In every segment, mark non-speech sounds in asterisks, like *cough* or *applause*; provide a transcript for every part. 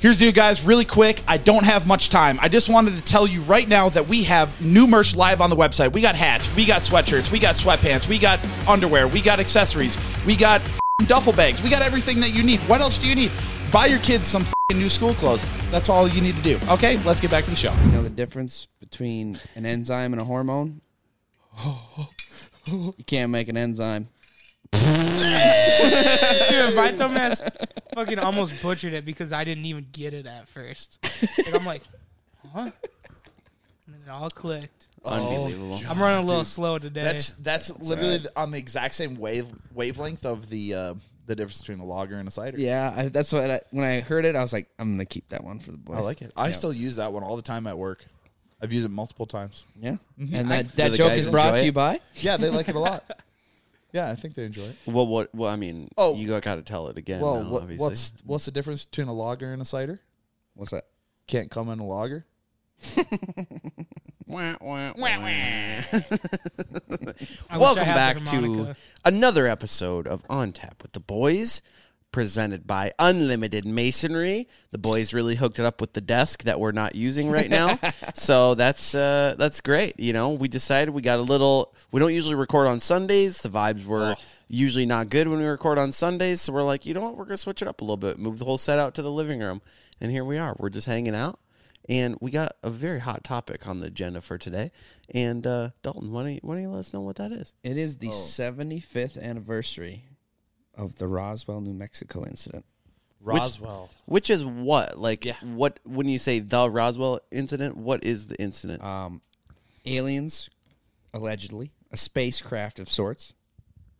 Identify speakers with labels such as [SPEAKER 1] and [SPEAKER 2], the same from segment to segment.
[SPEAKER 1] Here's the guys, really quick. I don't have much time. I just wanted to tell you right now that we have new merch live on the website. We got hats, we got sweatshirts, we got sweatpants, we got underwear, we got accessories, we got *laughs* duffel bags, we got everything that you need. What else do you need? Buy your kids some f***ing new school clothes. That's all you need to do. Okay, let's get back to the show.
[SPEAKER 2] You know the difference between an enzyme and a hormone? You can't make an enzyme.
[SPEAKER 3] *laughs* Dude, Vitomass fucking almost butchered it because I didn't even get it at first. Like, I'm like, huh? And it all clicked.
[SPEAKER 4] Oh,
[SPEAKER 2] Unbelievable.
[SPEAKER 3] I'm running a little slow today.
[SPEAKER 1] Oh, That's that's literally on the exact same wave wavelength of the uh, the difference between a lager and a cider.
[SPEAKER 2] Yeah, I, that's what I, when I heard it, I was like, I'm gonna keep that one for the boys.
[SPEAKER 1] I like it. I
[SPEAKER 2] Yeah.
[SPEAKER 1] still use that one all the time at work. I've used it multiple times.
[SPEAKER 2] Yeah, and that,
[SPEAKER 4] Do
[SPEAKER 2] that
[SPEAKER 4] the
[SPEAKER 2] joke
[SPEAKER 4] guys
[SPEAKER 2] is brought
[SPEAKER 4] enjoy
[SPEAKER 2] to you
[SPEAKER 4] it?
[SPEAKER 2] by.
[SPEAKER 1] Yeah, they like it a *laughs* lot. Yeah, I think they enjoy it.
[SPEAKER 4] Well, what? Well, I mean,
[SPEAKER 1] Oh.
[SPEAKER 4] oh, you got to tell it again.
[SPEAKER 1] Well,
[SPEAKER 4] now,
[SPEAKER 1] what,
[SPEAKER 4] obviously.
[SPEAKER 1] what's what's the difference between a lager and a cider?
[SPEAKER 2] What's that?
[SPEAKER 1] Can't come in a lager.
[SPEAKER 4] Wah, wah, *laughs* wah.
[SPEAKER 3] I wish I
[SPEAKER 4] Welcome
[SPEAKER 3] had the
[SPEAKER 4] back to
[SPEAKER 3] harmonica.
[SPEAKER 4] another episode of On Tap with the Boys, presented by Unlimited Masonry. The boys really hooked it up with the desk that we're not using right now, so that's uh, that's great. You know, we decided we got a little. We don't usually record on Sundays. The vibes were usually not good when we record on Sundays, so we're like, you know what? We're gonna switch it up a little bit, move the whole set out to the living room, and here we are. We're just hanging out. And we got a very hot topic on the agenda for today. And uh, Dalton, why don't, you, why don't you let us know what that is?
[SPEAKER 2] It is the 75th anniversary of the Roswell, New Mexico incident.
[SPEAKER 4] Roswell. Which, is what? Like what when you say the Roswell incident, what is the incident?
[SPEAKER 2] Aliens, allegedly, a spacecraft of sorts,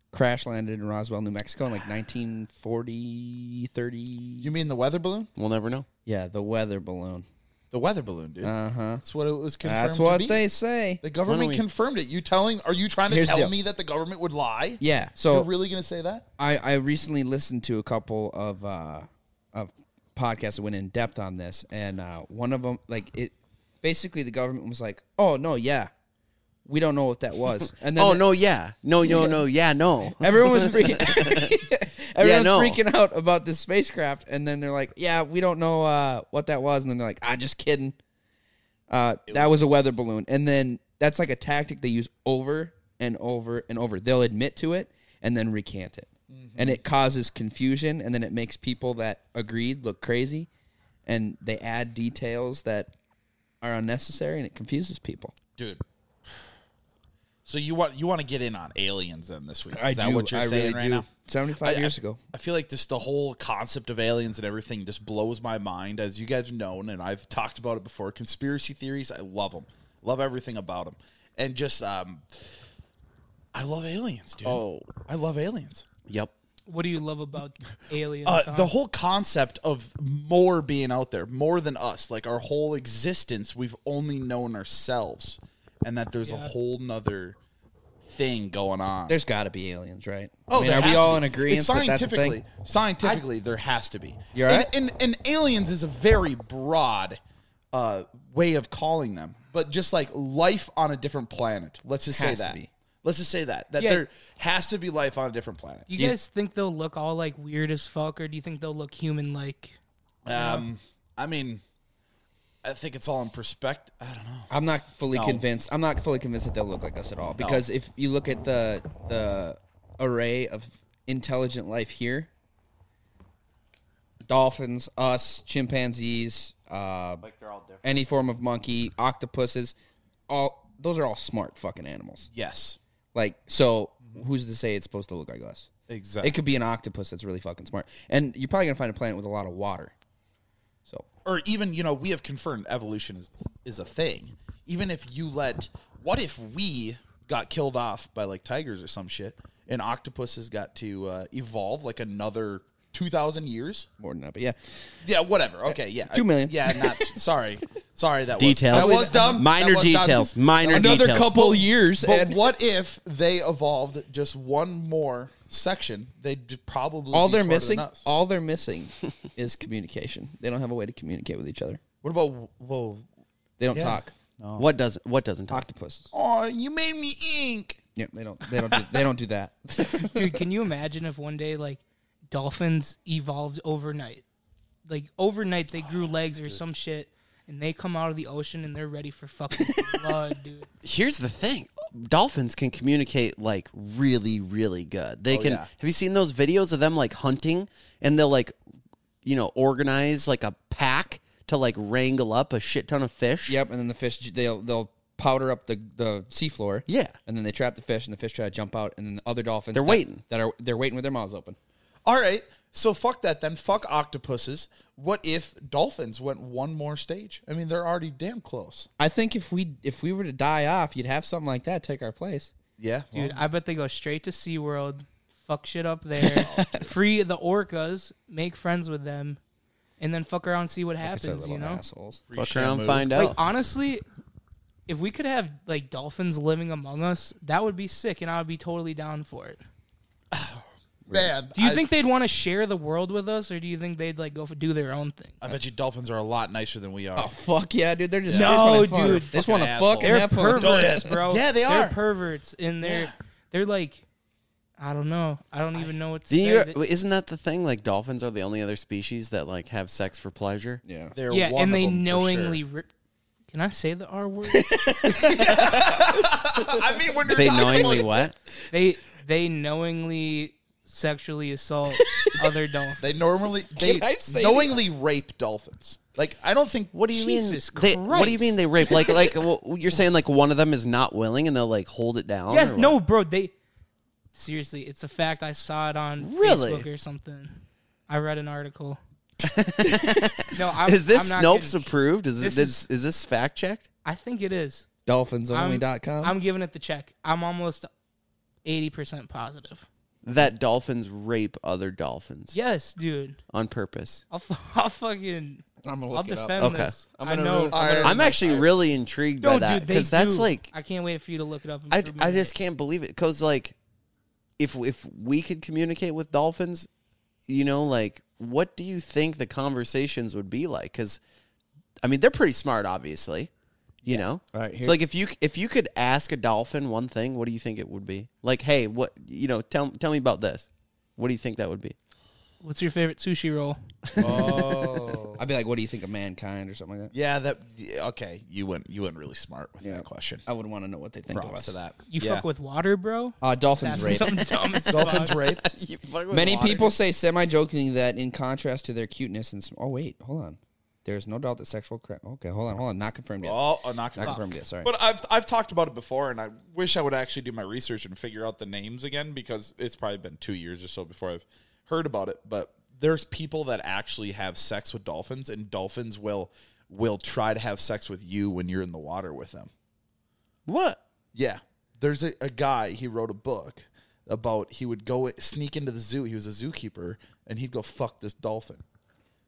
[SPEAKER 2] crash landed in Roswell, New Mexico in like 1940, 30.
[SPEAKER 1] You mean the weather balloon?
[SPEAKER 4] we'll never know.
[SPEAKER 2] Yeah, the weather balloon.
[SPEAKER 1] The weather balloon, dude.
[SPEAKER 2] Uh huh.
[SPEAKER 1] Uh-huh. That's what it was confirmed.
[SPEAKER 2] That's
[SPEAKER 1] to
[SPEAKER 2] what
[SPEAKER 1] be.
[SPEAKER 2] they say.
[SPEAKER 1] The government
[SPEAKER 4] we-
[SPEAKER 1] confirmed it. You telling? Are you trying to
[SPEAKER 2] Here's the
[SPEAKER 1] tell
[SPEAKER 2] deal.
[SPEAKER 1] me that the government would lie?
[SPEAKER 2] Yeah.
[SPEAKER 1] You're
[SPEAKER 2] So
[SPEAKER 1] really gonna say that?
[SPEAKER 2] I, I recently listened to a couple of uh, of podcasts that went in depth on this, and uh, one of them, like it, basically the government was like, "Oh no, yeah, we don't know what that was," and then
[SPEAKER 4] Oh
[SPEAKER 2] the-
[SPEAKER 4] no, yeah. No, no, no, yeah, no.
[SPEAKER 1] *laughs*
[SPEAKER 2] everyone was freaking, everyone
[SPEAKER 4] Yeah,
[SPEAKER 2] was
[SPEAKER 4] no.
[SPEAKER 2] freaking out about this spacecraft, and then they're like, "Yeah, we don't know uh, what that was," and then they're like, "Ah, just kidding, uh, that was a weather balloon," and then that's like a tactic they use over and over and over. They'll admit to it and then recant it,
[SPEAKER 1] Mm-hmm.
[SPEAKER 2] and it causes confusion, and then it makes people that agreed look crazy, and they add details that are unnecessary, and it confuses people.
[SPEAKER 1] dude. So you want you want to get in on aliens then this week? Is
[SPEAKER 2] I
[SPEAKER 1] that
[SPEAKER 2] do.
[SPEAKER 1] what you're
[SPEAKER 2] I
[SPEAKER 1] saying
[SPEAKER 2] really
[SPEAKER 1] right
[SPEAKER 2] do.
[SPEAKER 1] now?
[SPEAKER 2] Seventy-five years ago.
[SPEAKER 1] I feel like just the whole concept of aliens and everything just blows my mind. As you guys know, and I've talked about it before, conspiracy theories, I love them. Love everything about them. And just, um, I love aliens, dude.
[SPEAKER 4] Oh.
[SPEAKER 1] I love aliens.
[SPEAKER 4] Yep.
[SPEAKER 3] What do you love about
[SPEAKER 1] *laughs*
[SPEAKER 3] aliens?
[SPEAKER 1] Uh,
[SPEAKER 3] huh?
[SPEAKER 1] the whole concept of more being out there, more than us, like our whole existence, we've only known ourselves. And that there's a whole nother thing going on.
[SPEAKER 2] There's got to be aliens, right?
[SPEAKER 1] Oh,
[SPEAKER 2] I mean,
[SPEAKER 1] there
[SPEAKER 2] are
[SPEAKER 1] has
[SPEAKER 2] we
[SPEAKER 1] to
[SPEAKER 2] all
[SPEAKER 1] be.
[SPEAKER 2] in agreement
[SPEAKER 1] It's
[SPEAKER 2] that that's a
[SPEAKER 1] Scientifically,
[SPEAKER 2] thing?
[SPEAKER 1] scientifically, there has to be.
[SPEAKER 2] You all
[SPEAKER 1] and,
[SPEAKER 2] right?
[SPEAKER 1] and, and aliens is a very broad uh, way of calling them, but just like life on a different planet. Let's just
[SPEAKER 2] Has
[SPEAKER 1] say
[SPEAKER 2] to
[SPEAKER 1] that.
[SPEAKER 2] be.
[SPEAKER 1] Let's just say that that
[SPEAKER 3] Yeah.
[SPEAKER 1] there has to be life on a different planet.
[SPEAKER 3] do you guys think they'll look all like weird as fuck, or do you think they'll look human like?
[SPEAKER 1] Um, I mean, I think it's all in perspective. I don't know.
[SPEAKER 2] I'm not fully convinced. I'm not fully convinced that they'll look like us at all. Because if you look at the the array of intelligent life here, dolphins, us, chimpanzees, uh, any form of monkey, octopuses, all those are all smart fucking animals.
[SPEAKER 1] Yes,
[SPEAKER 2] Like, so who's to say it's supposed to look like us?
[SPEAKER 1] exactly.
[SPEAKER 2] It could be an octopus that's really fucking smart, and you're probably gonna find a planet with a lot of water. So
[SPEAKER 1] or even you know we have confirmed evolution is is a thing even if you let what if we got killed off by like tigers or some shit and octopuses got to uh, evolve like another 2000 years
[SPEAKER 2] more than that, but yeah.
[SPEAKER 1] yeah whatever okay yeah
[SPEAKER 2] Two million.
[SPEAKER 1] yeah not sorry sorry that
[SPEAKER 4] Details.
[SPEAKER 1] was, that was dumb
[SPEAKER 4] Minor
[SPEAKER 1] That was dumb.
[SPEAKER 4] details. Minor
[SPEAKER 1] another
[SPEAKER 4] details.
[SPEAKER 1] couple
[SPEAKER 2] Well,
[SPEAKER 1] years but
[SPEAKER 2] and-
[SPEAKER 1] what if they evolved just one more section they'd probably
[SPEAKER 2] *laughs* all
[SPEAKER 1] be
[SPEAKER 2] they're
[SPEAKER 1] smarter than
[SPEAKER 2] missing
[SPEAKER 1] us.
[SPEAKER 2] all they're missing is communication they don't have a way to communicate with each other
[SPEAKER 1] what about whoa
[SPEAKER 2] they don't
[SPEAKER 1] Yeah.
[SPEAKER 2] talk
[SPEAKER 4] What does what doesn't talk?
[SPEAKER 2] octopuses
[SPEAKER 1] oh you made me ink
[SPEAKER 2] yeah they don't they don't do, they don't do that
[SPEAKER 3] Dude, can you imagine if one day like dolphins evolved overnight? like overnight they
[SPEAKER 1] Oh,
[SPEAKER 3] grew legs or some shit, and they come out of the ocean and they're ready
[SPEAKER 1] *laughs*
[SPEAKER 3] for fucking blood, dude.
[SPEAKER 4] Here's the thing. Dolphins can communicate like really, really good. They can.
[SPEAKER 1] yeah.
[SPEAKER 4] Have you seen those videos of them like hunting and they'll like, you know, organize like a pack to like wrangle up a shit ton of fish?
[SPEAKER 2] Yep, and then the fish j- they'll they'll powder up the the seafloor.
[SPEAKER 4] Yeah.
[SPEAKER 2] and then they trap the fish, and the fish try to jump out, and then the other dolphins
[SPEAKER 4] They're
[SPEAKER 2] that-
[SPEAKER 4] waiting.
[SPEAKER 2] that are they're waiting with their mouths open.
[SPEAKER 1] All right. So fuck that then. Fuck octopuses. What if dolphins went one more stage? I mean, they're already damn close.
[SPEAKER 2] I think if we if we were to die off, you'd have something like that take our place.
[SPEAKER 1] Yeah.
[SPEAKER 3] Dude, I bet they go straight to SeaWorld, fuck shit
[SPEAKER 1] *laughs*
[SPEAKER 3] up there, free the orcas, make friends with them, and then fuck around and see what
[SPEAKER 2] Because they're
[SPEAKER 3] happens, you
[SPEAKER 2] little
[SPEAKER 3] know?
[SPEAKER 2] assholes.
[SPEAKER 4] Fuck around,
[SPEAKER 1] Shamu.
[SPEAKER 4] find
[SPEAKER 3] Like
[SPEAKER 4] out.
[SPEAKER 3] honestly, if we could have like dolphins living among us, that would be sick and I would be totally down for it.
[SPEAKER 1] man.
[SPEAKER 3] Do you
[SPEAKER 1] I-
[SPEAKER 3] think they'd want to share the world with us or do you think they'd like go for do their own thing?
[SPEAKER 1] I bet you dolphins are a lot nicer than we are.
[SPEAKER 2] Oh fuck yeah, dude! They're just
[SPEAKER 3] No,
[SPEAKER 2] they just wanna fuck.
[SPEAKER 3] dude.
[SPEAKER 2] They just want to
[SPEAKER 1] Fucking
[SPEAKER 2] fuck and
[SPEAKER 3] They're
[SPEAKER 2] have fun.
[SPEAKER 3] perverts, bro.
[SPEAKER 1] Yeah, they
[SPEAKER 3] They're
[SPEAKER 1] are.
[SPEAKER 3] perverts and they're they're like I don't know. I don't even know what to
[SPEAKER 4] Do you-
[SPEAKER 3] say.
[SPEAKER 4] isn't that the thing? Like dolphins are the only other species that like have sex for pleasure.
[SPEAKER 2] Yeah,
[SPEAKER 1] They're
[SPEAKER 3] yeah,
[SPEAKER 1] one
[SPEAKER 3] and
[SPEAKER 1] of
[SPEAKER 3] they
[SPEAKER 1] them for
[SPEAKER 3] knowingly. Re- Can I say the R word?
[SPEAKER 1] sure. Oh, I mean, when you're
[SPEAKER 4] *laughs* They
[SPEAKER 1] talking
[SPEAKER 4] knowingly
[SPEAKER 1] like-
[SPEAKER 4] what?
[SPEAKER 3] they they knowingly sexually
[SPEAKER 4] *laughs*
[SPEAKER 3] assault other dolphins.
[SPEAKER 1] they normally they
[SPEAKER 2] Can I say
[SPEAKER 1] knowingly rape dolphins. Like I don't think.
[SPEAKER 4] What do you
[SPEAKER 3] Jesus
[SPEAKER 4] mean? They, what do you
[SPEAKER 3] Christ.
[SPEAKER 4] mean they rape? Like, like well, you're saying like one of them is not willing and they'll like hold it down.
[SPEAKER 3] yes,
[SPEAKER 4] or
[SPEAKER 3] no,
[SPEAKER 4] what?
[SPEAKER 3] bro. They seriously, it's a fact. I saw it on
[SPEAKER 4] Really?
[SPEAKER 3] Facebook or something. I read an
[SPEAKER 4] *laughs*
[SPEAKER 3] article. no, I'm,
[SPEAKER 4] Is
[SPEAKER 3] I'm
[SPEAKER 4] this
[SPEAKER 3] not
[SPEAKER 4] Snopes
[SPEAKER 3] kidding.
[SPEAKER 4] approved? Is this,
[SPEAKER 3] This
[SPEAKER 4] this is this fact checked?
[SPEAKER 3] I think it is. I'm,
[SPEAKER 2] dolphinsonly.com.
[SPEAKER 3] I'm giving it the check. I'm almost eighty percent positive.
[SPEAKER 4] That dolphins rape other dolphins
[SPEAKER 3] Yes, dude.
[SPEAKER 4] on purpose.
[SPEAKER 3] I'll, fu- *laughs* I'll fucking.
[SPEAKER 2] I'm, gonna
[SPEAKER 3] I'll
[SPEAKER 2] look it up.
[SPEAKER 3] defend
[SPEAKER 4] Okay.
[SPEAKER 3] this.
[SPEAKER 2] I'm
[SPEAKER 3] i
[SPEAKER 2] gonna
[SPEAKER 3] know.
[SPEAKER 2] ruin- I'm gonna-
[SPEAKER 4] I'm actually really intrigued by
[SPEAKER 3] No,
[SPEAKER 4] that
[SPEAKER 3] dude, they
[SPEAKER 4] because that's
[SPEAKER 3] do.
[SPEAKER 4] like
[SPEAKER 3] I can't wait for you to look it up. and
[SPEAKER 4] I,
[SPEAKER 3] prove me
[SPEAKER 4] I
[SPEAKER 3] right.
[SPEAKER 4] just can't believe it because like if if we could communicate with dolphins, you know, like what do you think the conversations would be like? Because I mean, they're pretty smart, obviously. You know,
[SPEAKER 2] All right,
[SPEAKER 4] so
[SPEAKER 2] here-
[SPEAKER 4] like if you if you could ask a dolphin one thing, what do you think it would be? Like, hey, what you know, tell tell me about this. What do you think that would be?
[SPEAKER 3] What's your favorite sushi roll?
[SPEAKER 1] Oh.
[SPEAKER 2] I'd be like, what do you think of mankind or something like that?
[SPEAKER 1] Yeah, that okay. You went you went really smart with
[SPEAKER 2] Yeah.
[SPEAKER 1] that question.
[SPEAKER 2] I would want to know what they think of
[SPEAKER 1] Props
[SPEAKER 2] us.
[SPEAKER 1] to that.
[SPEAKER 3] You
[SPEAKER 1] Yeah.
[SPEAKER 3] fuck with water, bro?
[SPEAKER 2] Uh, dolphins
[SPEAKER 3] That's
[SPEAKER 2] rape.
[SPEAKER 3] *laughs* something dumb as
[SPEAKER 1] dolphins
[SPEAKER 3] fuck. *laughs*
[SPEAKER 1] rape.
[SPEAKER 2] Many people say semi jokingly that in contrast to their cuteness and sm- oh wait, hold on. There's no doubt that sexual crap. Okay, hold on, hold on. Not confirmed yet.
[SPEAKER 1] Oh, oh, not
[SPEAKER 2] Not
[SPEAKER 1] gonna.
[SPEAKER 2] confirmed yet. Sorry.
[SPEAKER 1] But I've I've talked about it before, and I wish I would actually do my research and figure out the names again because it's probably been two years or so before I've heard about it. But there's people that actually have sex with dolphins, and dolphins will will try to have sex with you when you're in the water with them.
[SPEAKER 4] what?
[SPEAKER 1] Yeah. There's a, a guy, he wrote a book about he would go sneak into the zoo. He was a zookeeper and he'd go fuck this dolphin.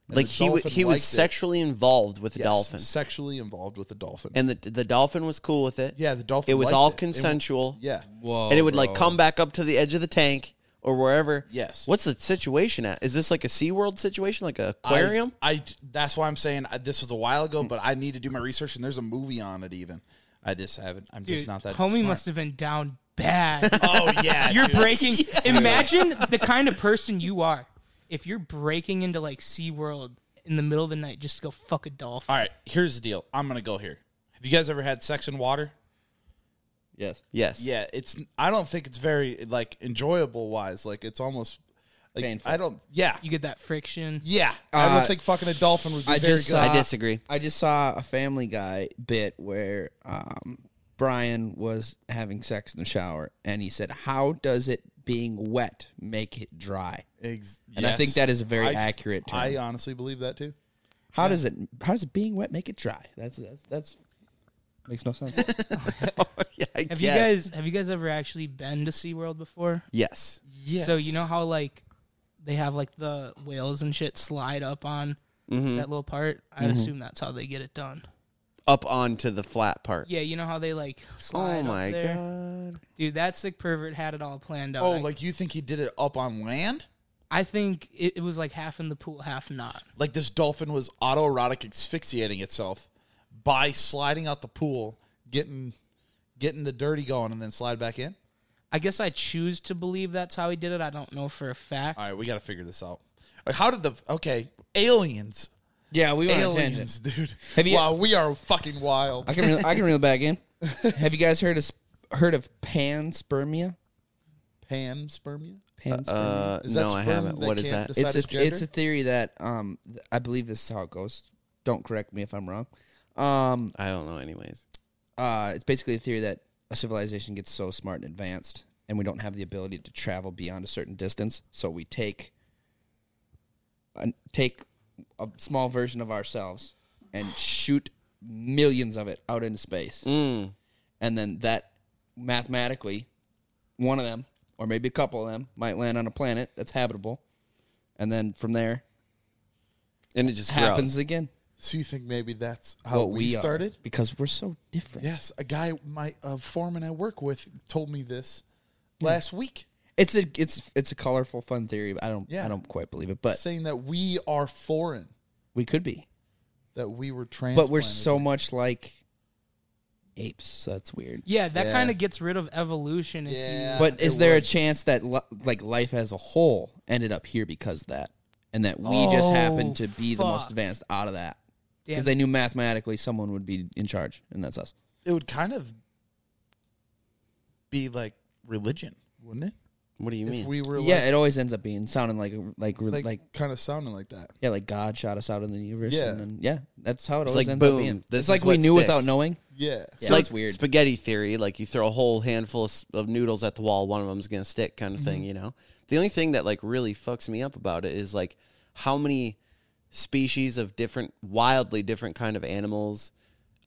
[SPEAKER 1] And
[SPEAKER 4] Like
[SPEAKER 1] the
[SPEAKER 4] he w-
[SPEAKER 1] dolphin
[SPEAKER 4] he
[SPEAKER 1] liked
[SPEAKER 4] was
[SPEAKER 1] it.
[SPEAKER 4] sexually involved with the
[SPEAKER 1] Yes,
[SPEAKER 4] dolphin,
[SPEAKER 1] Sexually involved with the dolphin.
[SPEAKER 4] and the the dolphin was cool with it.
[SPEAKER 1] yeah, the dolphin
[SPEAKER 4] it was
[SPEAKER 1] liked
[SPEAKER 4] all
[SPEAKER 1] it. It w-
[SPEAKER 4] consensual.
[SPEAKER 1] yeah.
[SPEAKER 2] Whoa,
[SPEAKER 4] and it would like
[SPEAKER 2] bro.
[SPEAKER 4] come back up to the edge of the tank or wherever.
[SPEAKER 1] Yes.
[SPEAKER 4] What's the situation at? Is this like a SeaWorld situation, like a aquarium?
[SPEAKER 1] I, I- that's why I'm saying I, this was a while ago, but I need to do my research and there's a movie on it even. I just haven't I'm
[SPEAKER 3] Dude,
[SPEAKER 1] just not that
[SPEAKER 3] homie
[SPEAKER 1] smart.
[SPEAKER 3] must have been down bad.
[SPEAKER 1] *laughs* Oh *laughs* yeah.
[SPEAKER 3] you're
[SPEAKER 1] dude. *laughs*
[SPEAKER 3] breaking. Imagine the kind of person you are if you're breaking into like SeaWorld in the middle of the night just to go fuck a dolphin.
[SPEAKER 1] All right, here's the deal. I'm going to go here. Have you guys ever had sex in water?
[SPEAKER 2] yes.
[SPEAKER 4] yes. *laughs*
[SPEAKER 1] yeah it's i don't think it's very like enjoyable wise like it's almost like
[SPEAKER 2] Painful.
[SPEAKER 1] i don't yeah
[SPEAKER 3] You get that friction.
[SPEAKER 1] yeah i
[SPEAKER 2] Uh,
[SPEAKER 1] don't think fucking a dolphin would be
[SPEAKER 2] I
[SPEAKER 1] very
[SPEAKER 2] just
[SPEAKER 1] good
[SPEAKER 2] saw,
[SPEAKER 4] I disagree.
[SPEAKER 2] I just saw a Family Guy bit where um, Brian was having sex in the shower, and he said, "How does it being wet make it dry?"
[SPEAKER 1] Ex-
[SPEAKER 2] And I think that is a very accurate term.
[SPEAKER 1] i honestly believe that too
[SPEAKER 2] How does it? How does it being wet make it dry? That's that's, that's makes no sense.
[SPEAKER 4] Oh, yeah I
[SPEAKER 3] Have
[SPEAKER 4] guess.
[SPEAKER 3] you guys have you guys ever actually been to SeaWorld before?
[SPEAKER 4] Yes.
[SPEAKER 1] yeah
[SPEAKER 3] So you know how like they have like the whales and shit slide up on
[SPEAKER 1] Mm-hmm.
[SPEAKER 3] that little part? I'd assume that's how they get it done.
[SPEAKER 4] Up onto the flat part.
[SPEAKER 3] Yeah, you know how they like slide.
[SPEAKER 4] oh my
[SPEAKER 3] up there?
[SPEAKER 4] god.
[SPEAKER 3] dude, that sick pervert had it all planned out.
[SPEAKER 1] oh
[SPEAKER 3] Like,
[SPEAKER 1] like you think he did it up on land
[SPEAKER 3] I think it, it was like half in the pool, half not.
[SPEAKER 1] like this dolphin was autoerotic asphyxiating itself by sliding out the pool getting getting the dirty going and then slide back in
[SPEAKER 3] I guess I choose to believe that's how he did it. I don't know for a fact.
[SPEAKER 1] all right we gotta figure this out like how did the okay aliens.
[SPEAKER 2] *laughs* Yeah, we went on a
[SPEAKER 1] Aliens,
[SPEAKER 2] tangent.
[SPEAKER 1] dude.
[SPEAKER 2] Have you-
[SPEAKER 1] wow, we are fucking wild.
[SPEAKER 2] I can reel, I can reel it back *laughs* in. Have you guys heard of sp- heard of panspermia?
[SPEAKER 1] Panspermia?
[SPEAKER 2] Panspermia.
[SPEAKER 4] Uh,
[SPEAKER 1] Is that
[SPEAKER 4] no, I
[SPEAKER 1] sperm
[SPEAKER 4] haven't.
[SPEAKER 1] that
[SPEAKER 4] What is
[SPEAKER 1] can't
[SPEAKER 4] that?
[SPEAKER 1] decide-
[SPEAKER 2] it's a
[SPEAKER 1] Besides gender?
[SPEAKER 2] it's a theory that um th- I believe this is how it goes. Don't correct me if I'm wrong. Um
[SPEAKER 4] I don't know. Anyways,
[SPEAKER 2] uh it's basically a theory that a civilization gets so smart and advanced and we don't have the ability to travel beyond a certain distance, so we take an take a small version of ourselves and shoot millions of it out into space. And then that mathematically one of them or maybe a couple of them might land on a planet that's habitable. And then from there
[SPEAKER 4] and it just
[SPEAKER 2] happens
[SPEAKER 4] happens.
[SPEAKER 2] again.
[SPEAKER 1] So you think maybe that's how
[SPEAKER 2] What
[SPEAKER 1] we,
[SPEAKER 2] we, are,
[SPEAKER 1] started?
[SPEAKER 2] because we're so different.
[SPEAKER 1] Yes, a guy, my a foreman I work with, told me this
[SPEAKER 2] Hmm.
[SPEAKER 1] last week,
[SPEAKER 2] It's a it's it's a colorful, fun theory. But I don't
[SPEAKER 1] Yeah.
[SPEAKER 2] I don't quite believe it, but
[SPEAKER 1] saying that we are foreign,
[SPEAKER 2] we could be.
[SPEAKER 1] that we were trans.
[SPEAKER 2] But we're so much like apes, so that's weird.
[SPEAKER 3] Yeah, that
[SPEAKER 1] Yeah.
[SPEAKER 3] kind of gets rid of evolution. If
[SPEAKER 1] Yeah.
[SPEAKER 2] But
[SPEAKER 1] it
[SPEAKER 2] is there a
[SPEAKER 1] would.
[SPEAKER 2] chance that li- like life as a whole ended up here because of that, and that we just
[SPEAKER 3] Oh,
[SPEAKER 2] happen to be the most
[SPEAKER 3] fuck.
[SPEAKER 2] advanced out of that
[SPEAKER 3] you,
[SPEAKER 2] because
[SPEAKER 3] damn,
[SPEAKER 2] they knew mathematically someone would be in charge, and that's us.
[SPEAKER 1] It would kind of be like religion, wouldn't it?
[SPEAKER 4] What do you
[SPEAKER 1] If
[SPEAKER 4] mean?
[SPEAKER 1] we were
[SPEAKER 2] Yeah, it always ends up being sounding like like
[SPEAKER 1] like,
[SPEAKER 2] like,
[SPEAKER 1] like kind of sounding like that.
[SPEAKER 2] yeah, like God shot us out in the universe.
[SPEAKER 1] Yeah.
[SPEAKER 2] and then, yeah, that's how it always
[SPEAKER 4] like,
[SPEAKER 2] ends up
[SPEAKER 4] boom,
[SPEAKER 2] being.
[SPEAKER 4] this
[SPEAKER 2] it's like
[SPEAKER 4] is
[SPEAKER 2] we
[SPEAKER 4] what
[SPEAKER 2] knew without
[SPEAKER 4] sticks.
[SPEAKER 2] knowing.
[SPEAKER 1] Yeah.
[SPEAKER 2] Yeah,
[SPEAKER 4] It's like
[SPEAKER 2] that's weird.
[SPEAKER 4] spaghetti theory. Like you throw a whole handful of, s- of noodles at the wall, one of them's gonna stick,
[SPEAKER 2] Mm-hmm.
[SPEAKER 4] kind of thing. You know. The only thing that like really fucks me up about it is like how many species of different, wildly different kind of animals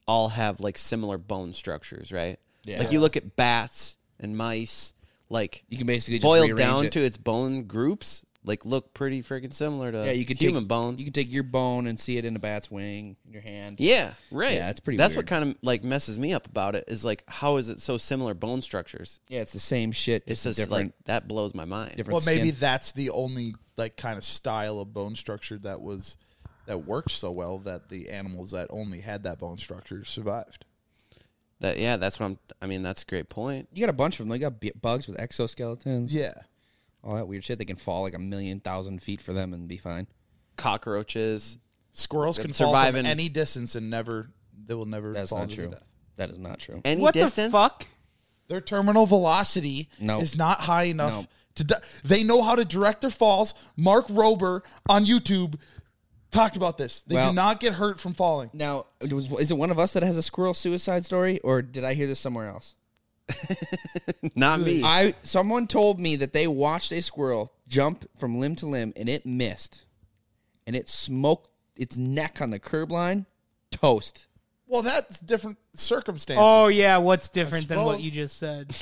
[SPEAKER 4] all have like similar bone structures, right?
[SPEAKER 2] Yeah.
[SPEAKER 4] Like you look at bats and mice, like
[SPEAKER 2] You can basically just
[SPEAKER 4] boiled
[SPEAKER 2] rearrange
[SPEAKER 4] down
[SPEAKER 2] it.
[SPEAKER 4] to its bone groups, like look pretty freaking similar to
[SPEAKER 2] yeah, you can
[SPEAKER 4] human
[SPEAKER 2] take,
[SPEAKER 4] bones.
[SPEAKER 2] You can take your bone and see it in a bat's wing, in your hand.
[SPEAKER 4] Yeah, right.
[SPEAKER 2] Yeah, it's pretty
[SPEAKER 4] That's
[SPEAKER 2] weird.
[SPEAKER 4] what kind of like messes me up about it is like how is it so similar bone structures?
[SPEAKER 2] Yeah, it's the same shit. It's
[SPEAKER 4] It's
[SPEAKER 2] a
[SPEAKER 4] just
[SPEAKER 2] different,
[SPEAKER 4] like that blows my mind.
[SPEAKER 2] different.
[SPEAKER 1] Well, maybe
[SPEAKER 2] skin.
[SPEAKER 1] that's the only like kind of style of bone structure that was that worked so well that the animals that only had that bone structure survived.
[SPEAKER 4] That yeah, that's what I'm. I mean, that's a great point.
[SPEAKER 2] you got a bunch of them. They got b- bugs with exoskeletons,
[SPEAKER 1] Yeah.
[SPEAKER 2] all that weird shit. They can fall like a million thousand feet for them and be fine.
[SPEAKER 4] Cockroaches.
[SPEAKER 1] Squirrels can
[SPEAKER 4] That's
[SPEAKER 1] survive
[SPEAKER 4] surviving-
[SPEAKER 1] any distance and never they will never
[SPEAKER 2] That's
[SPEAKER 1] fall
[SPEAKER 2] not
[SPEAKER 1] to
[SPEAKER 2] true.
[SPEAKER 1] death.
[SPEAKER 2] That is not true.
[SPEAKER 4] Any
[SPEAKER 3] what
[SPEAKER 4] distance.
[SPEAKER 3] the fuck?
[SPEAKER 1] Their terminal velocity
[SPEAKER 2] No.
[SPEAKER 1] is not high enough
[SPEAKER 2] No.
[SPEAKER 1] to. Di- they know how to direct their falls. Mark Rober on YouTube talked about this. They
[SPEAKER 2] Well-
[SPEAKER 1] do not get hurt from falling.
[SPEAKER 2] Now, it was- is it one of us that has a squirrel suicide story, or did I hear this somewhere else?
[SPEAKER 4] Not me.
[SPEAKER 2] I someone told me that they watched a squirrel jump from limb to limb and it missed, and it smoked its neck on the curb line, toast.
[SPEAKER 1] Well, that's different circumstances.
[SPEAKER 3] Oh yeah, what's different than what
[SPEAKER 1] suppose.
[SPEAKER 3] you just said?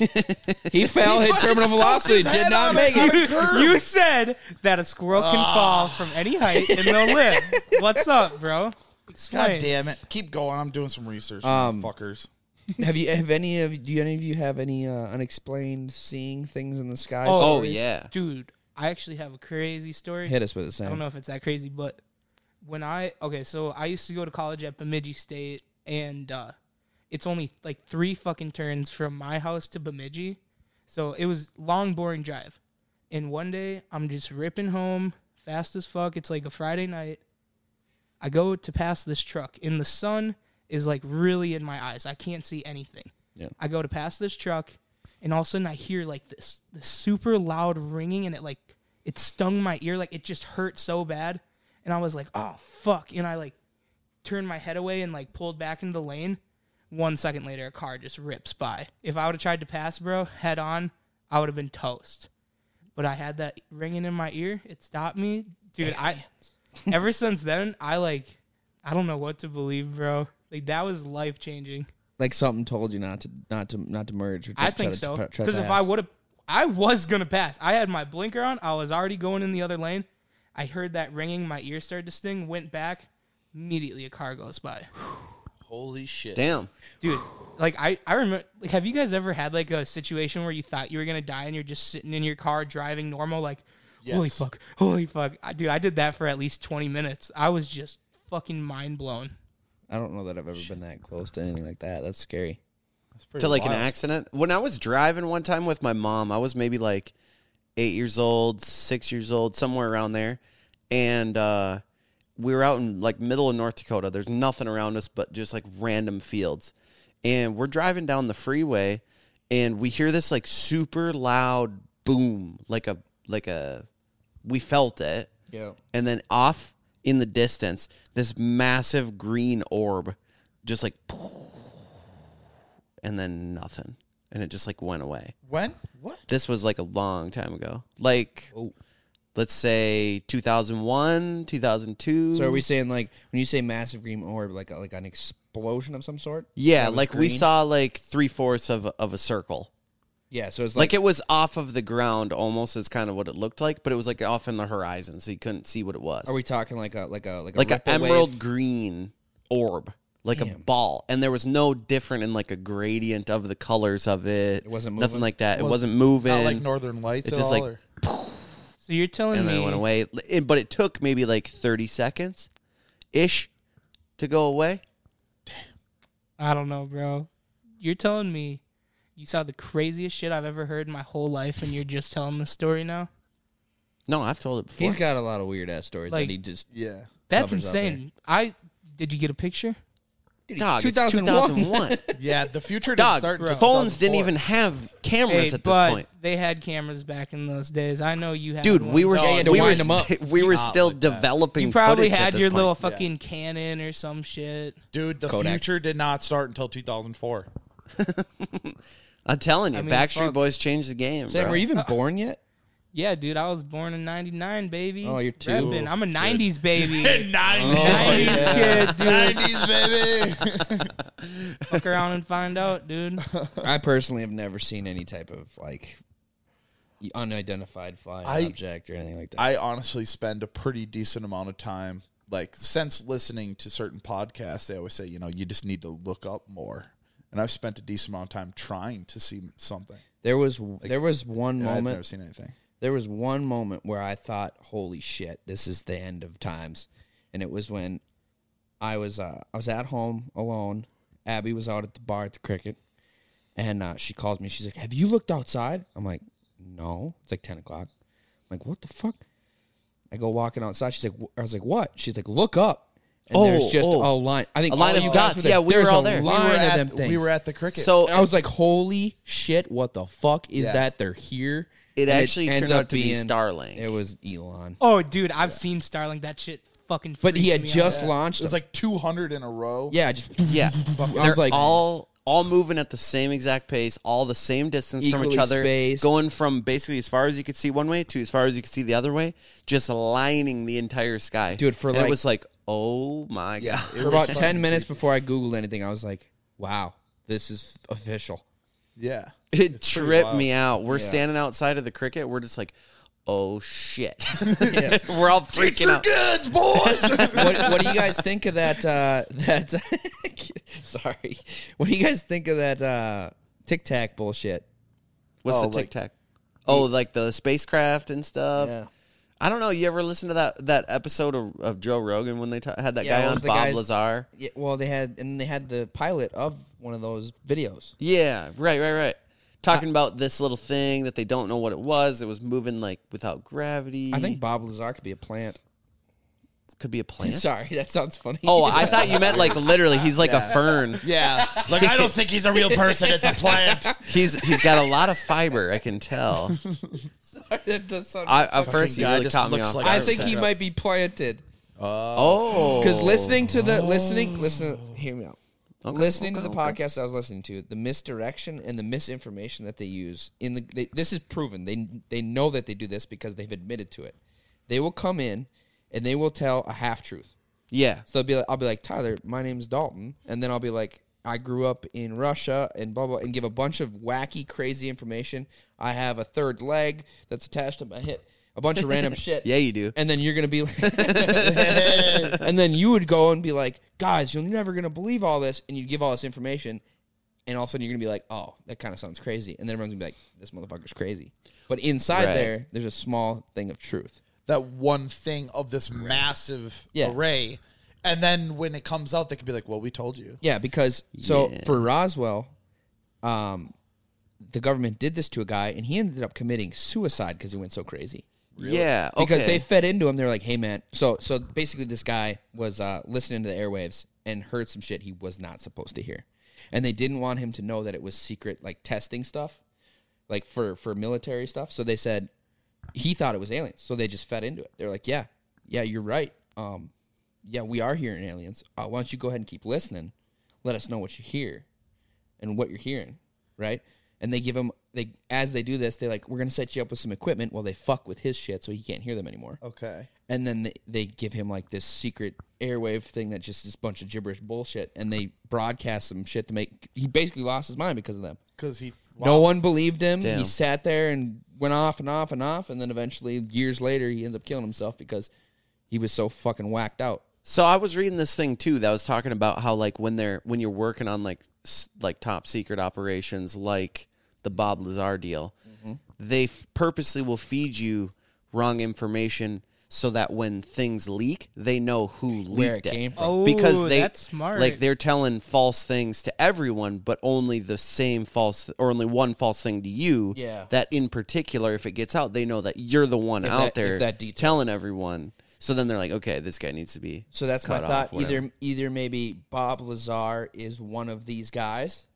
[SPEAKER 2] He fell, hit
[SPEAKER 1] fucking stomped
[SPEAKER 2] terminal velocity,
[SPEAKER 1] his
[SPEAKER 2] did
[SPEAKER 1] head
[SPEAKER 2] not
[SPEAKER 1] on
[SPEAKER 2] make
[SPEAKER 1] a- on
[SPEAKER 2] it.
[SPEAKER 1] a curb.
[SPEAKER 3] *laughs* you said that a squirrel can fall from any height and they'll live. What's up, bro?
[SPEAKER 1] God
[SPEAKER 3] Explain.
[SPEAKER 1] damn it! Keep going. I'm doing some research,
[SPEAKER 4] Um,
[SPEAKER 1] fuckers.
[SPEAKER 2] *laughs* Have you? Have any of? Do any of you have any uh, unexplained seeing things in the sky?
[SPEAKER 4] oh
[SPEAKER 2] stories?
[SPEAKER 4] yeah.
[SPEAKER 3] dude, I actually have a crazy story.
[SPEAKER 2] Hit us with it,
[SPEAKER 3] I don't
[SPEAKER 2] Sam.
[SPEAKER 3] know if it's that crazy, but when I okay, so I used to go to college at Bemidji State, and uh, it's only like three fucking turns from my house to Bemidji, so it was long, boring drive. And one day I'm just ripping home fast as fuck. It's like a Friday night. I go to pass this truck, and the sun is like really in my eyes. I can't see anything.
[SPEAKER 2] Yeah.
[SPEAKER 3] I go to pass this truck, and all of a sudden I hear like this, this super loud ringing, and it like it stung my ear, like it just hurt so bad, and I was like, oh fuck, and I like turned my head away and like pulled back into the lane. One second later, a car just rips by. If I would have tried to pass, bro, head on, I would have been toast. But I had that ringing in my ear. It stopped me, dude. I ever since then, I like, I don't know what to believe, bro. Like that was life changing.
[SPEAKER 2] Like something told you not to, not to, not to merge. Or
[SPEAKER 3] I
[SPEAKER 2] try
[SPEAKER 3] think
[SPEAKER 2] to-
[SPEAKER 3] so.
[SPEAKER 2] try- try to
[SPEAKER 3] Because if I
[SPEAKER 2] pass.
[SPEAKER 3] would have, I was gonna pass. I had my blinker on. I was already going in the other lane. I heard that ringing. My ear started to sting. Went back. Immediately, a car goes by.
[SPEAKER 1] Holy shit!
[SPEAKER 4] Damn.
[SPEAKER 3] Dude, like I, I remember. Like, have you guys ever had like a situation where you thought you were gonna die and you're just sitting in your car driving normal? Like, holy
[SPEAKER 1] Yes.
[SPEAKER 3] fuck, holy fuck, I, dude. I did that for at least twenty minutes. I was just fucking mind blown.
[SPEAKER 2] I don't know that I've ever been that close to anything like that. That's scary.
[SPEAKER 4] to like an accident. When I was driving one time with my mom, I was maybe like eight years old, six years old, somewhere around there, and uh, we were out in like middle of North Dakota. There's nothing around us but just like random fields. And we're driving down the freeway and we hear this like super loud boom, like a like a we felt it.
[SPEAKER 2] Yeah.
[SPEAKER 4] And then off in the distance, this massive green orb just like and then nothing. And it just like went away.
[SPEAKER 1] When? What?
[SPEAKER 4] This was like a long time ago. Like
[SPEAKER 2] Oh.
[SPEAKER 4] let's say 2001, 2002.
[SPEAKER 2] So are we saying like when you say massive green orb, like like an explosion of some sort?
[SPEAKER 4] Yeah,
[SPEAKER 2] That was
[SPEAKER 4] like we
[SPEAKER 2] green?
[SPEAKER 4] saw like three fourths of of a circle.
[SPEAKER 2] Yeah, so it's
[SPEAKER 4] Like,
[SPEAKER 2] like,
[SPEAKER 4] it was off of the ground almost is kind of what it looked like, but it was like off in the horizon, so you couldn't see what it was.
[SPEAKER 2] are we talking like a like a like a
[SPEAKER 4] like an
[SPEAKER 2] ripple wave?
[SPEAKER 4] emerald green orb, like a ball, and there was no different in like a gradient of the colors of it. It
[SPEAKER 2] wasn't
[SPEAKER 4] nothing
[SPEAKER 2] moving?
[SPEAKER 4] like that. It wasn't moving.
[SPEAKER 1] Not like Northern Lights
[SPEAKER 4] It's
[SPEAKER 1] at
[SPEAKER 4] just
[SPEAKER 1] all?
[SPEAKER 4] like-
[SPEAKER 1] or-
[SPEAKER 3] So you're telling
[SPEAKER 4] and
[SPEAKER 3] me
[SPEAKER 4] then it went away. It- but it took maybe like thirty seconds, ish, to go away.
[SPEAKER 3] I don't know, bro. You're telling me you saw the craziest shit I've ever heard in my whole life, and you're just telling the story now.
[SPEAKER 4] No, I've told it before.
[SPEAKER 2] He's got a lot of weird ass stories
[SPEAKER 3] Like-
[SPEAKER 2] that he just
[SPEAKER 1] yeah.
[SPEAKER 3] That's
[SPEAKER 2] Covers up there.
[SPEAKER 3] insane. I did you get a picture?
[SPEAKER 2] Dude,
[SPEAKER 4] Dog, it's
[SPEAKER 2] 2001. *laughs*
[SPEAKER 4] 2001.
[SPEAKER 1] *laughs* Yeah, the future didn't
[SPEAKER 4] Dog,
[SPEAKER 1] start. until
[SPEAKER 4] phones
[SPEAKER 1] 2004.
[SPEAKER 4] didn't even have cameras
[SPEAKER 3] Hey,
[SPEAKER 4] at this
[SPEAKER 3] but
[SPEAKER 4] point.
[SPEAKER 3] they had cameras back in those days. I know you had.
[SPEAKER 4] Dude,
[SPEAKER 3] one.
[SPEAKER 4] we were
[SPEAKER 2] No, you had to
[SPEAKER 4] we were
[SPEAKER 2] wind 'em up.
[SPEAKER 4] st- *laughs* we were
[SPEAKER 1] Not
[SPEAKER 4] still
[SPEAKER 1] like that.
[SPEAKER 4] developing.
[SPEAKER 3] You probably
[SPEAKER 4] footage at
[SPEAKER 3] had
[SPEAKER 4] this
[SPEAKER 3] your
[SPEAKER 4] point.
[SPEAKER 3] little fucking Canon or some shit.
[SPEAKER 1] Dude, the
[SPEAKER 2] Kodak.
[SPEAKER 1] future did not start until 2004.
[SPEAKER 4] I'm telling you,
[SPEAKER 3] I mean,
[SPEAKER 4] Backstreet
[SPEAKER 3] fuck.
[SPEAKER 4] Boys changed the game.
[SPEAKER 2] Sam,
[SPEAKER 4] bro.
[SPEAKER 2] were you
[SPEAKER 3] Uh,
[SPEAKER 2] even born yet?
[SPEAKER 3] Yeah, dude, I was born in '99, baby.
[SPEAKER 2] Oh, you're two.
[SPEAKER 3] Reppin'. I'm a '90s *laughs*
[SPEAKER 4] *laughs*
[SPEAKER 3] baby.
[SPEAKER 1] 90s,
[SPEAKER 4] Oh.
[SPEAKER 1] *laughs*
[SPEAKER 3] '90s kid, dude.
[SPEAKER 1] 90s, baby.
[SPEAKER 3] Fuck around and find out,
[SPEAKER 4] *laughs*
[SPEAKER 3] dude.
[SPEAKER 2] I personally have never seen any type of like unidentified flying
[SPEAKER 1] I-
[SPEAKER 2] object or anything like that.
[SPEAKER 1] I honestly spend a pretty decent amount of time, like since listening to certain podcasts, they always say, you know, you just need to look up more. And I've spent a decent amount of time trying to see something.
[SPEAKER 2] there was there was one
[SPEAKER 1] And I've never
[SPEAKER 2] moment
[SPEAKER 1] seen anything.
[SPEAKER 2] there was one moment where I thought, "Holy shit, this is the end of times," and it was when I was uh, I was at home alone. Abby was out at the bar at the cricket, and uh, she calls me. She's like, "Have you looked outside?" I'm like, "No." It's like ten o'clock. I'm like, "What the fuck?" I go walking outside. She's like, wh- "I was like, what?" She's like, "Look up." And there's
[SPEAKER 4] Oh,
[SPEAKER 2] just
[SPEAKER 4] oh.
[SPEAKER 2] a line. I think
[SPEAKER 4] A line
[SPEAKER 2] all
[SPEAKER 4] of
[SPEAKER 2] you
[SPEAKER 4] dots.
[SPEAKER 2] Guys were
[SPEAKER 4] Yeah, we
[SPEAKER 2] There's
[SPEAKER 4] were all
[SPEAKER 2] a
[SPEAKER 4] there. We
[SPEAKER 1] We were,
[SPEAKER 2] Line of
[SPEAKER 1] at,
[SPEAKER 2] them things.
[SPEAKER 1] we were at the cricket.
[SPEAKER 4] So
[SPEAKER 2] And I was like, "Holy shit! What the fuck is
[SPEAKER 1] Yeah.
[SPEAKER 2] that? They're here."
[SPEAKER 4] It
[SPEAKER 2] And
[SPEAKER 4] actually turned out to be Starlink.
[SPEAKER 2] It was Elon,
[SPEAKER 3] Oh, dude, I've seen Starlink. That shit fucking.
[SPEAKER 2] but he
[SPEAKER 3] freaks
[SPEAKER 2] had
[SPEAKER 3] me out.
[SPEAKER 2] just
[SPEAKER 1] it
[SPEAKER 2] launched.
[SPEAKER 1] was
[SPEAKER 2] them.
[SPEAKER 1] like 200 in a row.
[SPEAKER 2] yeah, just
[SPEAKER 4] *laughs* yeah,
[SPEAKER 2] I
[SPEAKER 4] they're
[SPEAKER 2] was like,
[SPEAKER 4] all all moving at the same exact pace, all the same distance from each
[SPEAKER 2] Equally
[SPEAKER 4] other,
[SPEAKER 2] spaced.
[SPEAKER 4] going from basically as far as you could see one way to as far as you could see the other way, just lining the entire sky,
[SPEAKER 2] Dude, for
[SPEAKER 4] And it
[SPEAKER 2] like-
[SPEAKER 4] was like, oh my
[SPEAKER 1] Yeah,
[SPEAKER 4] god,
[SPEAKER 1] it
[SPEAKER 2] *laughs* for
[SPEAKER 1] was
[SPEAKER 2] about
[SPEAKER 1] fucking
[SPEAKER 2] ten minutes
[SPEAKER 1] creepy.
[SPEAKER 2] before I googled anything, I was like, "Wow, this is official."
[SPEAKER 1] Yeah.
[SPEAKER 4] it
[SPEAKER 1] It's pretty
[SPEAKER 4] tripped
[SPEAKER 1] wild.
[SPEAKER 4] me out. We're standing outside of the cricket. We're just like,
[SPEAKER 2] *laughs*
[SPEAKER 4] oh shit, *laughs* we're all freaking
[SPEAKER 1] Future
[SPEAKER 4] out.
[SPEAKER 1] goods,
[SPEAKER 2] *laughs*
[SPEAKER 1] boys.
[SPEAKER 2] what, what do you guys think of that? Uh, *laughs* that sorry, what do you guys think of that uh, Tic Tac bullshit?
[SPEAKER 4] What's
[SPEAKER 1] Oh,
[SPEAKER 4] the
[SPEAKER 1] like-
[SPEAKER 4] Tic Tac? Oh, like the spacecraft and stuff.
[SPEAKER 2] Yeah.
[SPEAKER 4] I don't know. You ever listen to that that episode of, of Joe Rogan when they ta had that
[SPEAKER 2] Yeah,
[SPEAKER 4] guy
[SPEAKER 2] what
[SPEAKER 4] on,
[SPEAKER 2] was the
[SPEAKER 4] Bob
[SPEAKER 2] guy's-
[SPEAKER 4] Lazar?
[SPEAKER 2] Yeah, well, they had and they had the pilot of one of those videos.
[SPEAKER 4] Yeah, right, right, right.
[SPEAKER 2] Uh,
[SPEAKER 4] Talking about this little thing that they don't know what it was. It was moving like without gravity.
[SPEAKER 2] I think Bob Lazar could be a plant.
[SPEAKER 4] could be a plant.
[SPEAKER 2] *laughs* Sorry, that sounds funny. *laughs*
[SPEAKER 4] Oh, I thought you meant like literally. He's like a fern.
[SPEAKER 1] yeah. Like, I don't think he's a real person. It's a plant.
[SPEAKER 4] He's he's got a lot of fiber. I can tell.
[SPEAKER 2] that does sound.
[SPEAKER 4] I,
[SPEAKER 2] I,
[SPEAKER 4] at first, he
[SPEAKER 1] guy
[SPEAKER 4] really
[SPEAKER 1] just
[SPEAKER 4] caught me
[SPEAKER 1] looks
[SPEAKER 4] off.
[SPEAKER 1] like
[SPEAKER 4] guard.
[SPEAKER 1] I
[SPEAKER 2] think he might be planted
[SPEAKER 4] oh,
[SPEAKER 2] because listening to the listening, listen, hear me out. listening
[SPEAKER 4] okay,
[SPEAKER 2] to the podcast I was listening to, the misdirection and the misinformation that they use in the they, this is proven. They they know that they do this because they've admitted to it. They will come in and they will tell a half truth.
[SPEAKER 4] Yeah.
[SPEAKER 2] So they'll be like, I'll be like, Tyler, my name's Dalton, and then I'll be like, I grew up in Russia and blah blah, and give a bunch of wacky, crazy information. I have a third leg that's attached to my hip, a bunch of
[SPEAKER 4] *laughs*
[SPEAKER 2] random shit.
[SPEAKER 4] Yeah, you do.
[SPEAKER 2] And then you're gonna be,
[SPEAKER 4] *laughs*
[SPEAKER 2] and then you would go and be like, guys, you're never gonna believe all this, and you give all this information, and all of a sudden you're gonna be like, oh, that kind of sounds crazy, and then everyone's gonna be like, this motherfucker's crazy. But inside
[SPEAKER 4] Right.
[SPEAKER 2] there, there's a small thing of truth.
[SPEAKER 1] that one thing of this massive
[SPEAKER 2] Yeah.
[SPEAKER 1] array. And then when it comes out, they could be like, well, we told you.
[SPEAKER 2] Yeah, because so
[SPEAKER 4] Yeah.
[SPEAKER 2] for Roswell, um, the government did this to a guy, and he ended up committing suicide because he went so crazy.
[SPEAKER 4] Yeah. Okay.
[SPEAKER 2] because they fed into him. They were like, "Hey, man." So so basically, this guy was uh, listening to the airwaves and heard some shit he was not supposed to hear, and they didn't want him to know that it was secret, like testing stuff, like for for military stuff. So they said he thought it was aliens. So they just fed into it. They're like, "Yeah, yeah, you're right. Um, yeah, we are hearing aliens. Uh, why don't you go ahead and keep listening? Let us know what you hear." and what you're hearing, right? And they give him they as they do this, they like we're gonna set you up with some equipment. Well, they fuck with his shit so he can't hear them anymore.
[SPEAKER 1] Okay.
[SPEAKER 2] And then they, they give him like this secret airwave thing that just is a bunch of gibberish bullshit, and they broadcast some shit to make he basically lost his mind because of them.
[SPEAKER 1] Because he.
[SPEAKER 2] No one believed him.
[SPEAKER 4] Damn.
[SPEAKER 2] He sat there and went off and off and off, and then eventually years later he ends up killing himself because he was so fucking whacked out.
[SPEAKER 4] So I was reading this thing too that was talking about how like when they're when you're working on like s- like top secret operations like the Bob Lazar deal,
[SPEAKER 2] Mm-hmm.
[SPEAKER 4] they f- purposely will feed you wrong information so that when things leak, they know who leaked
[SPEAKER 2] Where it came from.
[SPEAKER 3] Oh,
[SPEAKER 4] because they
[SPEAKER 3] that's smart.
[SPEAKER 4] like they're telling false things to everyone, but only the same false or only one false thing to you.
[SPEAKER 2] Yeah.
[SPEAKER 4] That in particular, if it gets out, they know that you're the one
[SPEAKER 2] If
[SPEAKER 4] out
[SPEAKER 2] that- if
[SPEAKER 4] there
[SPEAKER 2] that detail.
[SPEAKER 4] telling everyone. So then they're like, okay, this guy needs to be.
[SPEAKER 2] So that's my
[SPEAKER 4] cut off,
[SPEAKER 2] thought.
[SPEAKER 4] whatever.
[SPEAKER 2] Either either maybe Bob Lazar is one of these guys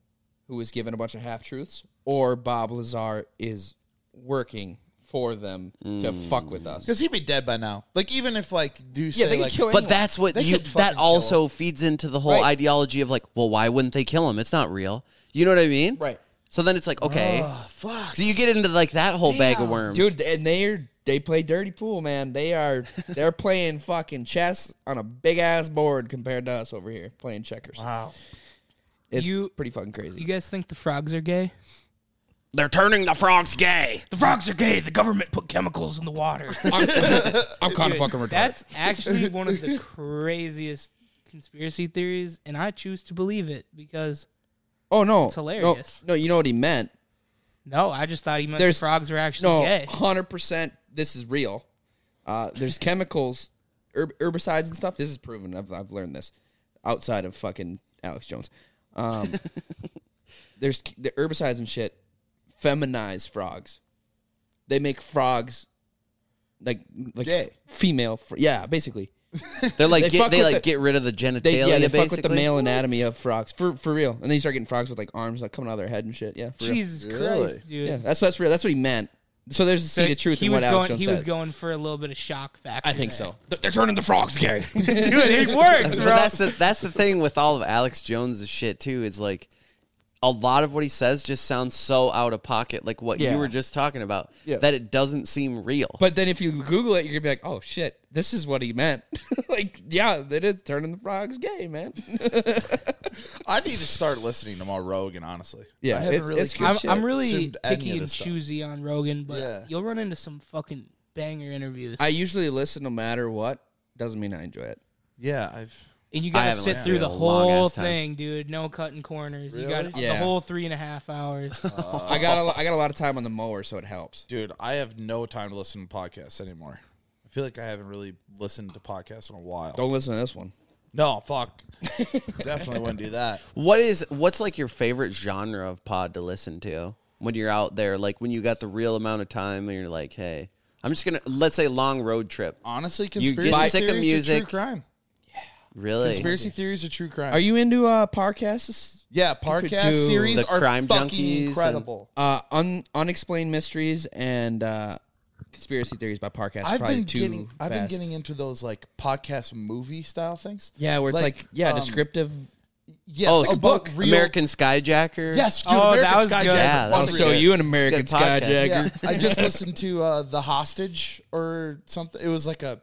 [SPEAKER 2] who was given a bunch of half truths, or Bob Lazar is working for them to
[SPEAKER 3] Mm.
[SPEAKER 2] fuck with us.
[SPEAKER 1] Because he'd be dead by now. Like even if like do you
[SPEAKER 2] Yeah,
[SPEAKER 1] say,
[SPEAKER 2] they could
[SPEAKER 1] like,
[SPEAKER 2] kill anyone.
[SPEAKER 4] But that's what
[SPEAKER 1] They
[SPEAKER 4] you
[SPEAKER 1] could fucking
[SPEAKER 4] that
[SPEAKER 1] kill
[SPEAKER 4] also feeds into the whole
[SPEAKER 2] Right.
[SPEAKER 4] ideology of like, well, why wouldn't they kill him? It's not real. You know what I mean?
[SPEAKER 2] Right.
[SPEAKER 4] So then it's like, okay.
[SPEAKER 1] Oh, fuck.
[SPEAKER 4] so you get into like that whole bag of
[SPEAKER 3] Damn.
[SPEAKER 4] worms.
[SPEAKER 2] dude. And they're they play dirty pool, man. They
[SPEAKER 3] *laughs*
[SPEAKER 2] are they're playing fucking chess on a big ass board compared to us over here playing checkers.
[SPEAKER 1] Wow.
[SPEAKER 2] It's
[SPEAKER 3] You-
[SPEAKER 2] pretty fucking crazy.
[SPEAKER 3] You guys think the frogs are gay?
[SPEAKER 4] They're turning the frogs gay.
[SPEAKER 3] The frogs are gay. The government put chemicals in the water.
[SPEAKER 2] I'm, I'm kind of fucking retarded.
[SPEAKER 3] That's actually one of the craziest conspiracy theories, and I choose to believe it because
[SPEAKER 2] oh no, it's
[SPEAKER 3] hilarious.
[SPEAKER 2] No, no, you know what he meant.
[SPEAKER 3] no, I just thought he meant
[SPEAKER 2] There's-
[SPEAKER 3] the frogs were actually
[SPEAKER 2] No,
[SPEAKER 3] gay.
[SPEAKER 2] hundred percent. This is real. Uh,
[SPEAKER 3] *laughs*
[SPEAKER 2] there's chemicals, herb- herbicides and stuff. This is proven. I've, I've learned this outside of fucking Alex Jones.
[SPEAKER 3] *laughs*
[SPEAKER 2] Um, there's c- the herbicides and shit feminize frogs. They make frogs like like
[SPEAKER 1] Gay.
[SPEAKER 2] female. Fr- yeah, basically.
[SPEAKER 4] *laughs* They're like
[SPEAKER 2] They
[SPEAKER 4] they,
[SPEAKER 2] fuck
[SPEAKER 4] get, they
[SPEAKER 2] with
[SPEAKER 4] like
[SPEAKER 2] the-
[SPEAKER 4] get rid of the genitalia.
[SPEAKER 2] They yeah they
[SPEAKER 4] basically.
[SPEAKER 2] fuck with the male anatomy of frogs for for real. And then you start getting frogs with like arms like coming out of their head and shit. Yeah, for real.
[SPEAKER 3] Jesus
[SPEAKER 1] Really?
[SPEAKER 3] Christ, dude.
[SPEAKER 2] Yeah, that's that's real. That's what he meant. So there's a seed of truth
[SPEAKER 3] he
[SPEAKER 2] in
[SPEAKER 3] was
[SPEAKER 2] what Alex
[SPEAKER 3] going,
[SPEAKER 2] Jones
[SPEAKER 3] he
[SPEAKER 2] said.
[SPEAKER 3] was going for a little bit of shock factor.
[SPEAKER 2] I think
[SPEAKER 3] there.
[SPEAKER 2] so. They're turning the frogs *laughs* gay.
[SPEAKER 3] dude. *laughs* It works,
[SPEAKER 4] But
[SPEAKER 3] bro.
[SPEAKER 4] that's the that's the thing with all of Alex Jones' shit too. Is like a lot of what he says just sounds so out of pocket, like what
[SPEAKER 2] Yeah.
[SPEAKER 4] you were just talking about,
[SPEAKER 2] Yeah.
[SPEAKER 4] that it doesn't seem real.
[SPEAKER 2] but then if you Google it, you're gonna be like, "Oh shit, this is what he meant." *laughs* like, yeah, that is turning the frogs gay, man.
[SPEAKER 1] I need to start listening to more Rogan. Honestly.
[SPEAKER 2] Yeah,
[SPEAKER 1] I haven't
[SPEAKER 2] it's-
[SPEAKER 1] really.
[SPEAKER 2] it's good
[SPEAKER 3] I'm,
[SPEAKER 2] shit.
[SPEAKER 3] I'm really
[SPEAKER 1] Assumed any of
[SPEAKER 3] picky and
[SPEAKER 1] this stuff.
[SPEAKER 3] choosy on Rogan, but
[SPEAKER 1] Yeah.
[SPEAKER 3] you'll run into some fucking banger interviews,
[SPEAKER 2] *laughs* I usually listen no matter what. Doesn't mean I enjoy it.
[SPEAKER 1] yeah, I've.
[SPEAKER 3] and you
[SPEAKER 4] I
[SPEAKER 3] gotta
[SPEAKER 4] haven't
[SPEAKER 3] sit
[SPEAKER 4] listened
[SPEAKER 3] through
[SPEAKER 4] to it
[SPEAKER 3] the
[SPEAKER 4] in a long
[SPEAKER 3] whole
[SPEAKER 4] ass time.
[SPEAKER 3] thing, dude. No cutting corners. You got
[SPEAKER 1] Really?
[SPEAKER 3] the
[SPEAKER 2] Yeah.
[SPEAKER 3] whole three and a half hours.
[SPEAKER 2] I got a, lo- I got a lot of time on the mower, so it helps.
[SPEAKER 1] Dude, I have no time to listen to podcasts anymore. I feel like I haven't really listened to podcasts in a while.
[SPEAKER 2] Don't listen to this one.
[SPEAKER 1] No,
[SPEAKER 2] *laughs*
[SPEAKER 1] fuck. Definitely wouldn't do that.
[SPEAKER 4] what is what's like your favorite genre of pod to listen to when you're out there, like when you got the real amount of time and you're like, hey, I'm just gonna let's say long road trip.
[SPEAKER 1] Honestly,
[SPEAKER 4] You
[SPEAKER 1] conspiracy
[SPEAKER 4] get
[SPEAKER 1] theories
[SPEAKER 4] sick of
[SPEAKER 1] are
[SPEAKER 4] music.
[SPEAKER 1] true crime.
[SPEAKER 4] Really?
[SPEAKER 1] Conspiracy theories are true crime.
[SPEAKER 2] Are you into uh, podcasts?
[SPEAKER 1] yeah, podcast
[SPEAKER 2] Dude,
[SPEAKER 1] series
[SPEAKER 4] the
[SPEAKER 1] are
[SPEAKER 4] crime junkies
[SPEAKER 1] fucking
[SPEAKER 4] and-
[SPEAKER 1] incredible.
[SPEAKER 2] Uh, un, unexplained mysteries and uh, conspiracy theories by podcasts.
[SPEAKER 1] I've
[SPEAKER 2] probably
[SPEAKER 1] been
[SPEAKER 2] too
[SPEAKER 1] getting I've been
[SPEAKER 2] fast.
[SPEAKER 1] getting into those like podcast movie style things.
[SPEAKER 2] yeah, where it's like, yeah,
[SPEAKER 1] um,
[SPEAKER 2] descriptive.
[SPEAKER 1] Yes,
[SPEAKER 4] Oh,
[SPEAKER 1] about
[SPEAKER 4] a book,
[SPEAKER 1] real-
[SPEAKER 4] American Skyjacker.
[SPEAKER 1] Yes, dude,
[SPEAKER 3] Oh,
[SPEAKER 1] American
[SPEAKER 3] that was
[SPEAKER 1] Skyjacker.
[SPEAKER 3] good.
[SPEAKER 4] Yeah, that
[SPEAKER 2] I'll
[SPEAKER 4] was
[SPEAKER 1] Fucking
[SPEAKER 4] a
[SPEAKER 2] show
[SPEAKER 4] good-
[SPEAKER 2] you an
[SPEAKER 4] it's a good
[SPEAKER 2] American
[SPEAKER 4] podcast.
[SPEAKER 1] *laughs*
[SPEAKER 2] skyjagger.
[SPEAKER 1] Yeah, I just listened to uh, the hostage or something. It was like a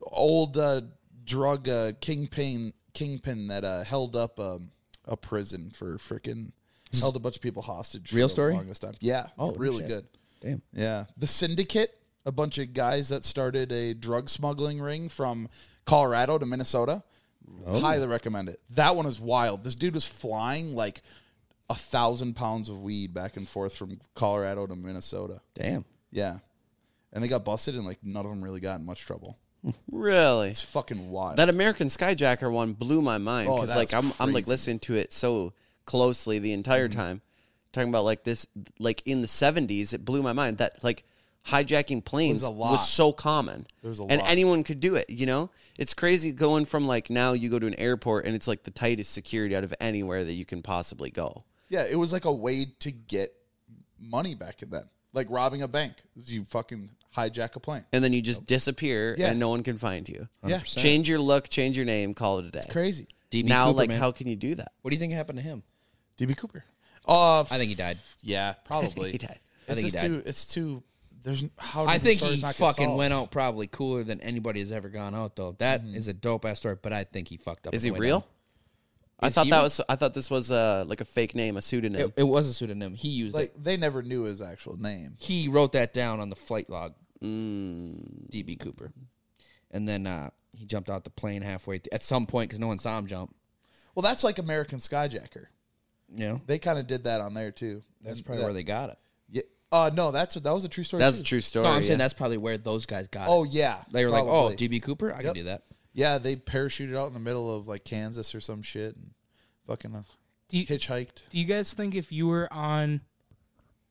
[SPEAKER 1] old uh, drug uh, kingpin kingpin that uh, held up um, a prison for freaking held a bunch of people hostage.
[SPEAKER 2] Real
[SPEAKER 1] for
[SPEAKER 2] story?
[SPEAKER 1] the longest time. Yeah, oh, really
[SPEAKER 2] shit.
[SPEAKER 1] good.
[SPEAKER 2] Damn.
[SPEAKER 1] Yeah, the syndicate, a bunch of guys that started a drug smuggling ring from Colorado to Minnesota.
[SPEAKER 2] Oh.
[SPEAKER 1] Highly recommend it. That one is wild. This dude was flying like a thousand pounds of weed back and forth from Colorado to Minnesota.
[SPEAKER 2] Damn.
[SPEAKER 1] Yeah. And they got busted, and like none of them really got in much trouble.
[SPEAKER 4] Really?
[SPEAKER 1] It's fucking wild.
[SPEAKER 4] That American Skyjacker one blew my mind
[SPEAKER 1] Oh,
[SPEAKER 4] because
[SPEAKER 1] that
[SPEAKER 4] like
[SPEAKER 1] was
[SPEAKER 4] I'm I'm like
[SPEAKER 1] crazy.
[SPEAKER 4] listening to it so
[SPEAKER 5] Mm-hmm.
[SPEAKER 4] closely the entire time, talking about like this like in the '70s. It blew my mind that like hijacking planes
[SPEAKER 5] a
[SPEAKER 4] was,
[SPEAKER 5] lot.
[SPEAKER 4] so common.
[SPEAKER 5] was a
[SPEAKER 4] and
[SPEAKER 5] lot.
[SPEAKER 4] anyone could do it, you know? It's crazy going from like now you go to an airport and it's like the tightest security out of anywhere that you can possibly go.
[SPEAKER 5] Yeah, it was like a way to get money back in then. Like robbing a bank. You fucking hijack a plane.
[SPEAKER 4] And then you just disappear
[SPEAKER 5] Yeah.
[SPEAKER 4] and no one can find you.
[SPEAKER 5] Yeah.
[SPEAKER 4] Change your look, change your name, call it a day.
[SPEAKER 5] Crazy.
[SPEAKER 2] DB
[SPEAKER 4] now,
[SPEAKER 2] Cooper,
[SPEAKER 4] like,
[SPEAKER 2] man.
[SPEAKER 4] how can you do that? *laughs*
[SPEAKER 2] What do you think happened to him?
[SPEAKER 5] DB Cooper. Uh
[SPEAKER 2] I think he died.
[SPEAKER 5] *laughs* yeah, probably.
[SPEAKER 4] He died.
[SPEAKER 2] I
[SPEAKER 5] It's
[SPEAKER 2] think he
[SPEAKER 5] just
[SPEAKER 2] died.
[SPEAKER 5] too it's too there's how
[SPEAKER 2] I
[SPEAKER 5] did the
[SPEAKER 2] think
[SPEAKER 5] stories
[SPEAKER 2] he
[SPEAKER 5] not get
[SPEAKER 2] fucking
[SPEAKER 5] solved?
[SPEAKER 2] went out probably cooler than anybody has ever gone out though. That is a dope ass story, but I think he fucked up. on
[SPEAKER 4] Is he
[SPEAKER 2] the way
[SPEAKER 4] real?
[SPEAKER 2] down.
[SPEAKER 4] I
[SPEAKER 2] Is
[SPEAKER 4] thought
[SPEAKER 2] he
[SPEAKER 4] that
[SPEAKER 2] real?
[SPEAKER 4] was I thought this was uh, like a fake name, a pseudonym.
[SPEAKER 2] It, it was a pseudonym. He used
[SPEAKER 5] like
[SPEAKER 2] it.
[SPEAKER 5] they never knew his actual name.
[SPEAKER 2] He wrote that down on the flight log.
[SPEAKER 4] Mm.
[SPEAKER 2] DB Cooper, and then uh, he jumped out the plane halfway th- at some point because no one saw him jump.
[SPEAKER 5] Well, that's like American Skyjacker.
[SPEAKER 2] You know,
[SPEAKER 5] They kind of did that on there too. That's
[SPEAKER 2] probably where they got it.
[SPEAKER 5] Yeah. Uh no, that's that was a true story.
[SPEAKER 4] That's
[SPEAKER 5] too.
[SPEAKER 4] a true story.
[SPEAKER 2] No, I'm saying
[SPEAKER 4] yeah.
[SPEAKER 2] that's probably where those guys got
[SPEAKER 5] Oh
[SPEAKER 2] it.
[SPEAKER 5] yeah.
[SPEAKER 2] They were like,
[SPEAKER 5] probably.
[SPEAKER 2] "Oh, DB Cooper, I
[SPEAKER 5] Yep.
[SPEAKER 2] can do that."
[SPEAKER 5] Yeah, they parachuted out in the middle of like Kansas or some shit and fucking uh,
[SPEAKER 3] Do you,
[SPEAKER 5] hitchhiked.
[SPEAKER 3] do you guys think if you were on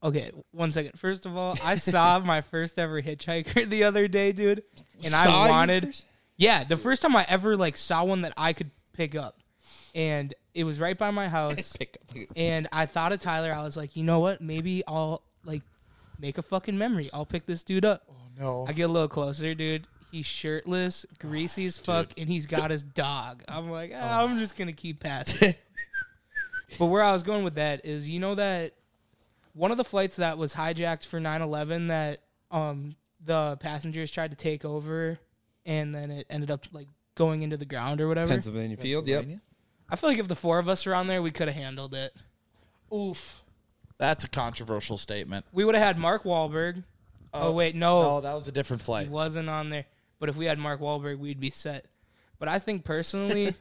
[SPEAKER 3] okay one second first of all
[SPEAKER 2] *laughs*
[SPEAKER 3] i saw my first ever hitchhiker the other day dude and
[SPEAKER 2] Saw
[SPEAKER 3] i
[SPEAKER 2] you
[SPEAKER 3] wanted
[SPEAKER 2] first?
[SPEAKER 3] yeah the first time i ever like saw one that i could pick up and it was right by my house
[SPEAKER 2] Pick up.
[SPEAKER 3] and i thought of tyler i was like you know what maybe i'll like make a fucking memory i'll pick this dude up
[SPEAKER 5] No.
[SPEAKER 3] i get a little closer dude He's shirtless, greasy as fuck, and he's got his dog. I'm like, "Ah, I'm just gonna keep passing. but where I was going with that is, you know that one of the flights that was hijacked for 9/11 that um the passengers tried to take over, and then it ended up like going into the ground or whatever.
[SPEAKER 2] Pennsylvania Field. Yep.
[SPEAKER 3] I feel like if the four of us were on there, we could have handled it.
[SPEAKER 5] Oof.
[SPEAKER 1] That's a controversial statement.
[SPEAKER 3] We would have had Mark Wahlberg. Oh, wait, no,
[SPEAKER 1] Oh, that was a different flight.
[SPEAKER 3] he wasn't on there. But if we had Mark Wahlberg, we'd be set. But I think personally,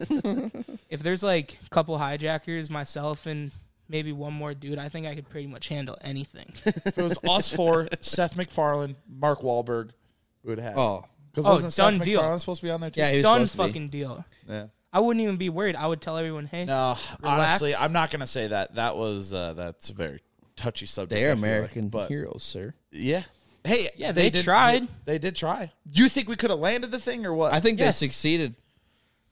[SPEAKER 3] if there's like a couple hijackers, myself and maybe one more dude, I think I could pretty much handle anything.
[SPEAKER 1] If it was us four, *laughs* Seth McFarlane, Mark Wahlberg would have.
[SPEAKER 2] Oh,
[SPEAKER 5] Because
[SPEAKER 3] Oh,
[SPEAKER 5] wasn't Seth
[SPEAKER 3] done deal.
[SPEAKER 5] MacFarlane supposed to be on there too?
[SPEAKER 2] yeah. He was
[SPEAKER 3] Done
[SPEAKER 2] supposed to be.
[SPEAKER 3] fucking deal.
[SPEAKER 5] Yeah.
[SPEAKER 3] I wouldn't even be worried. I would tell everyone, hey,
[SPEAKER 1] No,
[SPEAKER 3] Relax.
[SPEAKER 1] honestly, I'm not going to say that. That was uh, that's a very touchy subject.
[SPEAKER 2] They are
[SPEAKER 1] I feel like.
[SPEAKER 2] American
[SPEAKER 1] but
[SPEAKER 2] heroes, sir.
[SPEAKER 1] yeah, hey,
[SPEAKER 3] Yeah, they tried.
[SPEAKER 1] They, did try. You think we could have landed the thing or what?
[SPEAKER 2] I think
[SPEAKER 1] Yes.
[SPEAKER 2] they succeeded.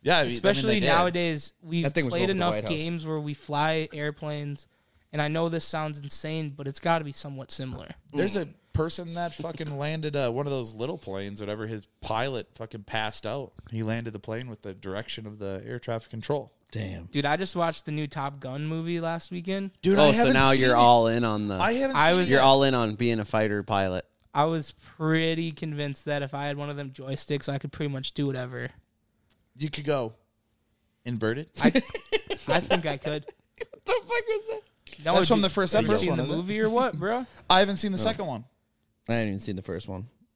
[SPEAKER 1] Yeah, I mean- I mean,
[SPEAKER 3] especially
[SPEAKER 1] they did.
[SPEAKER 3] nowadays we've
[SPEAKER 2] That thing was
[SPEAKER 3] played
[SPEAKER 2] over the
[SPEAKER 3] enough
[SPEAKER 2] White House.
[SPEAKER 3] games where we fly airplanes and i know this sounds insane but it's got to be somewhat similar
[SPEAKER 1] There's a person that fucking landed uh, one of those little planes, whatever. His pilot fucking passed out. He landed the plane with the direction of the air traffic control.
[SPEAKER 2] Damn.
[SPEAKER 3] dude i just watched the new top gun movie last weekend
[SPEAKER 1] Dude,
[SPEAKER 4] oh, so now you're all in on the.
[SPEAKER 1] I haven't.
[SPEAKER 3] I
[SPEAKER 1] seen
[SPEAKER 3] was-
[SPEAKER 1] it.
[SPEAKER 4] You're all in on being a fighter pilot.
[SPEAKER 3] i was pretty convinced that if i had one of them joysticks i could pretty much do whatever
[SPEAKER 1] You could go inverted.
[SPEAKER 3] i think i could
[SPEAKER 2] What *laughs* the fuck was that?
[SPEAKER 3] no,
[SPEAKER 5] That's
[SPEAKER 3] dude,
[SPEAKER 5] from the first
[SPEAKER 3] have you
[SPEAKER 5] episode,
[SPEAKER 3] seen the
[SPEAKER 5] isn't it?
[SPEAKER 3] movie or what bro
[SPEAKER 1] I haven't seen the second one,
[SPEAKER 2] I haven't even seen the first one.
[SPEAKER 1] Oh.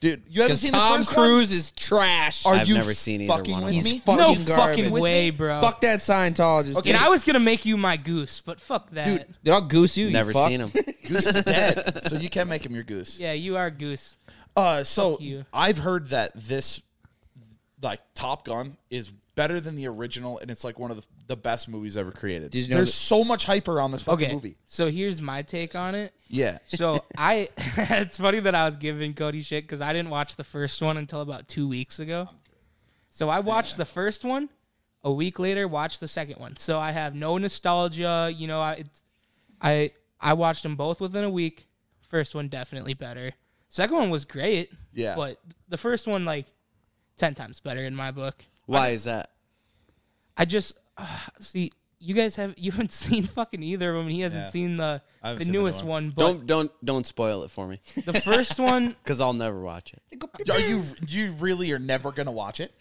[SPEAKER 1] dude. You haven't
[SPEAKER 2] Because
[SPEAKER 1] seen the
[SPEAKER 2] Tom
[SPEAKER 1] first
[SPEAKER 2] Cruise is trash.
[SPEAKER 1] One? Are
[SPEAKER 4] I've
[SPEAKER 1] you
[SPEAKER 4] never seen either
[SPEAKER 1] fucking
[SPEAKER 4] one
[SPEAKER 1] with
[SPEAKER 4] of them.
[SPEAKER 2] He's
[SPEAKER 1] me?
[SPEAKER 3] *laughs*
[SPEAKER 2] fucking
[SPEAKER 3] no
[SPEAKER 2] garbage.
[SPEAKER 3] fucking
[SPEAKER 1] With
[SPEAKER 3] way
[SPEAKER 1] me?
[SPEAKER 3] bro
[SPEAKER 2] Fuck that Scientologist.
[SPEAKER 1] Okay.
[SPEAKER 3] and
[SPEAKER 2] Dude,
[SPEAKER 3] i was gonna make you my goose but fuck that
[SPEAKER 2] dude, dude, I'll goose you.
[SPEAKER 4] Never
[SPEAKER 2] you fuck.
[SPEAKER 4] seen him.
[SPEAKER 1] Goose *laughs* is dead, so you can make him your goose.
[SPEAKER 3] yeah you are goose
[SPEAKER 1] Uh, so
[SPEAKER 3] Fuck you.
[SPEAKER 1] I've heard that this, like Top Gun, is better than the original, and it's like one of the, the best movies ever created.
[SPEAKER 2] Did you know
[SPEAKER 1] There's
[SPEAKER 2] that-
[SPEAKER 1] so much hype around this fucking
[SPEAKER 3] okay
[SPEAKER 1] movie.
[SPEAKER 3] so here's my take on it
[SPEAKER 1] Yeah,
[SPEAKER 3] So I, *laughs* it's funny that I was giving Cody shit because I didn't watch the first one until about two weeks ago. So I watched the first one. A week later, watched the second one. So I have no nostalgia. You know, I, it's, I, I watched them both within a week. First one definitely better. Second one was great.
[SPEAKER 1] Yeah.
[SPEAKER 3] But the first one like ten times better in my book.
[SPEAKER 4] Why is that?
[SPEAKER 3] I just uh, see you guys have *laughs* you haven't seen fucking either of them. and He hasn't
[SPEAKER 1] Yeah.
[SPEAKER 3] seen the
[SPEAKER 1] haven't
[SPEAKER 3] the
[SPEAKER 1] seen the new
[SPEAKER 3] newest
[SPEAKER 1] one.
[SPEAKER 3] one. But
[SPEAKER 4] Don't don't don't spoil it for me,
[SPEAKER 3] the
[SPEAKER 1] *laughs*
[SPEAKER 3] first one.
[SPEAKER 4] because I'll never watch it.
[SPEAKER 1] are you you really are never gonna watch it?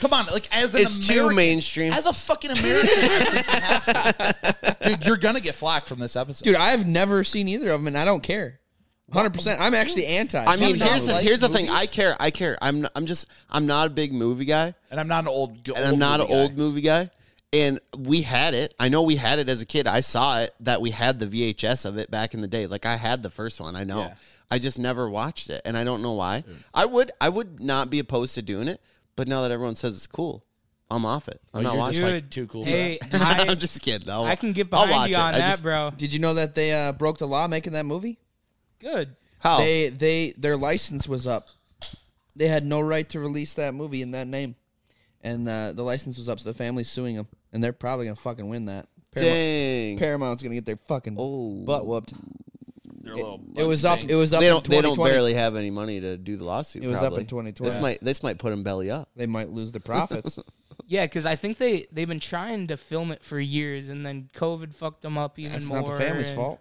[SPEAKER 1] Come on, like as an
[SPEAKER 4] It's too
[SPEAKER 1] American-
[SPEAKER 4] mainstream.
[SPEAKER 1] As a fucking American, I think you have to. dude, you're gonna get flack from this episode.
[SPEAKER 2] Dude, I've never seen either of them, and I don't care. 100%. I'm actually anti.
[SPEAKER 4] I mean,
[SPEAKER 1] Do you
[SPEAKER 4] here's the,
[SPEAKER 1] not
[SPEAKER 4] here's the
[SPEAKER 1] like
[SPEAKER 4] thing. I care. I care. I'm n- I'm just I'm not a big movie guy,
[SPEAKER 1] and I'm not an old.
[SPEAKER 4] and I'm not an
[SPEAKER 1] movie
[SPEAKER 4] old
[SPEAKER 1] guy.
[SPEAKER 4] movie guy. And we had it. I know we had it as a kid. I saw it that we had the VHS of it back in the day. Like I had the first one. I know.
[SPEAKER 1] Yeah.
[SPEAKER 4] I just never watched it, and I don't know why. I would I would not be opposed to doing it, but now that everyone says it's cool, I'm off it. I'm not
[SPEAKER 1] you're
[SPEAKER 4] watching.
[SPEAKER 1] just
[SPEAKER 4] it. *laughs*
[SPEAKER 1] like,
[SPEAKER 3] Dude,
[SPEAKER 1] too cool for
[SPEAKER 3] Hey,
[SPEAKER 4] I,
[SPEAKER 3] I,
[SPEAKER 4] am just kidding. I'll,
[SPEAKER 3] I can get
[SPEAKER 4] I'll
[SPEAKER 3] behind
[SPEAKER 4] watch
[SPEAKER 3] you
[SPEAKER 4] it.
[SPEAKER 3] on
[SPEAKER 4] I
[SPEAKER 3] that,
[SPEAKER 4] just-
[SPEAKER 3] bro.
[SPEAKER 2] Did you know that they uh, broke the law making that movie?
[SPEAKER 3] Good.
[SPEAKER 4] Oh.
[SPEAKER 1] How?
[SPEAKER 2] They they their license was up. They had no right to release that movie in that name, and uh, the license was up. So the family's suing them, and they're probably gonna fucking win that. Paramount,
[SPEAKER 4] Dang.
[SPEAKER 2] Paramount's gonna get their fucking butt whooped.
[SPEAKER 5] They're little.
[SPEAKER 2] It was up. It was up.
[SPEAKER 6] Oh. They don't.
[SPEAKER 2] In
[SPEAKER 6] They don't
[SPEAKER 2] 2020.
[SPEAKER 6] barely have any money to do the lawsuit.
[SPEAKER 2] It was up
[SPEAKER 6] probably.
[SPEAKER 2] in 2020.
[SPEAKER 6] This might. This might put them belly up.
[SPEAKER 2] They might lose
[SPEAKER 6] *laughs*
[SPEAKER 2] the profits.
[SPEAKER 3] Yeah, because I think they they've been trying to film it for years, and then COVID fucked them up even
[SPEAKER 2] That's
[SPEAKER 3] more.
[SPEAKER 2] not the family's
[SPEAKER 3] and-
[SPEAKER 2] fault.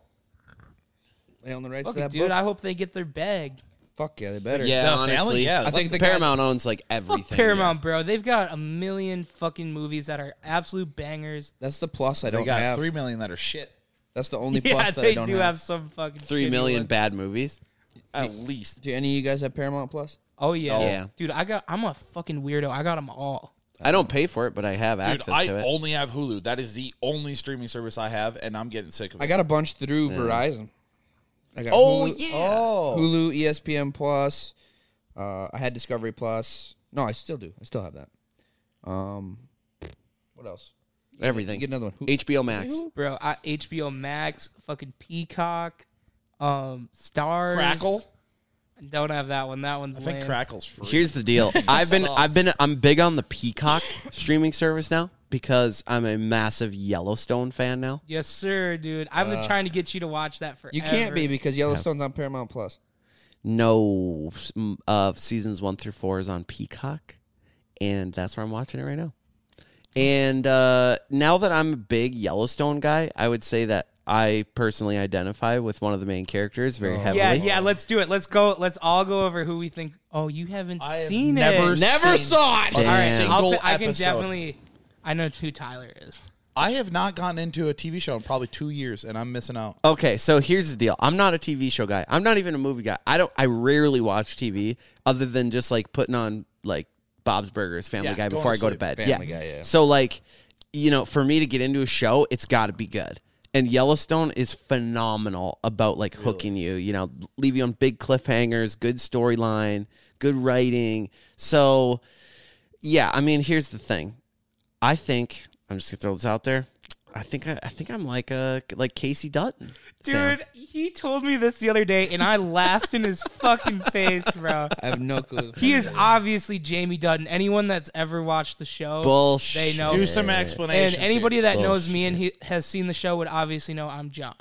[SPEAKER 2] They own the rights
[SPEAKER 3] Fuck
[SPEAKER 2] to
[SPEAKER 3] it,
[SPEAKER 2] that
[SPEAKER 3] dude,
[SPEAKER 2] book.
[SPEAKER 3] I hope they get their bag.
[SPEAKER 2] Fuck yeah, they better.
[SPEAKER 4] Yeah,
[SPEAKER 1] The
[SPEAKER 4] honestly,
[SPEAKER 1] family? Yeah,
[SPEAKER 4] I
[SPEAKER 1] let
[SPEAKER 4] think
[SPEAKER 2] the
[SPEAKER 4] the
[SPEAKER 2] guy-
[SPEAKER 4] Paramount owns like everything.
[SPEAKER 3] Fuck Paramount, bro. They've got a million fucking movies that are absolute bangers.
[SPEAKER 2] That's the plus I
[SPEAKER 5] They
[SPEAKER 2] don't
[SPEAKER 5] got
[SPEAKER 2] have.
[SPEAKER 5] three million that are shit.
[SPEAKER 2] That's the only
[SPEAKER 3] *laughs* yeah,
[SPEAKER 2] plus that
[SPEAKER 3] they
[SPEAKER 2] I don't
[SPEAKER 3] do
[SPEAKER 2] have.
[SPEAKER 3] have. some fucking
[SPEAKER 4] Three
[SPEAKER 3] shitty
[SPEAKER 4] million
[SPEAKER 3] ones.
[SPEAKER 4] bad movies, at least.
[SPEAKER 2] Do any of you guys have Paramount Plus?
[SPEAKER 3] Oh yeah.
[SPEAKER 4] Yeah.
[SPEAKER 3] dude. I got. I'm a fucking weirdo. I got them all.
[SPEAKER 4] I don't pay for it, but I have
[SPEAKER 1] Dude,
[SPEAKER 4] access
[SPEAKER 1] I
[SPEAKER 4] to it.
[SPEAKER 1] only have Hulu. That is the only streaming service I have, and I'm getting sick of it.
[SPEAKER 2] I got a bunch through Verizon. I got
[SPEAKER 4] oh
[SPEAKER 2] Hulu,
[SPEAKER 4] yeah.
[SPEAKER 6] Oh.
[SPEAKER 2] Hulu, E ESPN Plus. Uh, I had Discovery Plus. No, I still do. I still have that. Um, what else?
[SPEAKER 4] everything.
[SPEAKER 2] Get another one. Who-
[SPEAKER 4] HBO Max.
[SPEAKER 3] bro. I, HBO Max, fucking Peacock, um, Stars,
[SPEAKER 1] Crackle?
[SPEAKER 3] Don't have that one. That one's
[SPEAKER 1] I think
[SPEAKER 3] lame.
[SPEAKER 1] Crackle's free.
[SPEAKER 4] Here's
[SPEAKER 2] *laughs*
[SPEAKER 4] the deal. I've been
[SPEAKER 1] Sucks.
[SPEAKER 4] I've been I'm big on the Peacock streaming service now because I'm a massive Yellowstone fan now.
[SPEAKER 3] Yes, sir, dude. I've been trying to get you to watch that for
[SPEAKER 2] You can't be because Yellowstone's on Paramount Plus.
[SPEAKER 4] No, s- m- uh, seasons one through four is on Peacock, and that's where I'm watching it right now. And uh, now that I'm a big Yellowstone guy, I would say that I personally identify with one of the main characters
[SPEAKER 2] Oh.
[SPEAKER 4] very heavily.
[SPEAKER 3] Yeah, yeah. Let's do it. Let's go. Let's all go over who we think. Oh, you haven't
[SPEAKER 1] I have
[SPEAKER 3] seen
[SPEAKER 1] never,
[SPEAKER 3] it.
[SPEAKER 1] never saw it.
[SPEAKER 4] All right,
[SPEAKER 3] I'll
[SPEAKER 1] single
[SPEAKER 3] fi- I can
[SPEAKER 1] episode.
[SPEAKER 3] definitely. I know who Tyler is.
[SPEAKER 5] I have not gotten into a TV show in probably two years, and I'm missing out.
[SPEAKER 4] Okay, so here's the deal. I'm not a TV show guy. I'm not even a movie guy. I don't. I rarely watch TV other than just like putting on like Bob's Burgers, Family
[SPEAKER 1] Yeah,
[SPEAKER 4] Guy
[SPEAKER 1] going
[SPEAKER 4] before I
[SPEAKER 1] to
[SPEAKER 4] go to
[SPEAKER 1] sleep,
[SPEAKER 4] bed.
[SPEAKER 2] Family
[SPEAKER 4] yeah.
[SPEAKER 2] Guy, yeah.
[SPEAKER 4] So like, you know, for me to get into a show, it's got to be good. And Yellowstone is phenomenal about like hooking you. You know, leave you on big cliffhangers, good storyline, good writing. So yeah, I mean, here's the thing. I think I'm just gonna throw this out there. I think I, I think I'm like uh like Casey Dutton, Sam.
[SPEAKER 3] Dude, he told me this the other day, and I laughed in his fucking face, bro.
[SPEAKER 2] I have no *laughs* clue.
[SPEAKER 3] He is obviously Jamie Dutton. Anyone that's ever watched the show,
[SPEAKER 4] Bullshit.
[SPEAKER 3] They know.
[SPEAKER 1] Do some
[SPEAKER 3] Oh. and
[SPEAKER 1] explanations.
[SPEAKER 3] anybody
[SPEAKER 1] here.
[SPEAKER 3] that knows me and he has seen the show would obviously know I'm John.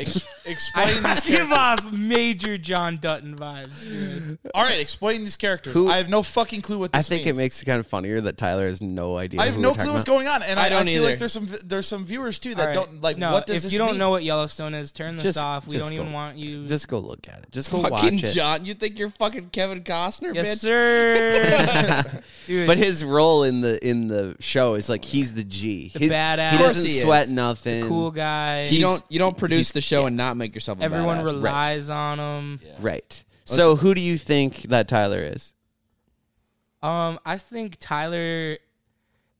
[SPEAKER 1] Ex-
[SPEAKER 3] *laughs*
[SPEAKER 1] explain these
[SPEAKER 3] Give
[SPEAKER 1] characters.
[SPEAKER 3] off major John Dutton vibes, dude.
[SPEAKER 1] All right, explain these characters. I have no fucking clue what
[SPEAKER 4] I
[SPEAKER 1] this
[SPEAKER 4] think
[SPEAKER 1] means.
[SPEAKER 4] it makes it kind of funnier that Tyler has no idea.
[SPEAKER 1] I have
[SPEAKER 4] who
[SPEAKER 1] no
[SPEAKER 4] we're
[SPEAKER 1] clue
[SPEAKER 4] talking
[SPEAKER 1] what's
[SPEAKER 4] about.
[SPEAKER 1] going on, and
[SPEAKER 2] I
[SPEAKER 1] I,
[SPEAKER 2] don't
[SPEAKER 1] feel
[SPEAKER 2] either.
[SPEAKER 1] like there's some there's some viewers too that
[SPEAKER 3] All right.
[SPEAKER 1] don't like
[SPEAKER 3] no,
[SPEAKER 1] what does
[SPEAKER 3] if
[SPEAKER 1] this
[SPEAKER 3] you don't
[SPEAKER 1] mean?
[SPEAKER 3] know what Yellowstone is, turn this
[SPEAKER 4] Just-
[SPEAKER 3] off. We
[SPEAKER 4] just
[SPEAKER 3] don't even
[SPEAKER 4] go-
[SPEAKER 3] want you.
[SPEAKER 4] Just go look at it. Just go
[SPEAKER 2] fucking
[SPEAKER 4] watch it.
[SPEAKER 2] John. You think you're fucking Kevin Costner, bitch?
[SPEAKER 3] yes, sir. dude,
[SPEAKER 4] But his role in the in the show is like he's the G.
[SPEAKER 3] The
[SPEAKER 4] He's-
[SPEAKER 3] badass.
[SPEAKER 4] He
[SPEAKER 3] Of course
[SPEAKER 4] doesn't
[SPEAKER 2] he is.
[SPEAKER 4] sweat nothing.
[SPEAKER 3] cool guy.
[SPEAKER 4] He-
[SPEAKER 2] You
[SPEAKER 4] He's-
[SPEAKER 2] don't you don't produce the show and not make yourself a
[SPEAKER 3] Everyone
[SPEAKER 2] badass.
[SPEAKER 3] relies on him.
[SPEAKER 4] Right. So who do you think that Tyler is?
[SPEAKER 3] Um, I think Tyler.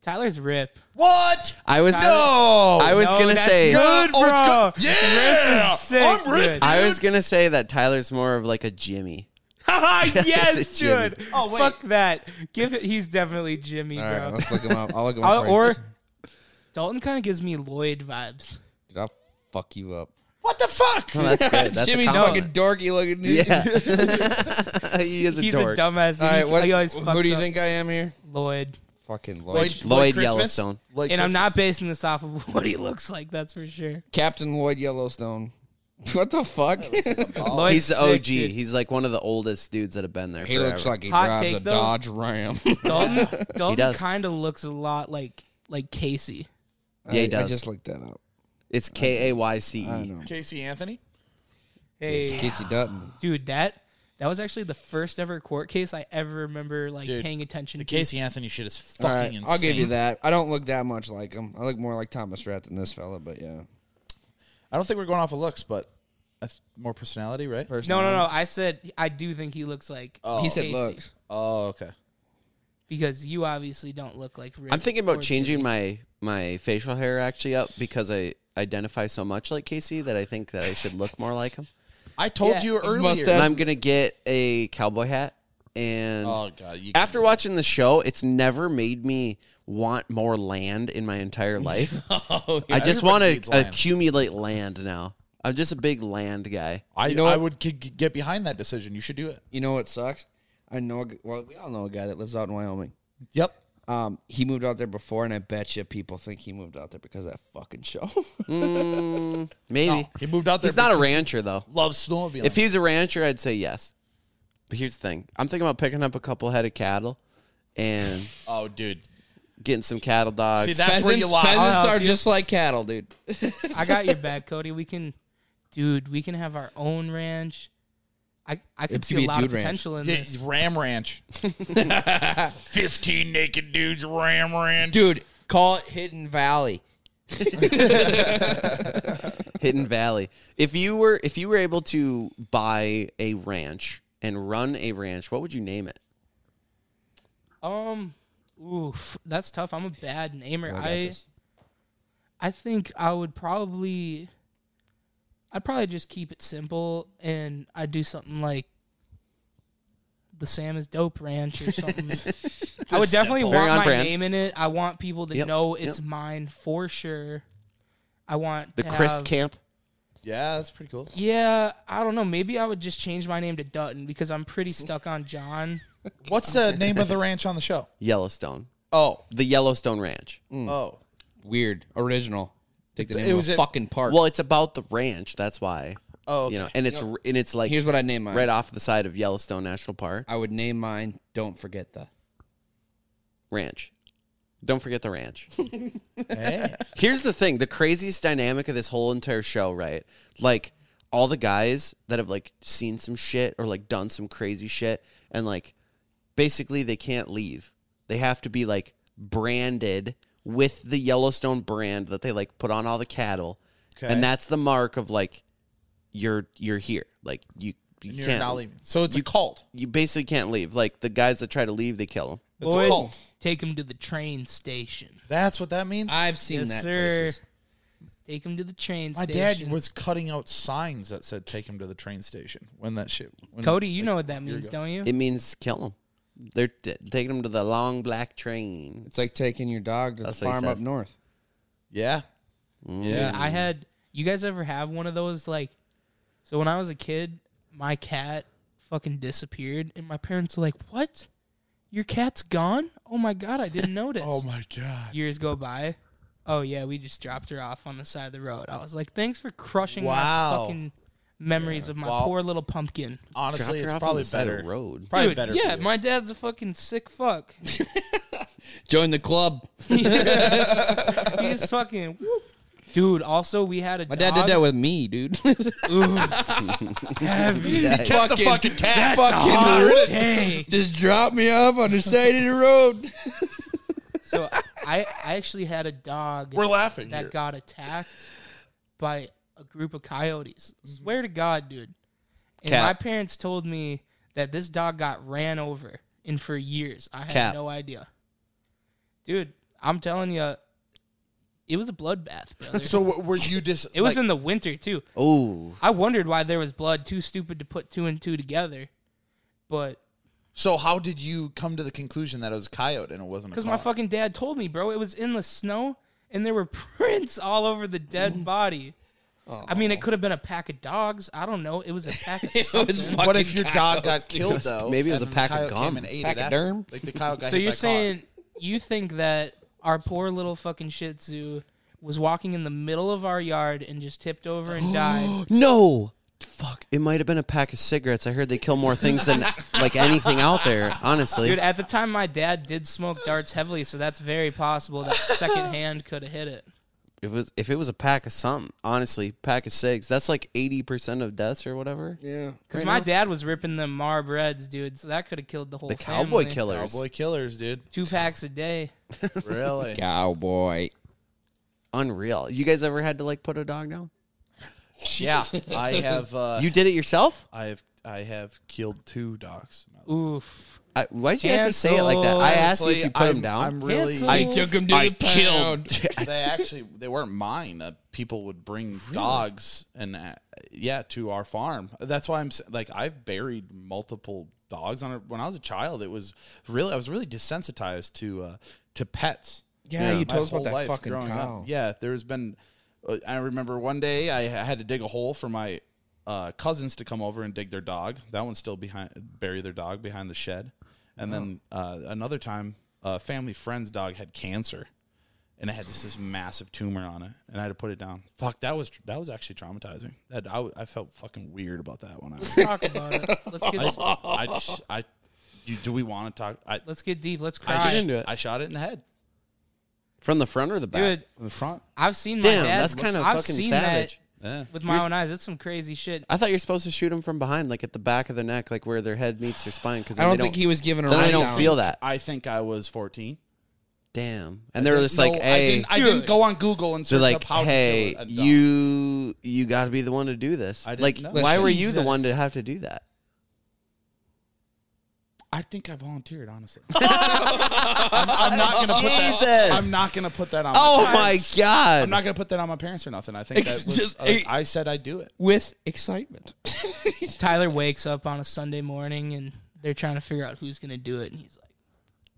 [SPEAKER 3] Tyler's rip.
[SPEAKER 1] What?
[SPEAKER 4] I was
[SPEAKER 1] No.
[SPEAKER 4] I was
[SPEAKER 3] No,
[SPEAKER 4] gonna
[SPEAKER 3] that's
[SPEAKER 4] say
[SPEAKER 3] good,
[SPEAKER 1] Oh, it's
[SPEAKER 3] bro.
[SPEAKER 1] good. Yeah.
[SPEAKER 3] Rip is sick,
[SPEAKER 1] I'm ripped,
[SPEAKER 3] dude.
[SPEAKER 4] I was gonna say that Tyler's more of like a Jimmy.
[SPEAKER 3] *laughs* yes,
[SPEAKER 4] It's Jimmy.
[SPEAKER 3] dude.
[SPEAKER 1] Oh, wait.
[SPEAKER 3] Fuck that. Give it. He's definitely Jimmy,
[SPEAKER 2] All right,
[SPEAKER 3] bro.
[SPEAKER 2] let's look him up. I'll look
[SPEAKER 3] *laughs*
[SPEAKER 2] him
[SPEAKER 3] Uh,
[SPEAKER 2] up.
[SPEAKER 3] or
[SPEAKER 2] Or
[SPEAKER 3] Dalton kind of gives me Lloyd vibes.
[SPEAKER 2] I'll fuck you up.
[SPEAKER 1] What the fuck?
[SPEAKER 4] Oh, that's good. That's a
[SPEAKER 2] Jimmy's fucking
[SPEAKER 4] compliment.
[SPEAKER 2] dorky looking. dude.
[SPEAKER 4] Yeah. *laughs* he is a
[SPEAKER 3] He's
[SPEAKER 4] dork.
[SPEAKER 3] a dumbass. dude.
[SPEAKER 2] All right,
[SPEAKER 3] He-
[SPEAKER 2] what,
[SPEAKER 3] he always
[SPEAKER 2] who
[SPEAKER 3] fucks
[SPEAKER 2] do you
[SPEAKER 3] up
[SPEAKER 2] think I am here?
[SPEAKER 3] Lloyd.
[SPEAKER 2] Fucking Lloyd.
[SPEAKER 1] Lloyd,
[SPEAKER 4] Lloyd
[SPEAKER 1] Christmas?
[SPEAKER 4] Yellowstone.
[SPEAKER 5] Like
[SPEAKER 3] and I'm not basing this off of *laughs* what he looks like. That's for sure.
[SPEAKER 2] Captain Lloyd Yellowstone. *laughs* What the fuck? *laughs*
[SPEAKER 3] Lloyd's
[SPEAKER 4] He's the
[SPEAKER 3] sick,
[SPEAKER 4] OG.
[SPEAKER 3] dude.
[SPEAKER 4] He's like one of the oldest dudes that have been there.
[SPEAKER 2] he
[SPEAKER 4] forever.
[SPEAKER 2] looks like he
[SPEAKER 3] Hot
[SPEAKER 2] drives
[SPEAKER 3] take,
[SPEAKER 2] a
[SPEAKER 3] though.
[SPEAKER 2] Dodge Ram. *laughs*
[SPEAKER 3] Dalton. Dalton
[SPEAKER 4] does.
[SPEAKER 3] kind of looks a lot like like Casey.
[SPEAKER 4] Yeah, he
[SPEAKER 2] I
[SPEAKER 4] does.
[SPEAKER 2] just looked that up.
[SPEAKER 4] It's K A Y C E.
[SPEAKER 2] know.
[SPEAKER 1] Casey Anthony.
[SPEAKER 3] Hey,
[SPEAKER 2] Casey Dutton.
[SPEAKER 3] dude, that that was actually the first ever court case I ever remember like
[SPEAKER 1] Dude,
[SPEAKER 3] paying attention
[SPEAKER 1] The
[SPEAKER 3] to.
[SPEAKER 1] Casey Anthony shit is fucking
[SPEAKER 2] All right,
[SPEAKER 1] insane.
[SPEAKER 2] I'll give you that. I don't look that much like him. I look more like Thomas Rhett than this fella, but yeah.
[SPEAKER 5] I don't think we're going off of looks, but that's more personality, right?
[SPEAKER 3] No, no, no. I said I do think he looks like.
[SPEAKER 1] Oh.
[SPEAKER 2] He said
[SPEAKER 3] Casey.
[SPEAKER 2] looks.
[SPEAKER 5] Oh, okay.
[SPEAKER 3] because you obviously don't look like. Rick
[SPEAKER 4] I'm thinking
[SPEAKER 3] or
[SPEAKER 4] about changing my my facial hair actually up because I identify so much like Casey that I think that I should look more
[SPEAKER 2] *laughs*
[SPEAKER 4] like him.
[SPEAKER 5] I told
[SPEAKER 3] Yeah.
[SPEAKER 5] you earlier.
[SPEAKER 4] And
[SPEAKER 2] Mustache.
[SPEAKER 4] I'm gonna get a cowboy hat. And
[SPEAKER 5] Oh god, you
[SPEAKER 1] *laughs*
[SPEAKER 4] after watching the show, it's never made me
[SPEAKER 2] *laughs*
[SPEAKER 4] want more land in my entire life. I just want
[SPEAKER 5] everybody
[SPEAKER 1] Oh,
[SPEAKER 4] to
[SPEAKER 5] needs land.
[SPEAKER 4] accumulate land now. I'm just a big land guy.
[SPEAKER 1] I,
[SPEAKER 2] know
[SPEAKER 1] I
[SPEAKER 2] what?
[SPEAKER 1] would g- g- get behind that decision. You should do it.
[SPEAKER 2] You know what sucks? I know. a g- Well, we all know a guy that lives out in Wyoming.
[SPEAKER 1] Yep.
[SPEAKER 2] Um, he moved out there before, and I bet you people think he moved out there because of that fucking show. *laughs*
[SPEAKER 1] Mm.
[SPEAKER 4] Maybe
[SPEAKER 1] He moved out there.
[SPEAKER 4] he's not a
[SPEAKER 1] because
[SPEAKER 4] rancher though.
[SPEAKER 1] he Loves snowmobiling.
[SPEAKER 4] If he was a rancher, I'd say yes. But here's the thing: I'm thinking about picking up a couple head of cattle and
[SPEAKER 1] oh, dude.
[SPEAKER 4] getting some cattle dogs.
[SPEAKER 1] See, that's where you
[SPEAKER 2] Pheasants-
[SPEAKER 1] lost.
[SPEAKER 2] Pheasants
[SPEAKER 3] Oh,
[SPEAKER 2] are
[SPEAKER 3] dude.
[SPEAKER 2] just like cattle, dude.
[SPEAKER 3] I got
[SPEAKER 2] *laughs*
[SPEAKER 3] your back, Cody. We can, dude. We can have our own ranch. I I could
[SPEAKER 2] It could
[SPEAKER 3] see
[SPEAKER 2] be
[SPEAKER 3] a
[SPEAKER 2] a
[SPEAKER 3] lot of
[SPEAKER 2] dude ranch.
[SPEAKER 3] potential in
[SPEAKER 1] Yeah,
[SPEAKER 3] this.
[SPEAKER 1] Ram Ranch. 15 naked dudes, Ram Ranch.
[SPEAKER 2] dude, call it Hidden Valley.
[SPEAKER 4] Hidden Valley. If you were if you were able to buy a ranch and run a ranch, what would you name it?
[SPEAKER 3] Um, oof, that's tough. I'm a bad namer.
[SPEAKER 2] got
[SPEAKER 3] I,
[SPEAKER 2] this.
[SPEAKER 3] I think I would probably, I'd probably just keep it simple, and I'd do something like the Sam is Dope Ranch or
[SPEAKER 4] *laughs*
[SPEAKER 3] something. I would definitely
[SPEAKER 4] Very
[SPEAKER 3] want
[SPEAKER 4] on
[SPEAKER 3] my
[SPEAKER 4] brand.
[SPEAKER 3] name in it. I want people to
[SPEAKER 4] Yep,
[SPEAKER 3] know it's
[SPEAKER 4] yep.
[SPEAKER 3] mine for sure. I want
[SPEAKER 4] The
[SPEAKER 3] to
[SPEAKER 4] Christ
[SPEAKER 3] have-
[SPEAKER 4] Camp.
[SPEAKER 1] Yeah, that's pretty cool.
[SPEAKER 3] Yeah, I don't know. Maybe I would just change my name to Dutton because I'm pretty stuck on John.
[SPEAKER 1] What's the name of the ranch on the show?
[SPEAKER 4] Yellowstone.
[SPEAKER 1] Oh,
[SPEAKER 4] The Yellowstone Ranch.
[SPEAKER 1] oh.
[SPEAKER 2] Weird, original. Take the name
[SPEAKER 1] It
[SPEAKER 2] of
[SPEAKER 1] was
[SPEAKER 2] a
[SPEAKER 1] a-
[SPEAKER 2] fucking park.
[SPEAKER 4] Well, it's about the ranch. That's why.
[SPEAKER 1] Oh, okay.
[SPEAKER 4] you know, and it's r and it's like
[SPEAKER 2] Here's what I'd name mine.
[SPEAKER 4] right off the side of Yellowstone National Park
[SPEAKER 2] I would name mine. Don't forget the.
[SPEAKER 4] Ranch. Don't forget the ranch.
[SPEAKER 1] *laughs* Hey.
[SPEAKER 4] Here's the thing: the craziest dynamic of this whole entire show, right? Like all the guys that have like seen some shit or like done some crazy shit, and like basically they can't leave. They have to be like branded with the Yellowstone brand that they like put on all the cattle,
[SPEAKER 1] Okay.
[SPEAKER 4] and that's the mark of like you're you're here. Like you you
[SPEAKER 1] You're
[SPEAKER 4] can't
[SPEAKER 1] not leaving. So it's a cult.
[SPEAKER 4] You basically can't leave. Like the guys that try to leave, they kill them.
[SPEAKER 1] It's a cult.
[SPEAKER 3] take him to the train station.
[SPEAKER 1] That's what that means.
[SPEAKER 2] I've seen
[SPEAKER 3] Yes,
[SPEAKER 2] that.
[SPEAKER 3] sir.
[SPEAKER 2] places.
[SPEAKER 3] Take him to the train
[SPEAKER 1] My
[SPEAKER 3] station.
[SPEAKER 1] dad was cutting out signs that said "Take him to the train station." When that shit, when,
[SPEAKER 3] Cody, you know what that means,
[SPEAKER 1] ago.
[SPEAKER 3] don't you?
[SPEAKER 4] It means kill them. They're t- taking them to the long black train.
[SPEAKER 2] It's like taking your dog to
[SPEAKER 4] That's
[SPEAKER 2] the
[SPEAKER 4] what he
[SPEAKER 2] farm up
[SPEAKER 4] says.
[SPEAKER 2] north.
[SPEAKER 1] yeah, yeah.
[SPEAKER 3] I had. You guys ever have one of those like? So when I was a kid, my cat fucking disappeared, and my parents were like, "What? Your cat's gone? Oh my god,
[SPEAKER 1] *laughs*
[SPEAKER 3] I didn't notice."
[SPEAKER 1] Oh my god!
[SPEAKER 3] Years go by. Oh yeah, we just dropped her off on the side of the road. I was like, "Thanks for crushing
[SPEAKER 1] Wow.
[SPEAKER 3] my fucking memories of my
[SPEAKER 1] Well,
[SPEAKER 3] poor little pumpkin."
[SPEAKER 1] Honestly,
[SPEAKER 4] Dropped her
[SPEAKER 1] it's
[SPEAKER 4] off on
[SPEAKER 1] probably
[SPEAKER 4] the side of the
[SPEAKER 1] better.
[SPEAKER 4] road.
[SPEAKER 1] Probably
[SPEAKER 3] Dude,
[SPEAKER 1] better.
[SPEAKER 3] Yeah,
[SPEAKER 1] for you.
[SPEAKER 3] my dad's a fucking sick fuck.
[SPEAKER 2] Join the club.
[SPEAKER 1] *laughs*
[SPEAKER 3] He's fucking. Dude, also we had a
[SPEAKER 2] My dad did that with me, *laughs* dude. *laughs*
[SPEAKER 1] Kept the fucking cat.
[SPEAKER 2] fucking
[SPEAKER 3] *laughs*
[SPEAKER 2] ripped.
[SPEAKER 3] Dang.
[SPEAKER 2] Just drop me off on the side of the road.
[SPEAKER 3] So I, I actually had a dog
[SPEAKER 1] We're laughing
[SPEAKER 3] that
[SPEAKER 1] here.
[SPEAKER 3] got attacked by a group of coyotes. Swear to God, dude. And
[SPEAKER 4] Cap.
[SPEAKER 3] my parents told me that this dog got ran over, and for years I had
[SPEAKER 4] Cap.
[SPEAKER 3] no idea. Dude, I'm telling you, it was a bloodbath,
[SPEAKER 2] *laughs*
[SPEAKER 3] brother.
[SPEAKER 1] So w- were you just?
[SPEAKER 3] it was
[SPEAKER 1] like,
[SPEAKER 3] in the winter too.
[SPEAKER 4] Oh,
[SPEAKER 3] I wondered why there was blood. Too stupid to put two and two together, but
[SPEAKER 1] so how did you come to the conclusion that it was a coyote and it wasn't?
[SPEAKER 3] Because my fucking dad told me, bro, it was in the snow and there were *laughs* prints all over the dead body. I mean, it could have been a pack of dogs. I don't know. It was a pack of
[SPEAKER 2] It
[SPEAKER 3] something.
[SPEAKER 2] was fucking
[SPEAKER 1] What if your dog
[SPEAKER 3] *laughs*
[SPEAKER 1] got killed
[SPEAKER 4] was-
[SPEAKER 1] though?
[SPEAKER 4] maybe it was
[SPEAKER 1] and
[SPEAKER 4] a
[SPEAKER 1] then
[SPEAKER 4] pack
[SPEAKER 1] the
[SPEAKER 4] of
[SPEAKER 1] coyote
[SPEAKER 4] gum.
[SPEAKER 1] Came and ate
[SPEAKER 2] Pack
[SPEAKER 1] it
[SPEAKER 2] of
[SPEAKER 1] after?
[SPEAKER 2] derm?
[SPEAKER 1] Like the coyote got
[SPEAKER 3] so
[SPEAKER 1] hit by
[SPEAKER 3] you're
[SPEAKER 1] a car.
[SPEAKER 3] saying you think that our poor little fucking Shih Tzu was walking in the middle of our yard and just tipped over and
[SPEAKER 4] *gasps*
[SPEAKER 3] died?
[SPEAKER 4] no. Fuck. It might have been a pack of cigarettes. I heard they kill more things
[SPEAKER 1] *laughs*
[SPEAKER 4] than like anything out there, honestly.
[SPEAKER 3] Dude, at the time, my dad did smoke darts heavily, so that's very possible that second hand could have hit it.
[SPEAKER 4] if it was if it was a pack of something, honestly, pack of cigs, that's like 80% of deaths or whatever.
[SPEAKER 2] Yeah.
[SPEAKER 3] Because my dad was ripping them Marb Reds, dude, so that could have killed the whole
[SPEAKER 4] The cowboy
[SPEAKER 3] family.
[SPEAKER 4] killers.
[SPEAKER 1] Cowboy killers,
[SPEAKER 4] *laughs*
[SPEAKER 1] dude.
[SPEAKER 3] Two packs a day.
[SPEAKER 1] Really?
[SPEAKER 2] Cowboy.
[SPEAKER 4] Unreal. You guys ever had to like put a dog down?
[SPEAKER 1] yeah. I have. Uh,
[SPEAKER 4] *laughs* You did it yourself?
[SPEAKER 1] I have. I have killed two dogs. in my life.
[SPEAKER 3] Oof.
[SPEAKER 4] I, why'd you have to say it like that? I asked you if you
[SPEAKER 1] Honestly,
[SPEAKER 4] put
[SPEAKER 1] I'm,
[SPEAKER 4] him down.
[SPEAKER 1] I'm really.
[SPEAKER 3] Cancel.
[SPEAKER 2] I took him to the pound. *laughs*
[SPEAKER 1] they actually they weren't mine. Uh, people would bring dogs and uh, yeah to our farm. That's why I'm s- like I've buried multiple dogs on it. When I was a child, it was really I was really desensitized to uh, to pets.
[SPEAKER 2] Yeah, you
[SPEAKER 1] My
[SPEAKER 2] told us about
[SPEAKER 1] whole
[SPEAKER 2] that
[SPEAKER 1] life
[SPEAKER 2] fucking
[SPEAKER 1] growing
[SPEAKER 2] cow.
[SPEAKER 1] Yeah, there's been uh, I remember one day I had to dig a hole for my uh, cousins to come over and dig their dog. That one's still behind, bury their dog behind the shed. And then uh, another time, a family friend's dog had cancer, and it had this, this massive tumor on it, and I had to put it down. Fuck, that was that was actually traumatizing. That I, w- I felt fucking weird about that one.
[SPEAKER 3] *laughs* Let's talk about it. Let's get
[SPEAKER 1] I, I, just- I you, do we want to talk? I,
[SPEAKER 3] let's get deep. Let's
[SPEAKER 1] I,
[SPEAKER 3] cry.
[SPEAKER 1] sh-
[SPEAKER 4] into it.
[SPEAKER 1] I shot it in the head,
[SPEAKER 4] From the front or the back?
[SPEAKER 3] Dude,
[SPEAKER 1] in the front.
[SPEAKER 3] I've seen my
[SPEAKER 4] Damn,
[SPEAKER 3] dad.
[SPEAKER 4] that's kind of
[SPEAKER 3] I've
[SPEAKER 4] fucking
[SPEAKER 3] seen
[SPEAKER 4] savage.
[SPEAKER 1] Yeah.
[SPEAKER 3] that with my own eyes. That's some crazy shit.
[SPEAKER 4] I thought you're supposed to shoot them from behind, like at the back of the neck, like where their head meets their spine. Because
[SPEAKER 2] I don't think he was given a
[SPEAKER 4] Then I
[SPEAKER 2] rundown.
[SPEAKER 4] don't feel that.
[SPEAKER 1] I think I was 14.
[SPEAKER 4] Damn. And they're just like,
[SPEAKER 1] No, I
[SPEAKER 4] hey,
[SPEAKER 1] didn't, I didn't
[SPEAKER 3] Dude.
[SPEAKER 1] go on Google and
[SPEAKER 4] they're
[SPEAKER 1] search
[SPEAKER 4] like,
[SPEAKER 1] up how
[SPEAKER 4] hey,
[SPEAKER 1] to kill a dog.
[SPEAKER 4] you you got to be the one to do this.
[SPEAKER 1] I didn't
[SPEAKER 4] Like,
[SPEAKER 1] know.
[SPEAKER 4] why were you the
[SPEAKER 2] Jesus.
[SPEAKER 4] one to have to
[SPEAKER 1] *laughs*
[SPEAKER 4] do that?
[SPEAKER 1] I think I volunteered, honestly. *laughs* I'm, I'm not gonna put that.
[SPEAKER 4] Jesus.
[SPEAKER 1] I'm not gonna put that on.
[SPEAKER 4] Oh
[SPEAKER 1] my,
[SPEAKER 4] my god!
[SPEAKER 1] I'm not gonna put that on my parents or nothing. I think that
[SPEAKER 2] It's
[SPEAKER 1] was.
[SPEAKER 2] just-
[SPEAKER 1] I, I said I'd do it.
[SPEAKER 2] with excitement. *laughs*
[SPEAKER 3] Tyler wakes up on a Sunday morning and they're trying to figure out who's gonna do it, and he's like,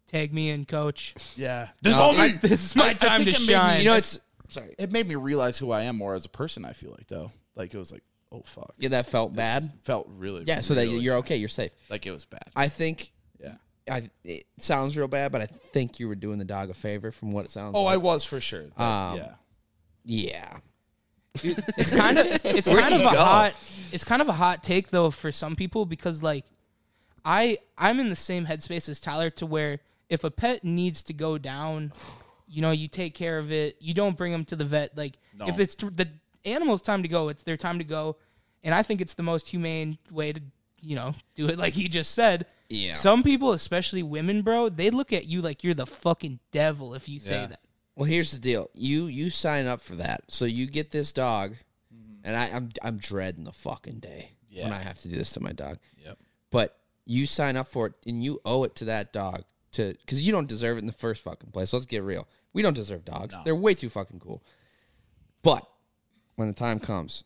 [SPEAKER 3] "Tag me in, coach.
[SPEAKER 1] Yeah, this
[SPEAKER 2] No,
[SPEAKER 1] only.
[SPEAKER 2] I-
[SPEAKER 3] This is my
[SPEAKER 1] I- I
[SPEAKER 3] time to
[SPEAKER 1] think it made me-
[SPEAKER 3] shine."
[SPEAKER 2] you know, it's sorry.
[SPEAKER 1] it made me realize who I am more as a person. I feel like though, like it was like, oh fuck,
[SPEAKER 2] Yeah, that felt bad.
[SPEAKER 1] felt really.
[SPEAKER 2] Yeah, so that
[SPEAKER 1] really-
[SPEAKER 2] you're okay, you're safe.
[SPEAKER 1] like it was bad.
[SPEAKER 2] I think
[SPEAKER 1] yeah.
[SPEAKER 2] I it sounds real bad, but I think you were doing the dog a favor from what it sounds.
[SPEAKER 1] Oh,
[SPEAKER 2] like.
[SPEAKER 1] I was for sure. That-
[SPEAKER 2] Um,
[SPEAKER 1] yeah.
[SPEAKER 2] yeah.
[SPEAKER 3] it's kind of it's kind of a
[SPEAKER 4] you go?
[SPEAKER 3] hot it's kind of a hot take though for some people because like I I'm in the same headspace as Tyler to where if a pet needs to go down, you know, you take care of it. You don't bring them to the vet. Like if it's tr- the animal's time to go, it's their time to go, and I think it's the most humane way to you know do it. *laughs* Like he just said.
[SPEAKER 2] Yeah.
[SPEAKER 3] Some people, especially women, bro, they look at you like you're the fucking devil if you say
[SPEAKER 1] Yeah.
[SPEAKER 3] that. *laughs*
[SPEAKER 2] Well, here's the deal. You you sign up for that, so you get this dog,
[SPEAKER 4] Mm-hmm.
[SPEAKER 2] and I, I'm I'm dreading the fucking day when
[SPEAKER 1] Yeah.
[SPEAKER 2] I have to do this to my dog.
[SPEAKER 1] Yep.
[SPEAKER 2] But you sign up for it, and you owe it to that dog to because you don't deserve it in the first fucking place. Let's get real. We don't deserve dogs. They're way too fucking cool. But when the time comes,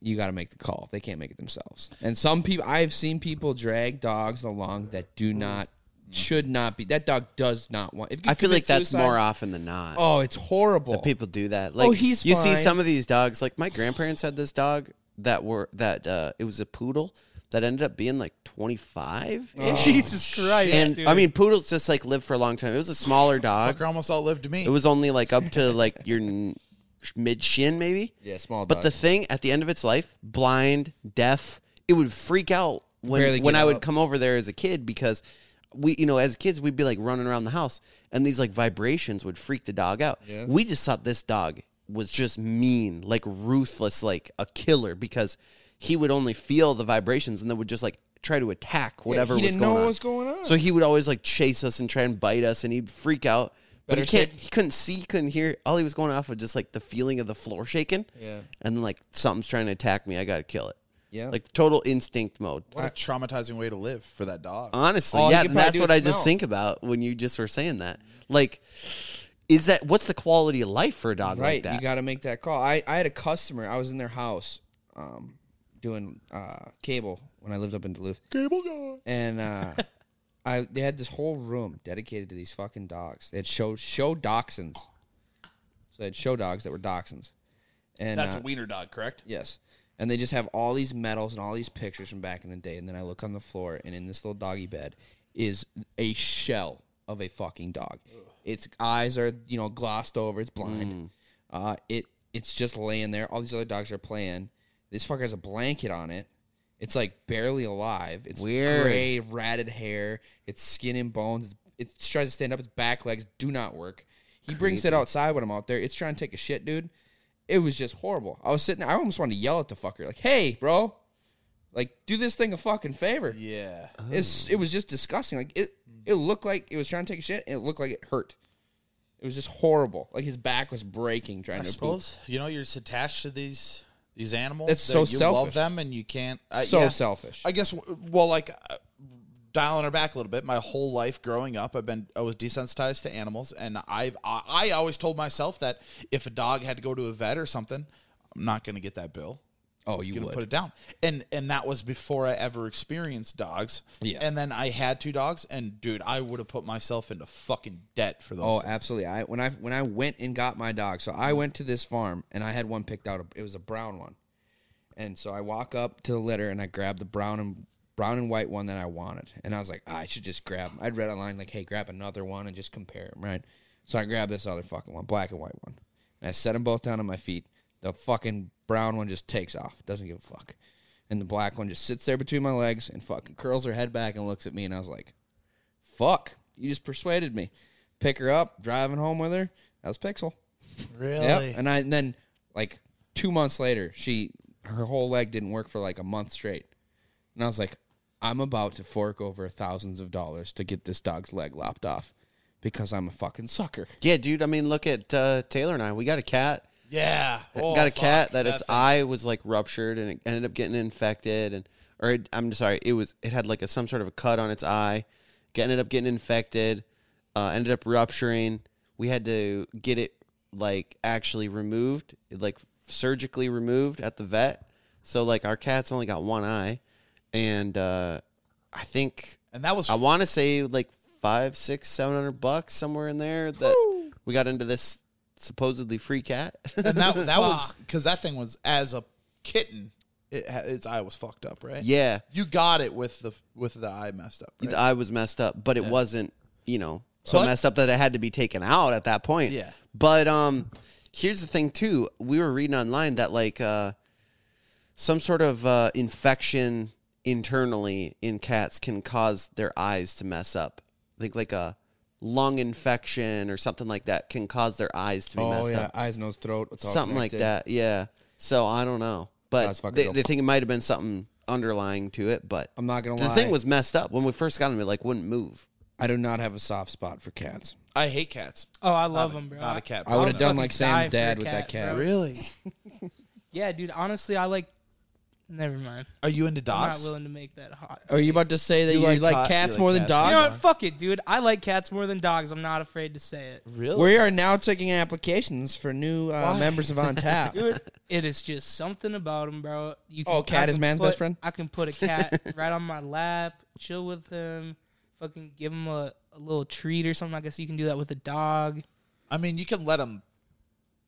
[SPEAKER 2] you got to make the call. They can't make it themselves. And some people, I've seen people drag dogs along that do not, should not be. That dog does not want. If you
[SPEAKER 4] Mm-hmm. I feel like
[SPEAKER 2] commit
[SPEAKER 4] that's
[SPEAKER 2] suicide-
[SPEAKER 4] more often than not.
[SPEAKER 2] Oh, it's horrible.
[SPEAKER 4] people do that.
[SPEAKER 1] Oh,
[SPEAKER 4] Like
[SPEAKER 2] he's
[SPEAKER 4] you
[SPEAKER 2] fine.
[SPEAKER 4] see some of these dogs. Like my grandparents had this dog that were that uh, it was a poodle that ended up being like twenty five.
[SPEAKER 3] Jesus Christ!
[SPEAKER 4] and
[SPEAKER 3] dude.
[SPEAKER 4] I mean poodles just like live for a long time. It was a smaller dog.
[SPEAKER 1] Fucker almost outlived me.
[SPEAKER 4] It was only like up to like your n- mid shin maybe.
[SPEAKER 2] Yeah, small
[SPEAKER 4] But the
[SPEAKER 2] dog.
[SPEAKER 4] thing at the end of its life, blind, deaf, it would freak out
[SPEAKER 2] Barely
[SPEAKER 4] when when
[SPEAKER 2] get
[SPEAKER 4] I would
[SPEAKER 2] up.
[SPEAKER 4] come over there as a kid because we you know as kids we'd be like running around the house and these like vibrations would freak the dog out. We just thought this dog was just mean, like ruthless, like a killer because he would only feel the vibrations and then would just like try to attack whatever
[SPEAKER 2] he
[SPEAKER 4] was
[SPEAKER 2] didn't
[SPEAKER 4] going
[SPEAKER 2] know
[SPEAKER 4] on.
[SPEAKER 2] what was going on.
[SPEAKER 4] So he would always like chase us and try and bite us, and he'd freak out. But he
[SPEAKER 2] Better
[SPEAKER 4] can't. He couldn't see. Couldn't hear. All he was going off of just like the feeling of the floor shaking.
[SPEAKER 2] Yeah.
[SPEAKER 4] And like something's trying to attack me. I gotta kill it.
[SPEAKER 2] Yeah.
[SPEAKER 4] Like total instinct mode.
[SPEAKER 1] what a traumatizing way to live for that dog.
[SPEAKER 4] Honestly,
[SPEAKER 2] All he
[SPEAKER 4] yeah.
[SPEAKER 2] could
[SPEAKER 4] And
[SPEAKER 2] probably
[SPEAKER 4] that's
[SPEAKER 2] do
[SPEAKER 4] what
[SPEAKER 2] is
[SPEAKER 4] I just
[SPEAKER 2] smell.
[SPEAKER 4] think about when you just were saying that. Like, is that what's the quality of life for a dog
[SPEAKER 2] right,
[SPEAKER 4] like that?
[SPEAKER 2] you got to make that call. I, I had a customer. I was in their house, um, doing uh, cable when I lived up in Duluth,
[SPEAKER 1] Cable guy.
[SPEAKER 2] and uh, *laughs* I they had this whole room dedicated to these fucking dogs. They had show show dachshunds. So they had show dogs that were dachshunds, and
[SPEAKER 1] That's
[SPEAKER 2] uh,
[SPEAKER 1] a wiener dog, correct?
[SPEAKER 2] Yes. And they just have all these medals and all these pictures from back in the day. And then I look on the floor, and in this little doggy bed is a shell of a fucking dog. Its eyes are, you know, glossed over. It's
[SPEAKER 1] Mm.
[SPEAKER 2] blind. Uh, it it's just laying there. All these other dogs are playing. This fucker has a blanket on it. It's like barely alive. It's
[SPEAKER 4] Weird.
[SPEAKER 2] gray, ratted hair. It's skin and bones. It's, it tries to stand up. Its back legs do not work. He brings it outside when I'm out there. It's trying to take a shit, dude it was just horrible. I was sitting there, I almost wanted to yell at the fucker, like, hey, bro, like, do this thing a fucking favor.
[SPEAKER 1] Yeah.
[SPEAKER 2] uh, It's, it was just disgusting. Like, it, it looked like it was trying to take a shit, and it looked like it hurt. It was just horrible. Like, his back was breaking trying
[SPEAKER 1] I
[SPEAKER 2] to poop.
[SPEAKER 1] suppose you know you're just attached to these these animals.
[SPEAKER 2] That's
[SPEAKER 1] that
[SPEAKER 2] so
[SPEAKER 1] you love
[SPEAKER 2] selfish.
[SPEAKER 1] them and you can't. I-
[SPEAKER 2] So
[SPEAKER 1] yeah.
[SPEAKER 2] selfish.
[SPEAKER 1] I guess. w- Well, like uh, dialing her back a little bit. My whole life growing up, I've been I was desensitized to animals, and I've I, I always told myself that if a dog had to go to a vet or something, I'm not going to get that bill.
[SPEAKER 2] Oh, you
[SPEAKER 5] gonna
[SPEAKER 2] would.
[SPEAKER 5] put it down. And and that was before I ever experienced dogs.
[SPEAKER 2] Yeah.
[SPEAKER 5] And then I had two dogs, and dude, I would have put myself into fucking debt for those.
[SPEAKER 2] Oh,
[SPEAKER 5] things.
[SPEAKER 2] absolutely. I when I when I went and got my dog, so I went to this farm and I had one picked out. It was a brown one, and so I walk up to the litter and I grab the brown and brown and white one that I wanted, and I was like, "Ah, I should just grab. 'em." I'd read online like, hey, grab another one and just compare them, right? So I grabbed this other fucking one, black and white one, and I set them both down on my feet. The fucking brown one just takes off, doesn't give a fuck, and the black one just sits there between my legs and fucking curls her head back and looks at me, and I was like fuck, you just persuaded me. Pick her up, driving home with her. That was Pixel.
[SPEAKER 5] really?
[SPEAKER 2] Yeah. And I and then like two months later, she her whole leg didn't work for like a month straight. And I was like, I'm about to fork over thousands of dollars to get this dog's leg lopped off because I'm a fucking sucker.
[SPEAKER 4] Yeah, dude. I mean, look at uh, Taylor and I. We got a cat.
[SPEAKER 5] Yeah. Oh,
[SPEAKER 4] got a
[SPEAKER 5] fuck.
[SPEAKER 4] cat that its
[SPEAKER 5] That's-
[SPEAKER 4] eye was like ruptured and it ended up getting infected and or it, I'm sorry, it was it had like a, some sort of a cut on its eye, Get- ended up getting infected, uh, ended up rupturing. We had to get it like actually removed, like surgically removed at the vet. So like our cat's only got one eye, and uh, I think
[SPEAKER 5] And that was
[SPEAKER 4] I want to say like five, six, seven hundred bucks somewhere in there that we got into this supposedly free cat. *laughs*
[SPEAKER 5] and that that was because that thing was as a kitten, it, ha- its eye was fucked up, right?
[SPEAKER 4] yeah.
[SPEAKER 5] You got it with the with the eye messed up. right?
[SPEAKER 4] the eye was messed up, but it wasn't, you know, so
[SPEAKER 5] But-
[SPEAKER 4] messed up that it had to be taken out at that point.
[SPEAKER 5] Yeah.
[SPEAKER 4] But um here's the thing too. We were reading online that like uh some sort of uh infection internally in cats can cause their eyes to mess up. I think like a lung infection or something like that can cause their eyes to be
[SPEAKER 2] Oh
[SPEAKER 4] messed
[SPEAKER 2] yeah,
[SPEAKER 4] up.
[SPEAKER 2] eyes, nose, throat, it's all
[SPEAKER 4] something like
[SPEAKER 2] connected.
[SPEAKER 4] that. Yeah. So I don't know.
[SPEAKER 2] That's
[SPEAKER 4] But
[SPEAKER 2] fucking
[SPEAKER 4] they,
[SPEAKER 2] dope.
[SPEAKER 4] they think it might have been something underlying to it, but
[SPEAKER 2] I'm not gonna
[SPEAKER 4] the
[SPEAKER 2] lie.
[SPEAKER 4] thing was messed up when we first got him. It like wouldn't move.
[SPEAKER 2] I do not have a soft spot for cats.
[SPEAKER 5] I hate cats.
[SPEAKER 3] Oh, I love them, bro.
[SPEAKER 5] Not a cat.
[SPEAKER 2] I would have done
[SPEAKER 3] fucking
[SPEAKER 2] like
[SPEAKER 3] die
[SPEAKER 2] Sam's
[SPEAKER 3] for a
[SPEAKER 2] dad with that
[SPEAKER 3] cat,
[SPEAKER 2] cat.
[SPEAKER 3] bro.
[SPEAKER 5] really?
[SPEAKER 3] Yeah, dude. Honestly, I like. Never mind.
[SPEAKER 5] Are you into
[SPEAKER 3] I'm not
[SPEAKER 5] dogs?
[SPEAKER 3] willing to make that hot.
[SPEAKER 2] Are you about to say that you,
[SPEAKER 5] like
[SPEAKER 2] like,
[SPEAKER 5] cat-
[SPEAKER 2] cats
[SPEAKER 5] you like
[SPEAKER 2] more
[SPEAKER 5] cats.
[SPEAKER 2] than
[SPEAKER 3] You
[SPEAKER 2] Uh, dogs?
[SPEAKER 3] know what? Fuck it, dude. I like cats more than dogs. I'm not afraid to say it.
[SPEAKER 5] Really?
[SPEAKER 2] We are now taking applications for new uh, members
[SPEAKER 3] *laughs*
[SPEAKER 2] of On Tap.
[SPEAKER 3] Dude, it is just something about him, bro. You
[SPEAKER 2] Oh, cat
[SPEAKER 3] I
[SPEAKER 2] is man's
[SPEAKER 3] put-
[SPEAKER 2] best friend?
[SPEAKER 3] I can put
[SPEAKER 2] *laughs*
[SPEAKER 3] a cat right on my lap, chill with him, fucking give him a, a little treat or something. I guess you can do that with a dog.
[SPEAKER 5] I mean, you can let them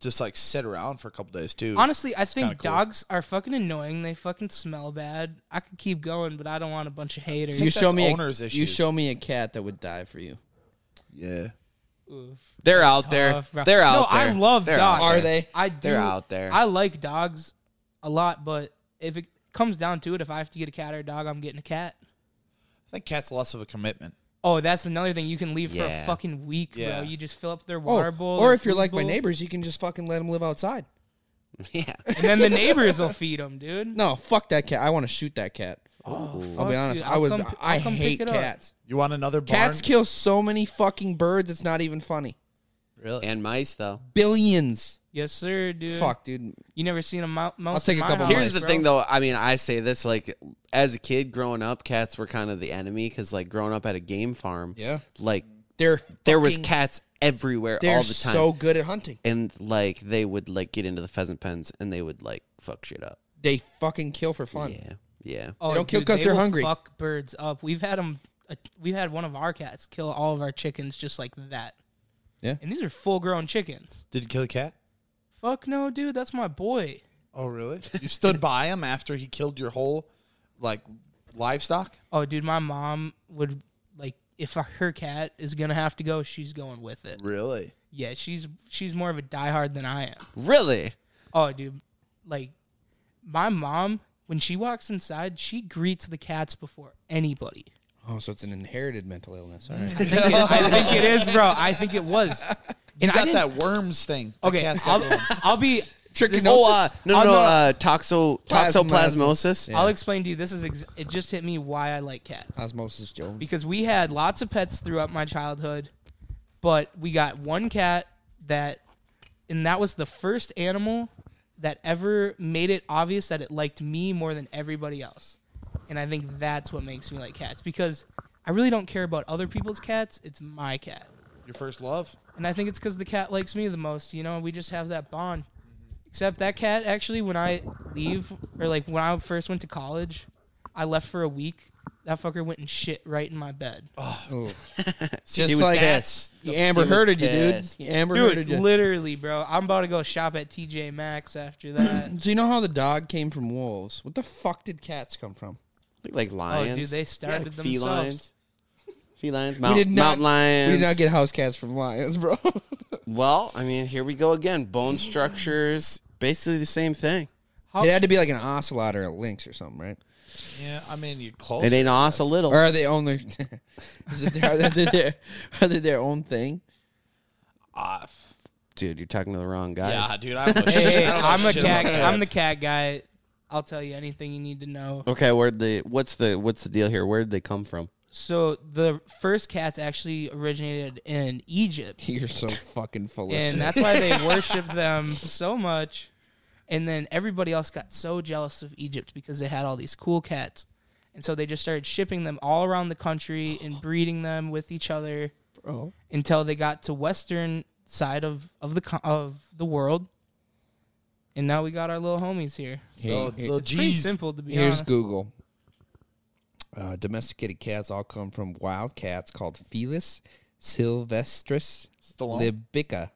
[SPEAKER 5] just like sit around for a couple days too.
[SPEAKER 3] Honestly, I think
[SPEAKER 5] kinda cool.
[SPEAKER 3] dogs are fucking annoying. They fucking smell bad. I could keep going, but I don't want a bunch of haters.
[SPEAKER 2] you
[SPEAKER 5] think
[SPEAKER 2] show
[SPEAKER 5] that's
[SPEAKER 2] me
[SPEAKER 5] owner's
[SPEAKER 2] a, You
[SPEAKER 5] issues.
[SPEAKER 2] show me a cat that would die for you.
[SPEAKER 5] yeah.
[SPEAKER 3] Oof.
[SPEAKER 4] They're out there.
[SPEAKER 3] Tough, bro.
[SPEAKER 4] They're out
[SPEAKER 3] Uh, no,
[SPEAKER 4] there.
[SPEAKER 3] I love
[SPEAKER 4] They're out
[SPEAKER 3] dogs.
[SPEAKER 2] Are
[SPEAKER 4] there.
[SPEAKER 2] they?
[SPEAKER 3] I do.
[SPEAKER 4] They're out there.
[SPEAKER 3] I like dogs a lot, but if it comes down to it, if I have to get a cat or a dog, I'm getting a cat.
[SPEAKER 5] I think cats less of a commitment.
[SPEAKER 3] Oh, that's another thing. You can leave for a
[SPEAKER 4] Yeah.
[SPEAKER 3] fucking week,
[SPEAKER 5] Yeah.
[SPEAKER 3] bro. You just fill up their
[SPEAKER 2] Oh,
[SPEAKER 3] water bowl.
[SPEAKER 2] or
[SPEAKER 3] their
[SPEAKER 2] if you're
[SPEAKER 3] food
[SPEAKER 2] like my
[SPEAKER 3] bowl,
[SPEAKER 2] neighbors, you can just fucking let them live outside.
[SPEAKER 4] *laughs* Yeah.
[SPEAKER 3] and
[SPEAKER 2] *laughs*
[SPEAKER 3] then the neighbors will feed them, dude.
[SPEAKER 2] No, fuck that cat. I want to shoot that cat. I'll
[SPEAKER 3] Fuck,
[SPEAKER 2] be honest.
[SPEAKER 3] dude.
[SPEAKER 2] I
[SPEAKER 3] I'll
[SPEAKER 2] would.
[SPEAKER 3] come p-
[SPEAKER 2] I
[SPEAKER 3] I'll come
[SPEAKER 2] hate
[SPEAKER 3] pick it up.
[SPEAKER 2] cats.
[SPEAKER 5] You want another barn?
[SPEAKER 2] Cats kill so many fucking birds. It's not even funny.
[SPEAKER 5] really?
[SPEAKER 4] and mice though.
[SPEAKER 2] Billions.
[SPEAKER 3] Yes, sir, dude.
[SPEAKER 2] Fuck, dude.
[SPEAKER 3] you never seen a mouse? I'll
[SPEAKER 2] take a couple
[SPEAKER 3] House,
[SPEAKER 4] Here's the
[SPEAKER 3] bro.
[SPEAKER 4] thing though. I mean, I say this like as a kid growing up, cats were kind of the enemy because like growing up at a game farm,
[SPEAKER 2] Yeah.
[SPEAKER 4] like
[SPEAKER 2] They're
[SPEAKER 4] there was
[SPEAKER 2] fucking-
[SPEAKER 4] cats everywhere
[SPEAKER 2] They're
[SPEAKER 4] all the time,
[SPEAKER 2] so good at hunting.
[SPEAKER 4] and like they would like get into the pheasant pens and they would like fuck shit up.
[SPEAKER 2] They fucking kill for fun.
[SPEAKER 4] Yeah, yeah.
[SPEAKER 3] Oh,
[SPEAKER 2] don't kill
[SPEAKER 3] dude,
[SPEAKER 2] 'cause
[SPEAKER 3] they
[SPEAKER 2] they're
[SPEAKER 3] will
[SPEAKER 2] hungry.
[SPEAKER 3] Fuck birds up. We've had them. We've had one of our cats kill all of our chickens just like that.
[SPEAKER 2] Yeah.
[SPEAKER 3] And these are full-grown chickens.
[SPEAKER 5] Did you kill a cat?
[SPEAKER 3] Fuck no, dude. That's my boy.
[SPEAKER 5] Oh, really? You stood by him after he killed your whole like livestock?
[SPEAKER 3] Oh, dude, my mom would like if her cat is gonna have to go, she's going with it.
[SPEAKER 5] Really?
[SPEAKER 3] Yeah, she's she's more of a diehard than I am.
[SPEAKER 4] Really?
[SPEAKER 3] Oh, dude, like my mom when she walks inside, she greets the cats before
[SPEAKER 2] *laughs*
[SPEAKER 3] anybody.
[SPEAKER 2] Oh, so it's an inherited mental illness. All right.
[SPEAKER 4] *laughs*
[SPEAKER 3] I think it is, bro. I think it was.
[SPEAKER 5] You
[SPEAKER 3] And I
[SPEAKER 5] got
[SPEAKER 3] didn't-
[SPEAKER 5] that worms thing. The
[SPEAKER 3] Okay,
[SPEAKER 5] cat's got
[SPEAKER 3] I'll,
[SPEAKER 5] the worm.
[SPEAKER 3] *laughs* I'll be. this-
[SPEAKER 4] Oh, uh, no, no,
[SPEAKER 3] I'll
[SPEAKER 4] no.
[SPEAKER 3] know-
[SPEAKER 4] Uh, toxo,
[SPEAKER 2] Plasmosis.
[SPEAKER 4] toxoplasmosis.
[SPEAKER 3] I'll explain to you. This is ex- it. Just hit me why I like
[SPEAKER 5] Uh.
[SPEAKER 3] cats
[SPEAKER 2] Osmosis
[SPEAKER 3] *laughs*
[SPEAKER 2] Jones.
[SPEAKER 3] because we had lots of pets throughout my childhood, but we got one cat that, and that was the first animal that ever made it obvious that it liked me more than everybody else, and I think that's what makes me like cats because I really don't care about other people's cats. It's my cat.
[SPEAKER 5] Your first love?
[SPEAKER 3] And I think it's because the cat likes me the most. You know, we just have that bond. Except that cat actually, when I leave or like when I first went to college, I left for a week. That fucker went and shit right in my bed,
[SPEAKER 2] Oh. Just
[SPEAKER 4] was
[SPEAKER 2] like
[SPEAKER 4] pissed.
[SPEAKER 2] you Amber
[SPEAKER 4] was
[SPEAKER 2] Hearded you, dude.
[SPEAKER 4] pissed.
[SPEAKER 2] You Amber
[SPEAKER 3] dude.
[SPEAKER 2] Hearded you.
[SPEAKER 3] Literally, bro. I'm about to go shop at TJ Maxx after that.
[SPEAKER 2] so you know how the dog came from wolves? What the fuck did cats come from?
[SPEAKER 4] I think like
[SPEAKER 3] oh,
[SPEAKER 4] lions.
[SPEAKER 3] dude, they started
[SPEAKER 4] like
[SPEAKER 3] themselves.
[SPEAKER 4] felines. Felines, mount, mountain
[SPEAKER 2] We
[SPEAKER 4] lions.
[SPEAKER 2] did not get house cats from lions, bro. *laughs*
[SPEAKER 4] well, I mean, here we go again. Bone structures, basically the same thing.
[SPEAKER 2] it had to be like an ocelot or a lynx or something, right?
[SPEAKER 1] Yeah, I mean you're close.
[SPEAKER 4] It ain't us a little.
[SPEAKER 2] Or are they own their? *laughs* is it their, are, they their are they their own thing?
[SPEAKER 1] Ah,
[SPEAKER 4] Dude, you're talking to the wrong guys.
[SPEAKER 1] yeah, dude.
[SPEAKER 3] *laughs*
[SPEAKER 1] I don't know
[SPEAKER 3] *laughs* Hey,
[SPEAKER 1] shit-
[SPEAKER 3] hey,
[SPEAKER 1] I don't know
[SPEAKER 3] I'm a
[SPEAKER 1] shit
[SPEAKER 3] cat.
[SPEAKER 1] about
[SPEAKER 3] *laughs* I'm the
[SPEAKER 1] cats.
[SPEAKER 3] cat guy. I'll tell you anything you need to know.
[SPEAKER 4] Okay, where the what's the what's the deal here? Where did they come from?
[SPEAKER 3] So the first cats actually originated in Egypt.
[SPEAKER 2] You're so fucking full of
[SPEAKER 3] and
[SPEAKER 2] shit.
[SPEAKER 3] that's why
[SPEAKER 2] *laughs*
[SPEAKER 3] they worshipped them so much. And then everybody else got so jealous of Egypt because they had all these cool cats, and so they just started shipping them all around the country
[SPEAKER 2] *gasps*
[SPEAKER 3] and breeding them with each other
[SPEAKER 2] Bro.
[SPEAKER 3] until they got to western side of of the co- of the world. And now we got our little homies here. So
[SPEAKER 2] Hey,
[SPEAKER 1] Oh,
[SPEAKER 2] hey,
[SPEAKER 1] little
[SPEAKER 3] it's pretty
[SPEAKER 1] G's.
[SPEAKER 3] simple to be
[SPEAKER 2] Here's
[SPEAKER 3] honest.
[SPEAKER 2] Google. Uh, domesticated cats all come from wild cats called Felis sylvestris
[SPEAKER 1] Stallone.
[SPEAKER 2] libica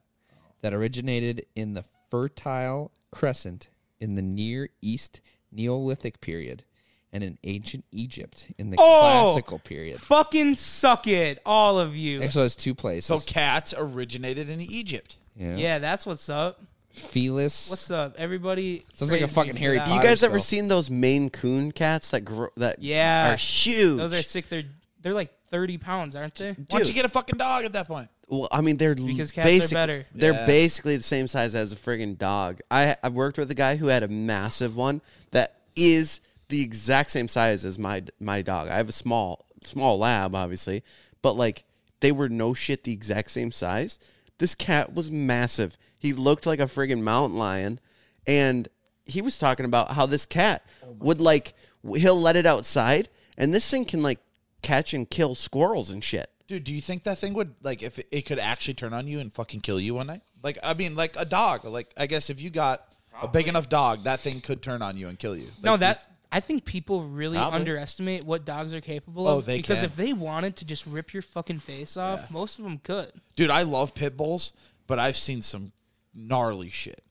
[SPEAKER 2] that originated in the Fertile Crescent in the Near East Neolithic period and in ancient Egypt in the
[SPEAKER 3] Oh!
[SPEAKER 2] classical period.
[SPEAKER 3] Fucking suck it, all of you.
[SPEAKER 2] So it's two places.
[SPEAKER 1] So cats originated in Egypt.
[SPEAKER 2] yeah.
[SPEAKER 3] Yeah, that's what's up.
[SPEAKER 2] Felis.
[SPEAKER 3] What's up, everybody?
[SPEAKER 2] Sounds like a
[SPEAKER 3] praise me
[SPEAKER 2] fucking
[SPEAKER 3] for
[SPEAKER 2] Harry
[SPEAKER 3] that.
[SPEAKER 4] You
[SPEAKER 2] Potter.
[SPEAKER 4] guys ever
[SPEAKER 2] still.
[SPEAKER 4] seen those Maine Coon cats that grow that
[SPEAKER 3] Yeah.
[SPEAKER 4] are huge?
[SPEAKER 3] Those are sick. They're they're like thirty pounds, aren't they?
[SPEAKER 1] Why don't you
[SPEAKER 4] Dude.
[SPEAKER 1] get a fucking dog at that point?
[SPEAKER 4] Well, I mean, they're
[SPEAKER 3] Because
[SPEAKER 4] because
[SPEAKER 3] cats are
[SPEAKER 4] basic,
[SPEAKER 3] better.
[SPEAKER 4] They're basically the same size as a friggin' dog. I I've worked with a guy who had a massive one that is the exact same size as my my dog. I have a small small lab, obviously, but like they were no shit the exact same size. This cat was massive. He looked like a friggin' mountain lion, and he was talking about how this cat would like w- he'll let it outside, and this thing can like catch and kill squirrels and shit.
[SPEAKER 1] Dude, do you think that thing would like if it- it could actually turn on you and fucking kill you one night? Like I mean, like a dog. Like I guess if you got a big enough dog, that thing could turn on you and kill you. Like,
[SPEAKER 3] no, that I think people really
[SPEAKER 1] Probably.
[SPEAKER 3] underestimate what dogs are capable
[SPEAKER 1] Oh,
[SPEAKER 3] of.
[SPEAKER 1] they
[SPEAKER 3] because
[SPEAKER 1] can.
[SPEAKER 3] if they wanted to just rip your fucking face off, most of them could.
[SPEAKER 1] dude, I love pit bulls, but I've seen some gnarly shit.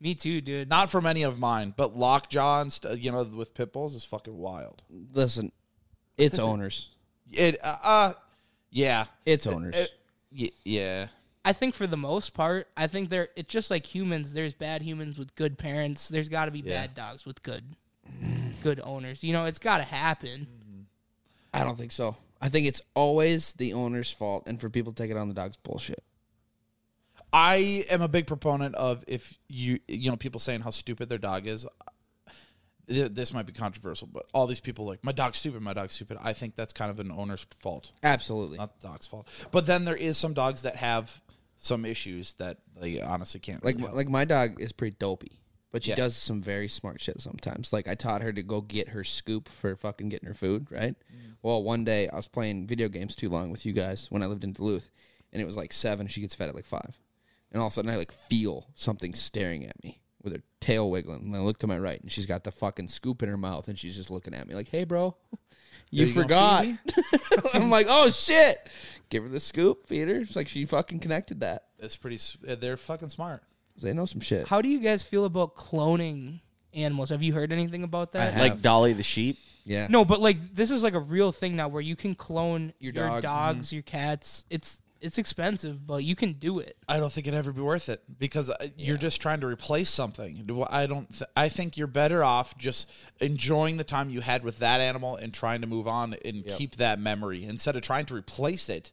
[SPEAKER 3] Me too, dude.
[SPEAKER 1] Not from any of mine, but lockjaw and st- you know with pit bulls is fucking wild.
[SPEAKER 2] Listen, it's owners.
[SPEAKER 1] It uh, uh yeah.
[SPEAKER 2] It's owners.
[SPEAKER 1] *laughs* It- y- yeah.
[SPEAKER 3] I think for the most part, I think there it's just like humans. There's bad humans with good parents. There's got to be bad dogs with good good owners. You know, it's got to happen.
[SPEAKER 1] Mm.
[SPEAKER 2] I don't think so. I think it's always the owner's fault, and for people to take it on the dog's bullshit.
[SPEAKER 1] I am a big proponent of if you you know people saying how stupid their dog is. uh, Th- This might be controversial, but all these people like my dog's stupid, my dog's stupid. I think that's kind of an owner's fault,
[SPEAKER 2] Absolutely.
[SPEAKER 1] not the dog's fault. But then there is some dogs that have some issues that they honestly can't
[SPEAKER 2] like
[SPEAKER 1] really help.
[SPEAKER 2] like my dog is pretty dopey, but she
[SPEAKER 1] Yeah.
[SPEAKER 2] does some very smart shit sometimes. Like I taught her to go get her scoop for fucking getting her food, right? Well, one day I was playing video games too long with you guys when I lived in Duluth, and it was like seven. She gets fed at like five, and all of a sudden I like feel something staring at me with her tail wiggling, and I look to my right, and she's got the fucking scoop in her mouth, and she's just looking at me like, "Hey, bro." *laughs* You,
[SPEAKER 1] you gonna
[SPEAKER 2] forgot. *laughs* I'm like, oh shit! Give her the scoop, feed her. It's like she fucking connected that.
[SPEAKER 1] it's pretty. s- They're fucking smart.
[SPEAKER 2] They know some shit.
[SPEAKER 3] How do you guys feel about cloning animals? Have you heard anything about that?
[SPEAKER 2] have.
[SPEAKER 4] Like Dolly the sheep.
[SPEAKER 2] yeah.
[SPEAKER 3] *laughs* No, but like this is like a real thing now where you can clone your,
[SPEAKER 2] Your dog.
[SPEAKER 3] dogs, your cats. It's it's expensive, but you can do it.
[SPEAKER 1] I don't think it'd ever be worth it because uh, you're just trying to replace something. Do- I don't. Th- I think you're better off just enjoying the time you had with that animal and trying to move on and keep that memory instead of trying to replace it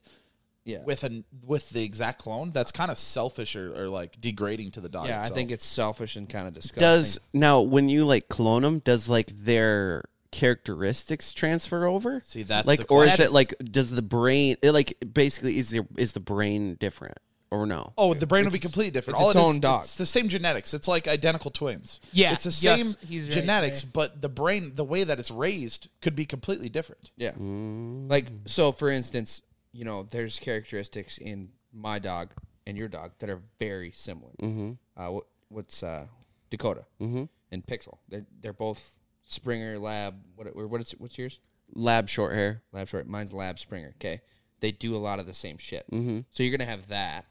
[SPEAKER 2] Yeah.
[SPEAKER 1] with an with the exact clone. That's kind of selfish or, or like degrading to the dog.
[SPEAKER 2] yeah, I
[SPEAKER 1] itself.
[SPEAKER 2] think it's selfish and kind of disgusting.
[SPEAKER 4] Does now when you like clone them, does like their characteristics transfer over?
[SPEAKER 1] See, that's
[SPEAKER 4] like,
[SPEAKER 1] the
[SPEAKER 4] or is
[SPEAKER 1] question.
[SPEAKER 4] it like does the brain? It like basically is the is the brain different or no?
[SPEAKER 1] Oh, the brain will be completely different.
[SPEAKER 2] it's its
[SPEAKER 1] it is-
[SPEAKER 2] own dog.
[SPEAKER 1] It's the same genetics. It's like identical twins.
[SPEAKER 3] Yeah,
[SPEAKER 1] it's the
[SPEAKER 3] yes,
[SPEAKER 1] same
[SPEAKER 3] he's right
[SPEAKER 1] genetics,
[SPEAKER 3] there.
[SPEAKER 1] but the brain, the way that it's raised, could be completely different.
[SPEAKER 2] yeah. Like so for instance, you know, there's characteristics in my dog and your dog that are very similar. Mm-hmm. Uh what what's uh Dakota and Pixel. They're they're both Springer Lab. What or what is what's yours?
[SPEAKER 4] Lab short hair.
[SPEAKER 2] Lab short. Mine's Lab Springer. Okay, they do a lot of the same shit. Mm-hmm. So you're gonna have that,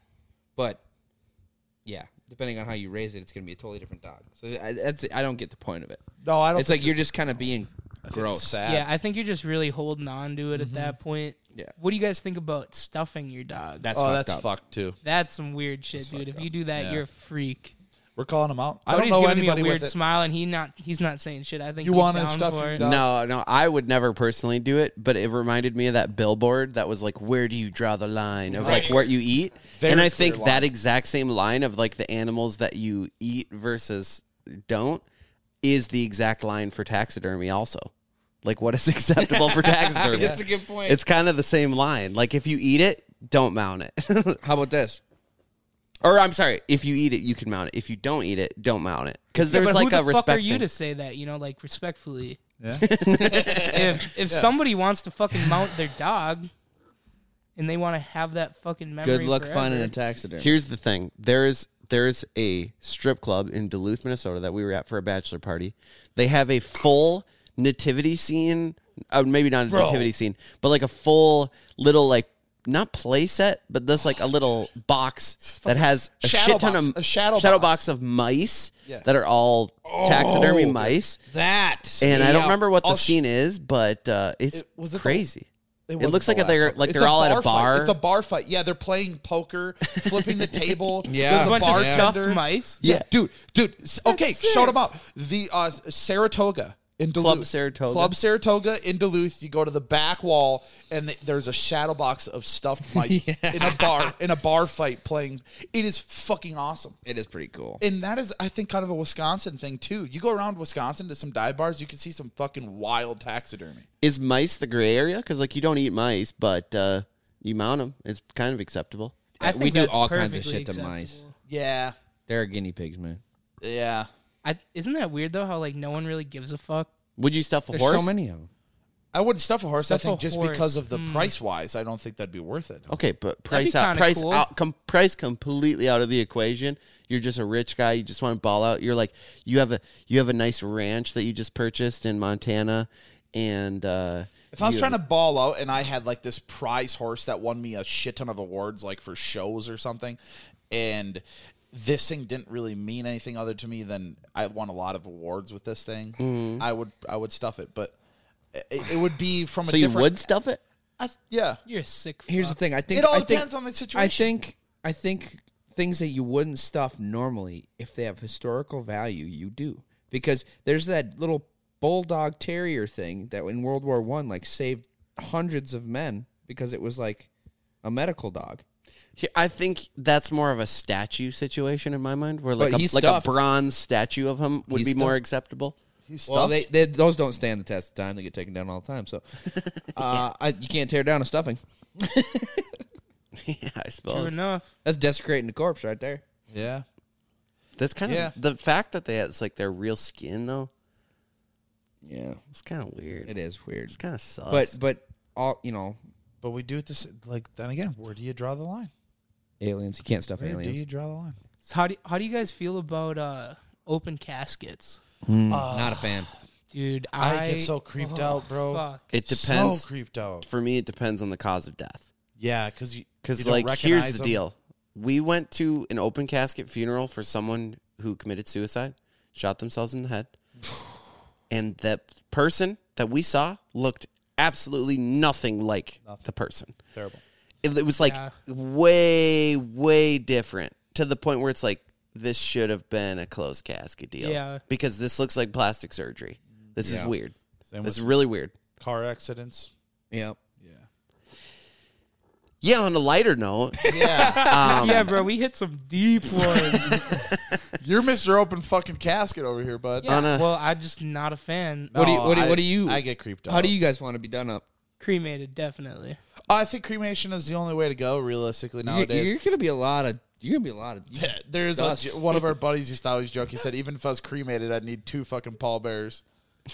[SPEAKER 2] but yeah, depending on how you raise it, it's gonna be a totally different dog. So I, that's I don't get the point of it.
[SPEAKER 5] No, I don't.
[SPEAKER 2] It's like you're just kind of being
[SPEAKER 5] gross.
[SPEAKER 2] gross.
[SPEAKER 5] Sad.
[SPEAKER 3] Yeah, I think you're just really holding on to it at that point.
[SPEAKER 2] Yeah.
[SPEAKER 3] What do you guys think about stuffing your dog?
[SPEAKER 2] That's
[SPEAKER 5] oh,
[SPEAKER 2] fucked
[SPEAKER 5] that's
[SPEAKER 2] up.
[SPEAKER 5] fucked too.
[SPEAKER 3] That's some weird shit, dude. If you do that, you're a freak.
[SPEAKER 5] We're calling him out. I
[SPEAKER 3] Cody's
[SPEAKER 5] don't know
[SPEAKER 3] giving
[SPEAKER 5] anybody
[SPEAKER 3] me a weird
[SPEAKER 5] with it.
[SPEAKER 3] smile, and he not he's not saying shit. I think
[SPEAKER 5] You
[SPEAKER 3] he's
[SPEAKER 5] wanna
[SPEAKER 3] down
[SPEAKER 5] stuff
[SPEAKER 3] for
[SPEAKER 5] your
[SPEAKER 3] it.
[SPEAKER 5] dog?
[SPEAKER 4] No, no, I would never personally do it, but it reminded me of that billboard that was like, "Where do you draw the line of like what you eat?"
[SPEAKER 5] Very
[SPEAKER 4] and
[SPEAKER 5] clear
[SPEAKER 4] I think
[SPEAKER 5] line.
[SPEAKER 4] that exact same line of like the animals that you eat versus don't is the exact line for taxidermy. Also, like what is *laughs* acceptable for taxidermy?
[SPEAKER 2] That's a good point.
[SPEAKER 4] It's kind of the same line. Like if you eat it, don't mount it. *laughs*
[SPEAKER 2] How about this?
[SPEAKER 4] or I'm sorry, if you eat it, you can mount it. If you don't eat it, don't mount it because
[SPEAKER 3] Yeah,
[SPEAKER 4] there's
[SPEAKER 3] but
[SPEAKER 4] like
[SPEAKER 3] who the
[SPEAKER 4] a respect.
[SPEAKER 3] fuck are you
[SPEAKER 4] thing.
[SPEAKER 3] to say that? You know, like respectfully. *laughs* if if somebody wants to fucking mount their dog, and they want to have that fucking memory.
[SPEAKER 2] Good luck
[SPEAKER 3] forever,
[SPEAKER 2] finding a taxidermist.
[SPEAKER 6] Here's the thing. There is there is a strip club in Duluth, Minnesota that we were at for a bachelor party.
[SPEAKER 4] They have a full nativity scene. Uh, maybe not a nativity scene, but like a full little like not play set, but there's
[SPEAKER 1] Oh,
[SPEAKER 4] like a little box that has a
[SPEAKER 1] Shadow
[SPEAKER 4] shit ton
[SPEAKER 1] box.
[SPEAKER 4] of
[SPEAKER 1] A shadow
[SPEAKER 4] box. of mice that are all taxidermy mice.
[SPEAKER 2] That
[SPEAKER 4] And I
[SPEAKER 2] Yeah.
[SPEAKER 4] don't remember what the
[SPEAKER 1] I'll sh-
[SPEAKER 4] scene is, but uh, it's
[SPEAKER 1] It- was it the-
[SPEAKER 4] crazy.
[SPEAKER 1] It
[SPEAKER 4] It,
[SPEAKER 1] wasn't
[SPEAKER 4] looks
[SPEAKER 1] the
[SPEAKER 4] like
[SPEAKER 1] last
[SPEAKER 4] they're
[SPEAKER 1] supper.
[SPEAKER 4] like
[SPEAKER 1] It's
[SPEAKER 4] they're all at a
[SPEAKER 1] fight.
[SPEAKER 4] bar.
[SPEAKER 1] It's a bar fight. Yeah, they're playing *laughs* poker, flipping the *laughs* table.
[SPEAKER 2] Yeah.
[SPEAKER 1] There's
[SPEAKER 3] A
[SPEAKER 1] a,
[SPEAKER 3] bunch of
[SPEAKER 2] bartender.
[SPEAKER 3] stuffed mice.
[SPEAKER 1] Yeah, dude, dude. s- Okay, showed them up. The uh, Saratoga in Duluth,
[SPEAKER 4] Club Saratoga.
[SPEAKER 1] Club Saratoga in Duluth. You go to the back wall, and th- there's a shadow box of stuffed *laughs* mice in a bar in a bar fight playing. It is fucking awesome.
[SPEAKER 2] it is pretty cool.
[SPEAKER 1] And that is, I think, kind of a Wisconsin thing too. You go around Wisconsin to some dive bars, you can see some fucking wild taxidermy.
[SPEAKER 4] Is mice the gray area? Because like you don't eat mice, but uh, you mount them. It's kind of acceptable.
[SPEAKER 3] I
[SPEAKER 2] we
[SPEAKER 3] think
[SPEAKER 2] do
[SPEAKER 3] that's
[SPEAKER 2] all kinds of
[SPEAKER 3] perfectly
[SPEAKER 2] shit to mice.
[SPEAKER 3] acceptable.
[SPEAKER 1] Yeah,
[SPEAKER 2] They're guinea pigs, man.
[SPEAKER 1] yeah.
[SPEAKER 3] I, isn't that weird though? How like no one really gives a fuck.
[SPEAKER 4] Would you stuff a
[SPEAKER 2] There's
[SPEAKER 4] horse?
[SPEAKER 2] so many of them.
[SPEAKER 1] I wouldn't stuff a horse.
[SPEAKER 3] Stuff
[SPEAKER 1] I think
[SPEAKER 3] a
[SPEAKER 1] just
[SPEAKER 3] horse. Mm.
[SPEAKER 1] because of the price wise, I don't think that'd be worth it.
[SPEAKER 4] Okay, but
[SPEAKER 3] be
[SPEAKER 4] price out,
[SPEAKER 3] kinda
[SPEAKER 4] price
[SPEAKER 3] cool.
[SPEAKER 4] out, com- price completely out of the equation. You're just a rich guy. You just want to ball out. You're like you have a you have a nice ranch that you just purchased in Montana, and uh,
[SPEAKER 1] If I was
[SPEAKER 4] you-
[SPEAKER 1] trying to ball out and I had like this prize horse that won me a shit ton of awards, like for shows or something, and this thing didn't really mean anything other to me than I won a lot of awards with this thing,
[SPEAKER 4] Mm-hmm.
[SPEAKER 1] I would I would stuff it, but it, it would be from a
[SPEAKER 4] so you
[SPEAKER 1] different.
[SPEAKER 4] would stuff it.
[SPEAKER 1] I, yeah,
[SPEAKER 3] You're a sick. Fuck.
[SPEAKER 2] Here's the thing. I think
[SPEAKER 1] It all
[SPEAKER 2] I think-
[SPEAKER 1] depends on the situation.
[SPEAKER 2] I think I think things that you wouldn't stuff normally, if they have historical value, you do because there's that little bulldog terrier thing that in World War One like saved hundreds of men because it was like a medical dog.
[SPEAKER 4] He- I think that's more of a statue situation in my mind, where like
[SPEAKER 2] But
[SPEAKER 4] a,
[SPEAKER 2] he's
[SPEAKER 4] like a
[SPEAKER 2] stuffed.
[SPEAKER 4] bronze statue of him would
[SPEAKER 2] He's
[SPEAKER 4] be more
[SPEAKER 2] stuffed.
[SPEAKER 4] acceptable. *laughs*
[SPEAKER 2] Well, they, they those don't stand the test of time. They get taken down all the time. So uh, I, you can't tear down a stuffing.
[SPEAKER 4] yeah, I
[SPEAKER 3] True
[SPEAKER 4] suppose
[SPEAKER 3] enough.
[SPEAKER 2] That's desecrating the corpse right there.
[SPEAKER 1] yeah.
[SPEAKER 4] that's kind of
[SPEAKER 1] Yeah.
[SPEAKER 4] the fact that they it's like their real skin though.
[SPEAKER 2] Yeah,
[SPEAKER 4] It's kind of weird.
[SPEAKER 2] it is weird.
[SPEAKER 4] It's kind of sus.
[SPEAKER 2] But but all you know,
[SPEAKER 1] But we do it this like then again. Where do you draw the line?
[SPEAKER 2] aliens. You can't stuff
[SPEAKER 1] Where do
[SPEAKER 2] aliens.
[SPEAKER 1] you draw the line?
[SPEAKER 3] So how do how do you guys feel about uh open caskets,
[SPEAKER 2] Mm,
[SPEAKER 1] Ah,
[SPEAKER 2] Not a fan.
[SPEAKER 3] dude? I, oh,
[SPEAKER 1] I get so creeped out, bro.
[SPEAKER 3] Fuck.
[SPEAKER 4] it depends.
[SPEAKER 1] So creeped out.
[SPEAKER 4] for me, it depends on the cause of death.
[SPEAKER 1] Yeah, because you
[SPEAKER 4] Because
[SPEAKER 1] you don't
[SPEAKER 4] like, here's
[SPEAKER 1] recognize
[SPEAKER 4] the
[SPEAKER 1] them.
[SPEAKER 4] deal: we went to an open casket funeral for someone who committed suicide, shot themselves in
[SPEAKER 1] *sighs*
[SPEAKER 4] the head, and that person that we saw looked absolutely nothing like the person.
[SPEAKER 1] Terrible.
[SPEAKER 4] It, it was like
[SPEAKER 3] Yeah.
[SPEAKER 4] way, way different to the point where it's like this should have been a closed casket deal.
[SPEAKER 3] Yeah.
[SPEAKER 4] because this looks like plastic surgery. This
[SPEAKER 2] Yeah.
[SPEAKER 4] is weird.
[SPEAKER 1] Same
[SPEAKER 4] this
[SPEAKER 1] with
[SPEAKER 4] is really weird.
[SPEAKER 1] car accidents.
[SPEAKER 2] Yeah.
[SPEAKER 4] Yeah. On a lighter note,
[SPEAKER 1] Yeah,
[SPEAKER 2] Um,
[SPEAKER 3] *laughs* yeah, bro. We hit some
[SPEAKER 2] *laughs*
[SPEAKER 3] deep ones.
[SPEAKER 1] *laughs* you're Mister Open fucking casket over here, bud.
[SPEAKER 3] Yeah,
[SPEAKER 4] On a-
[SPEAKER 3] well, I'm just not a fan.
[SPEAKER 2] What do you-
[SPEAKER 1] No,
[SPEAKER 2] what do-
[SPEAKER 1] I-
[SPEAKER 2] what do you-
[SPEAKER 1] Oh, I get creeped out.
[SPEAKER 2] How do you guys want to be done up?
[SPEAKER 3] Cremated, definitely.
[SPEAKER 1] I think cremation is the only way to go realistically
[SPEAKER 2] You- You're,
[SPEAKER 1] nowadays.
[SPEAKER 2] gonna be a lot of. You're gonna be a lot of.
[SPEAKER 1] *laughs* There's a,
[SPEAKER 2] Dust.
[SPEAKER 1] one of our buddies used to always joke. He said, "Even if I was cremated, I'd need two fucking pallbearers."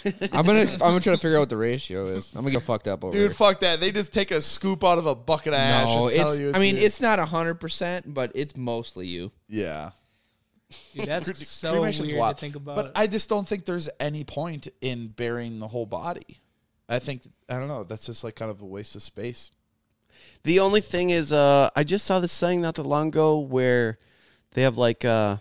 [SPEAKER 2] I'm gonna. I'm gonna try to figure out what the ratio is. I'm gonna get fucked up over.
[SPEAKER 1] Dude,
[SPEAKER 2] here.
[SPEAKER 1] fuck that. They just take a scoop out of a bucket of ash.
[SPEAKER 2] no,
[SPEAKER 1] and tell
[SPEAKER 2] it's.
[SPEAKER 1] you
[SPEAKER 2] I mean,
[SPEAKER 1] you.
[SPEAKER 2] it's not hundred percent, but it's mostly you.
[SPEAKER 1] yeah.
[SPEAKER 3] Dude, that's so
[SPEAKER 5] Cremation's
[SPEAKER 3] weird
[SPEAKER 5] wild.
[SPEAKER 3] to think about.
[SPEAKER 5] But I just don't think there's any point in burying the whole body. I think I don't know. That's just like kind of a waste of space.
[SPEAKER 4] The only thing is, uh, I just saw this thing not that long ago where they have like uh,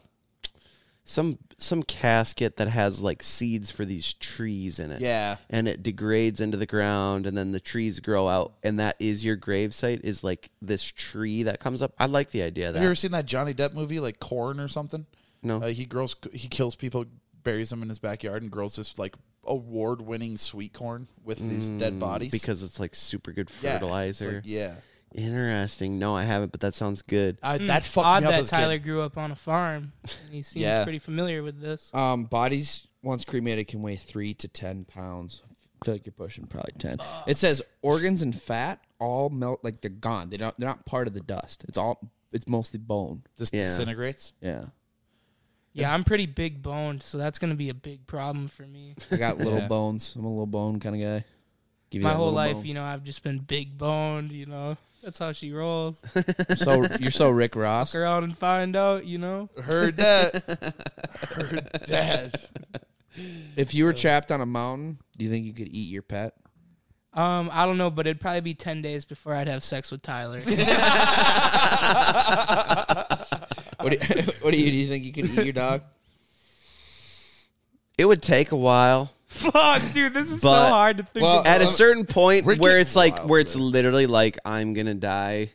[SPEAKER 4] some some casket that has like seeds for these trees in it.
[SPEAKER 5] Yeah.
[SPEAKER 4] and it degrades into the ground, and then the trees grow out, and that is your gravesite is like this tree that comes up. I like the idea of that.
[SPEAKER 5] Have you ever seen that Johnny Depp movie, like Corn or something?
[SPEAKER 4] No.
[SPEAKER 2] Uh-huh.
[SPEAKER 5] Uh, he grows, he kills people, buries them in his backyard, and grows this like award-winning sweet corn with these
[SPEAKER 2] Mm,
[SPEAKER 5] dead bodies.
[SPEAKER 4] because it's like super good
[SPEAKER 5] Yeah. It's
[SPEAKER 4] fertilizer.
[SPEAKER 5] like, yeah,
[SPEAKER 4] Interesting. No, I haven't, but that sounds good.
[SPEAKER 5] I, that fucked
[SPEAKER 3] Hmm. Odd
[SPEAKER 5] me up
[SPEAKER 3] that
[SPEAKER 5] as a kid.
[SPEAKER 3] Tyler grew up on a farm. And he seems
[SPEAKER 5] Yeah.
[SPEAKER 3] pretty familiar with this.
[SPEAKER 2] Um, bodies once cremated can weigh three to ten pounds. I feel like you're pushing probably ten. It says organs and fat all melt like they're gone. They don't. They're not part of the dust. It's all. It's mostly bone.
[SPEAKER 5] This
[SPEAKER 4] Yeah.
[SPEAKER 5] disintegrates.
[SPEAKER 2] Yeah,
[SPEAKER 3] Yeah, I'm pretty big boned, so that's gonna be a big problem for me.
[SPEAKER 2] I got little bones. I'm a little bone kind of guy. Give
[SPEAKER 3] My whole life, you know, I've just been big boned. You know, that's how she rolls.
[SPEAKER 2] know. so you're so Rick Ross.
[SPEAKER 3] Go out and find out. You know,
[SPEAKER 5] *laughs* Heard that. Heard that.
[SPEAKER 2] If you were trapped on a mountain, do you think you could eat your pet?
[SPEAKER 3] um, I don't know, but it'd probably be ten days before I'd have sex with Tyler. *laughs*
[SPEAKER 2] What do you, *laughs* what do you do? You think you could eat your dog?
[SPEAKER 4] It would take a while.
[SPEAKER 3] Fuck, dude, this is
[SPEAKER 4] But-
[SPEAKER 3] so hard to think.
[SPEAKER 2] Well,
[SPEAKER 3] about.
[SPEAKER 4] At a
[SPEAKER 2] Um,
[SPEAKER 4] certain point
[SPEAKER 2] we're
[SPEAKER 4] where
[SPEAKER 2] getting
[SPEAKER 4] it's like
[SPEAKER 2] wild,
[SPEAKER 4] where it's literally like I'm going to die.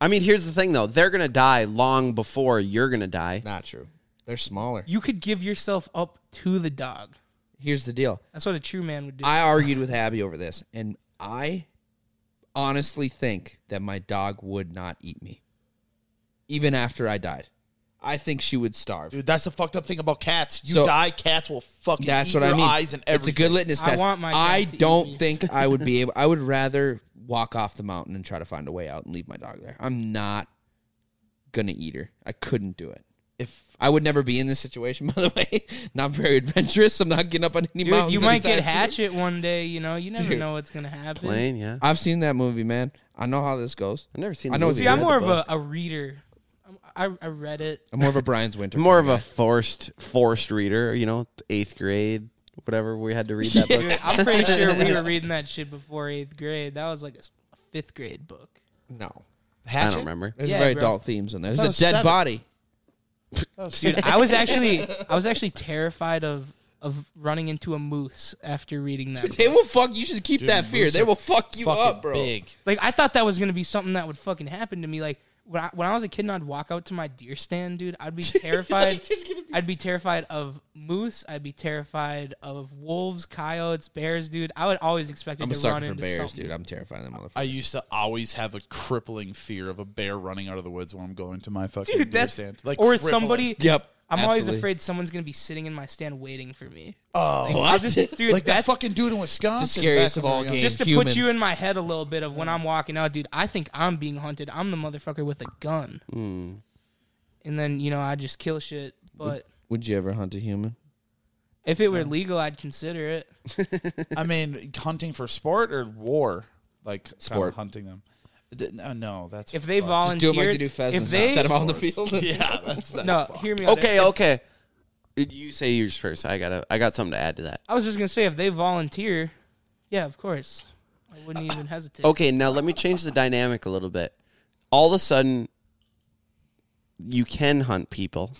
[SPEAKER 4] I mean, here's the thing though. They're going to die long before you're going to die.
[SPEAKER 2] Not true. They're smaller.
[SPEAKER 3] You could give yourself up to the dog.
[SPEAKER 2] Here's the deal.
[SPEAKER 3] That's what a true man would do.
[SPEAKER 2] I argued with Abby over this, and I honestly think that my dog would not eat me, even after I died. I think she would starve.
[SPEAKER 5] Dude, that's the fucked up thing about cats. You
[SPEAKER 2] So-
[SPEAKER 5] die, cats will fucking
[SPEAKER 2] That's
[SPEAKER 5] eat
[SPEAKER 2] what
[SPEAKER 5] your
[SPEAKER 2] I mean.
[SPEAKER 5] eyes and
[SPEAKER 2] it's a
[SPEAKER 5] everything.
[SPEAKER 2] good litmus
[SPEAKER 3] I
[SPEAKER 2] test. I,
[SPEAKER 3] want my dog to eat
[SPEAKER 2] don't
[SPEAKER 3] me.
[SPEAKER 2] think I would
[SPEAKER 3] *laughs*
[SPEAKER 2] be able. I would rather walk off the mountain and try to find a way out and leave my dog there. I'm not gonna eat her. I couldn't do it.
[SPEAKER 5] if
[SPEAKER 2] I would never be in this situation, *laughs* by the way. Not very adventurous. I'm not getting up on any
[SPEAKER 3] Dude,
[SPEAKER 2] mountains.
[SPEAKER 3] you might get
[SPEAKER 2] anytime soon.
[SPEAKER 3] hatchet one day. You know, you never
[SPEAKER 2] Dude.
[SPEAKER 3] know what's gonna happen.
[SPEAKER 4] Plane, yeah.
[SPEAKER 2] I've seen that movie, man. I know how this goes.
[SPEAKER 4] I've never seen
[SPEAKER 2] I
[SPEAKER 4] the
[SPEAKER 2] know-
[SPEAKER 4] movie.
[SPEAKER 3] See,
[SPEAKER 2] You
[SPEAKER 3] I'm
[SPEAKER 4] read
[SPEAKER 3] more
[SPEAKER 4] the
[SPEAKER 3] of a,
[SPEAKER 4] book.
[SPEAKER 3] a reader. I'm- I I read it.
[SPEAKER 2] I'm more of a Brian's Winter. *laughs*
[SPEAKER 4] more of a forced forced reader, you know, 8th grade, whatever we had to read that book.
[SPEAKER 3] Dude, I'm pretty sure we were reading that shit before eighth grade. That was like a s- a fifth grade book.
[SPEAKER 2] no.
[SPEAKER 4] I don't remember.
[SPEAKER 2] There's
[SPEAKER 3] Yeah,
[SPEAKER 2] very
[SPEAKER 3] bro.
[SPEAKER 2] adult themes in there.
[SPEAKER 5] No,
[SPEAKER 2] There's a dead
[SPEAKER 5] seven.
[SPEAKER 2] body.
[SPEAKER 3] Dude, I was actually I was actually terrified of of running into a moose after reading that. *laughs*
[SPEAKER 2] They will fuck. You should keep that fear.
[SPEAKER 5] moose
[SPEAKER 2] They
[SPEAKER 5] are
[SPEAKER 2] will fuck you
[SPEAKER 5] fucking
[SPEAKER 2] up, bro.
[SPEAKER 5] big.
[SPEAKER 3] Like I thought that was gonna be something that would fucking happen to me. Like when I, when I was a kid and I'd walk out to my deer stand, dude, I'd *laughs* be terrified. I'd be terrified of moose. I'd be terrified of wolves, coyotes, bears, dude. I would always expect
[SPEAKER 2] I'm a
[SPEAKER 3] to run
[SPEAKER 2] sucker for
[SPEAKER 3] into
[SPEAKER 2] bears,
[SPEAKER 3] something.
[SPEAKER 2] dude. I'm terrified of them motherfuckers.
[SPEAKER 5] I used to always have a crippling fear of a bear running out of the woods when I'm going to my fucking
[SPEAKER 3] Dude,
[SPEAKER 5] deer
[SPEAKER 3] that's
[SPEAKER 5] stand. Like
[SPEAKER 3] or
[SPEAKER 5] crippling.
[SPEAKER 3] somebody.
[SPEAKER 2] Yep.
[SPEAKER 3] I'm
[SPEAKER 2] absolutely.
[SPEAKER 3] always afraid someone's gonna be sitting in my stand waiting for me.
[SPEAKER 5] Oh,
[SPEAKER 3] I'll just, dude,
[SPEAKER 5] like that
[SPEAKER 3] that's
[SPEAKER 5] fucking dude in Wisconsin.
[SPEAKER 2] scariest
[SPEAKER 5] back
[SPEAKER 2] of all
[SPEAKER 5] when we were
[SPEAKER 2] games.
[SPEAKER 3] just to
[SPEAKER 2] humans.
[SPEAKER 3] put you in my head a little bit of when I'm walking out, dude. I think I'm being hunted. I'm the motherfucker with a gun. And then you know I just kill shit. But
[SPEAKER 2] Would you ever hunt a human?
[SPEAKER 3] if it were legal, I'd consider it.
[SPEAKER 5] young. I mean, hunting for sport or war, like kinda
[SPEAKER 2] Sport.
[SPEAKER 5] hunting them. D- No, no, that's
[SPEAKER 3] If they
[SPEAKER 5] fucked.
[SPEAKER 2] Just
[SPEAKER 3] volunteered,
[SPEAKER 2] do them like they do pheasants.
[SPEAKER 3] if they
[SPEAKER 2] set them on the field.
[SPEAKER 5] yeah, that's that's
[SPEAKER 3] no,
[SPEAKER 5] fucked.
[SPEAKER 3] hear me. out.
[SPEAKER 4] Okay,
[SPEAKER 3] If-
[SPEAKER 4] okay. You say yours first. I got to I got something to add to that.
[SPEAKER 3] I was just gonna say if they volunteer, yeah, of course. I wouldn't even hesitate.
[SPEAKER 4] Okay, now let me change the dynamic a little bit. All of a sudden, you can hunt people.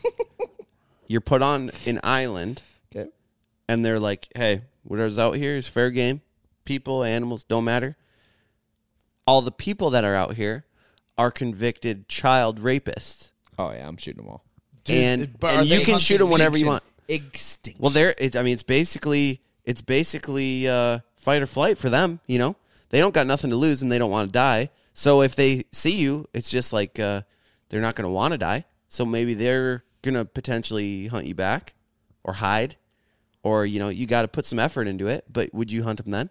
[SPEAKER 4] You're put on an island,
[SPEAKER 2] Okay.
[SPEAKER 4] and they're like, "Hey, whatever's out here is fair game. People, animals, don't matter." All the people that are out here are convicted child rapists,
[SPEAKER 2] Oh yeah, I'm shooting them all.
[SPEAKER 4] and,
[SPEAKER 5] but are
[SPEAKER 4] and you
[SPEAKER 5] they
[SPEAKER 4] can shoot them whenever you
[SPEAKER 2] Extinction.
[SPEAKER 4] want.
[SPEAKER 2] Extinction.
[SPEAKER 4] Well, there. It's. I mean, it's basically it's basically uh, fight or flight for them. You know, they don't got nothing to lose and they don't want to die. So if they see you, it's just like uh, they're not going to want to die. So maybe they're going to potentially hunt you back, or hide, or you know, you got to put some effort into it. But would you hunt them then?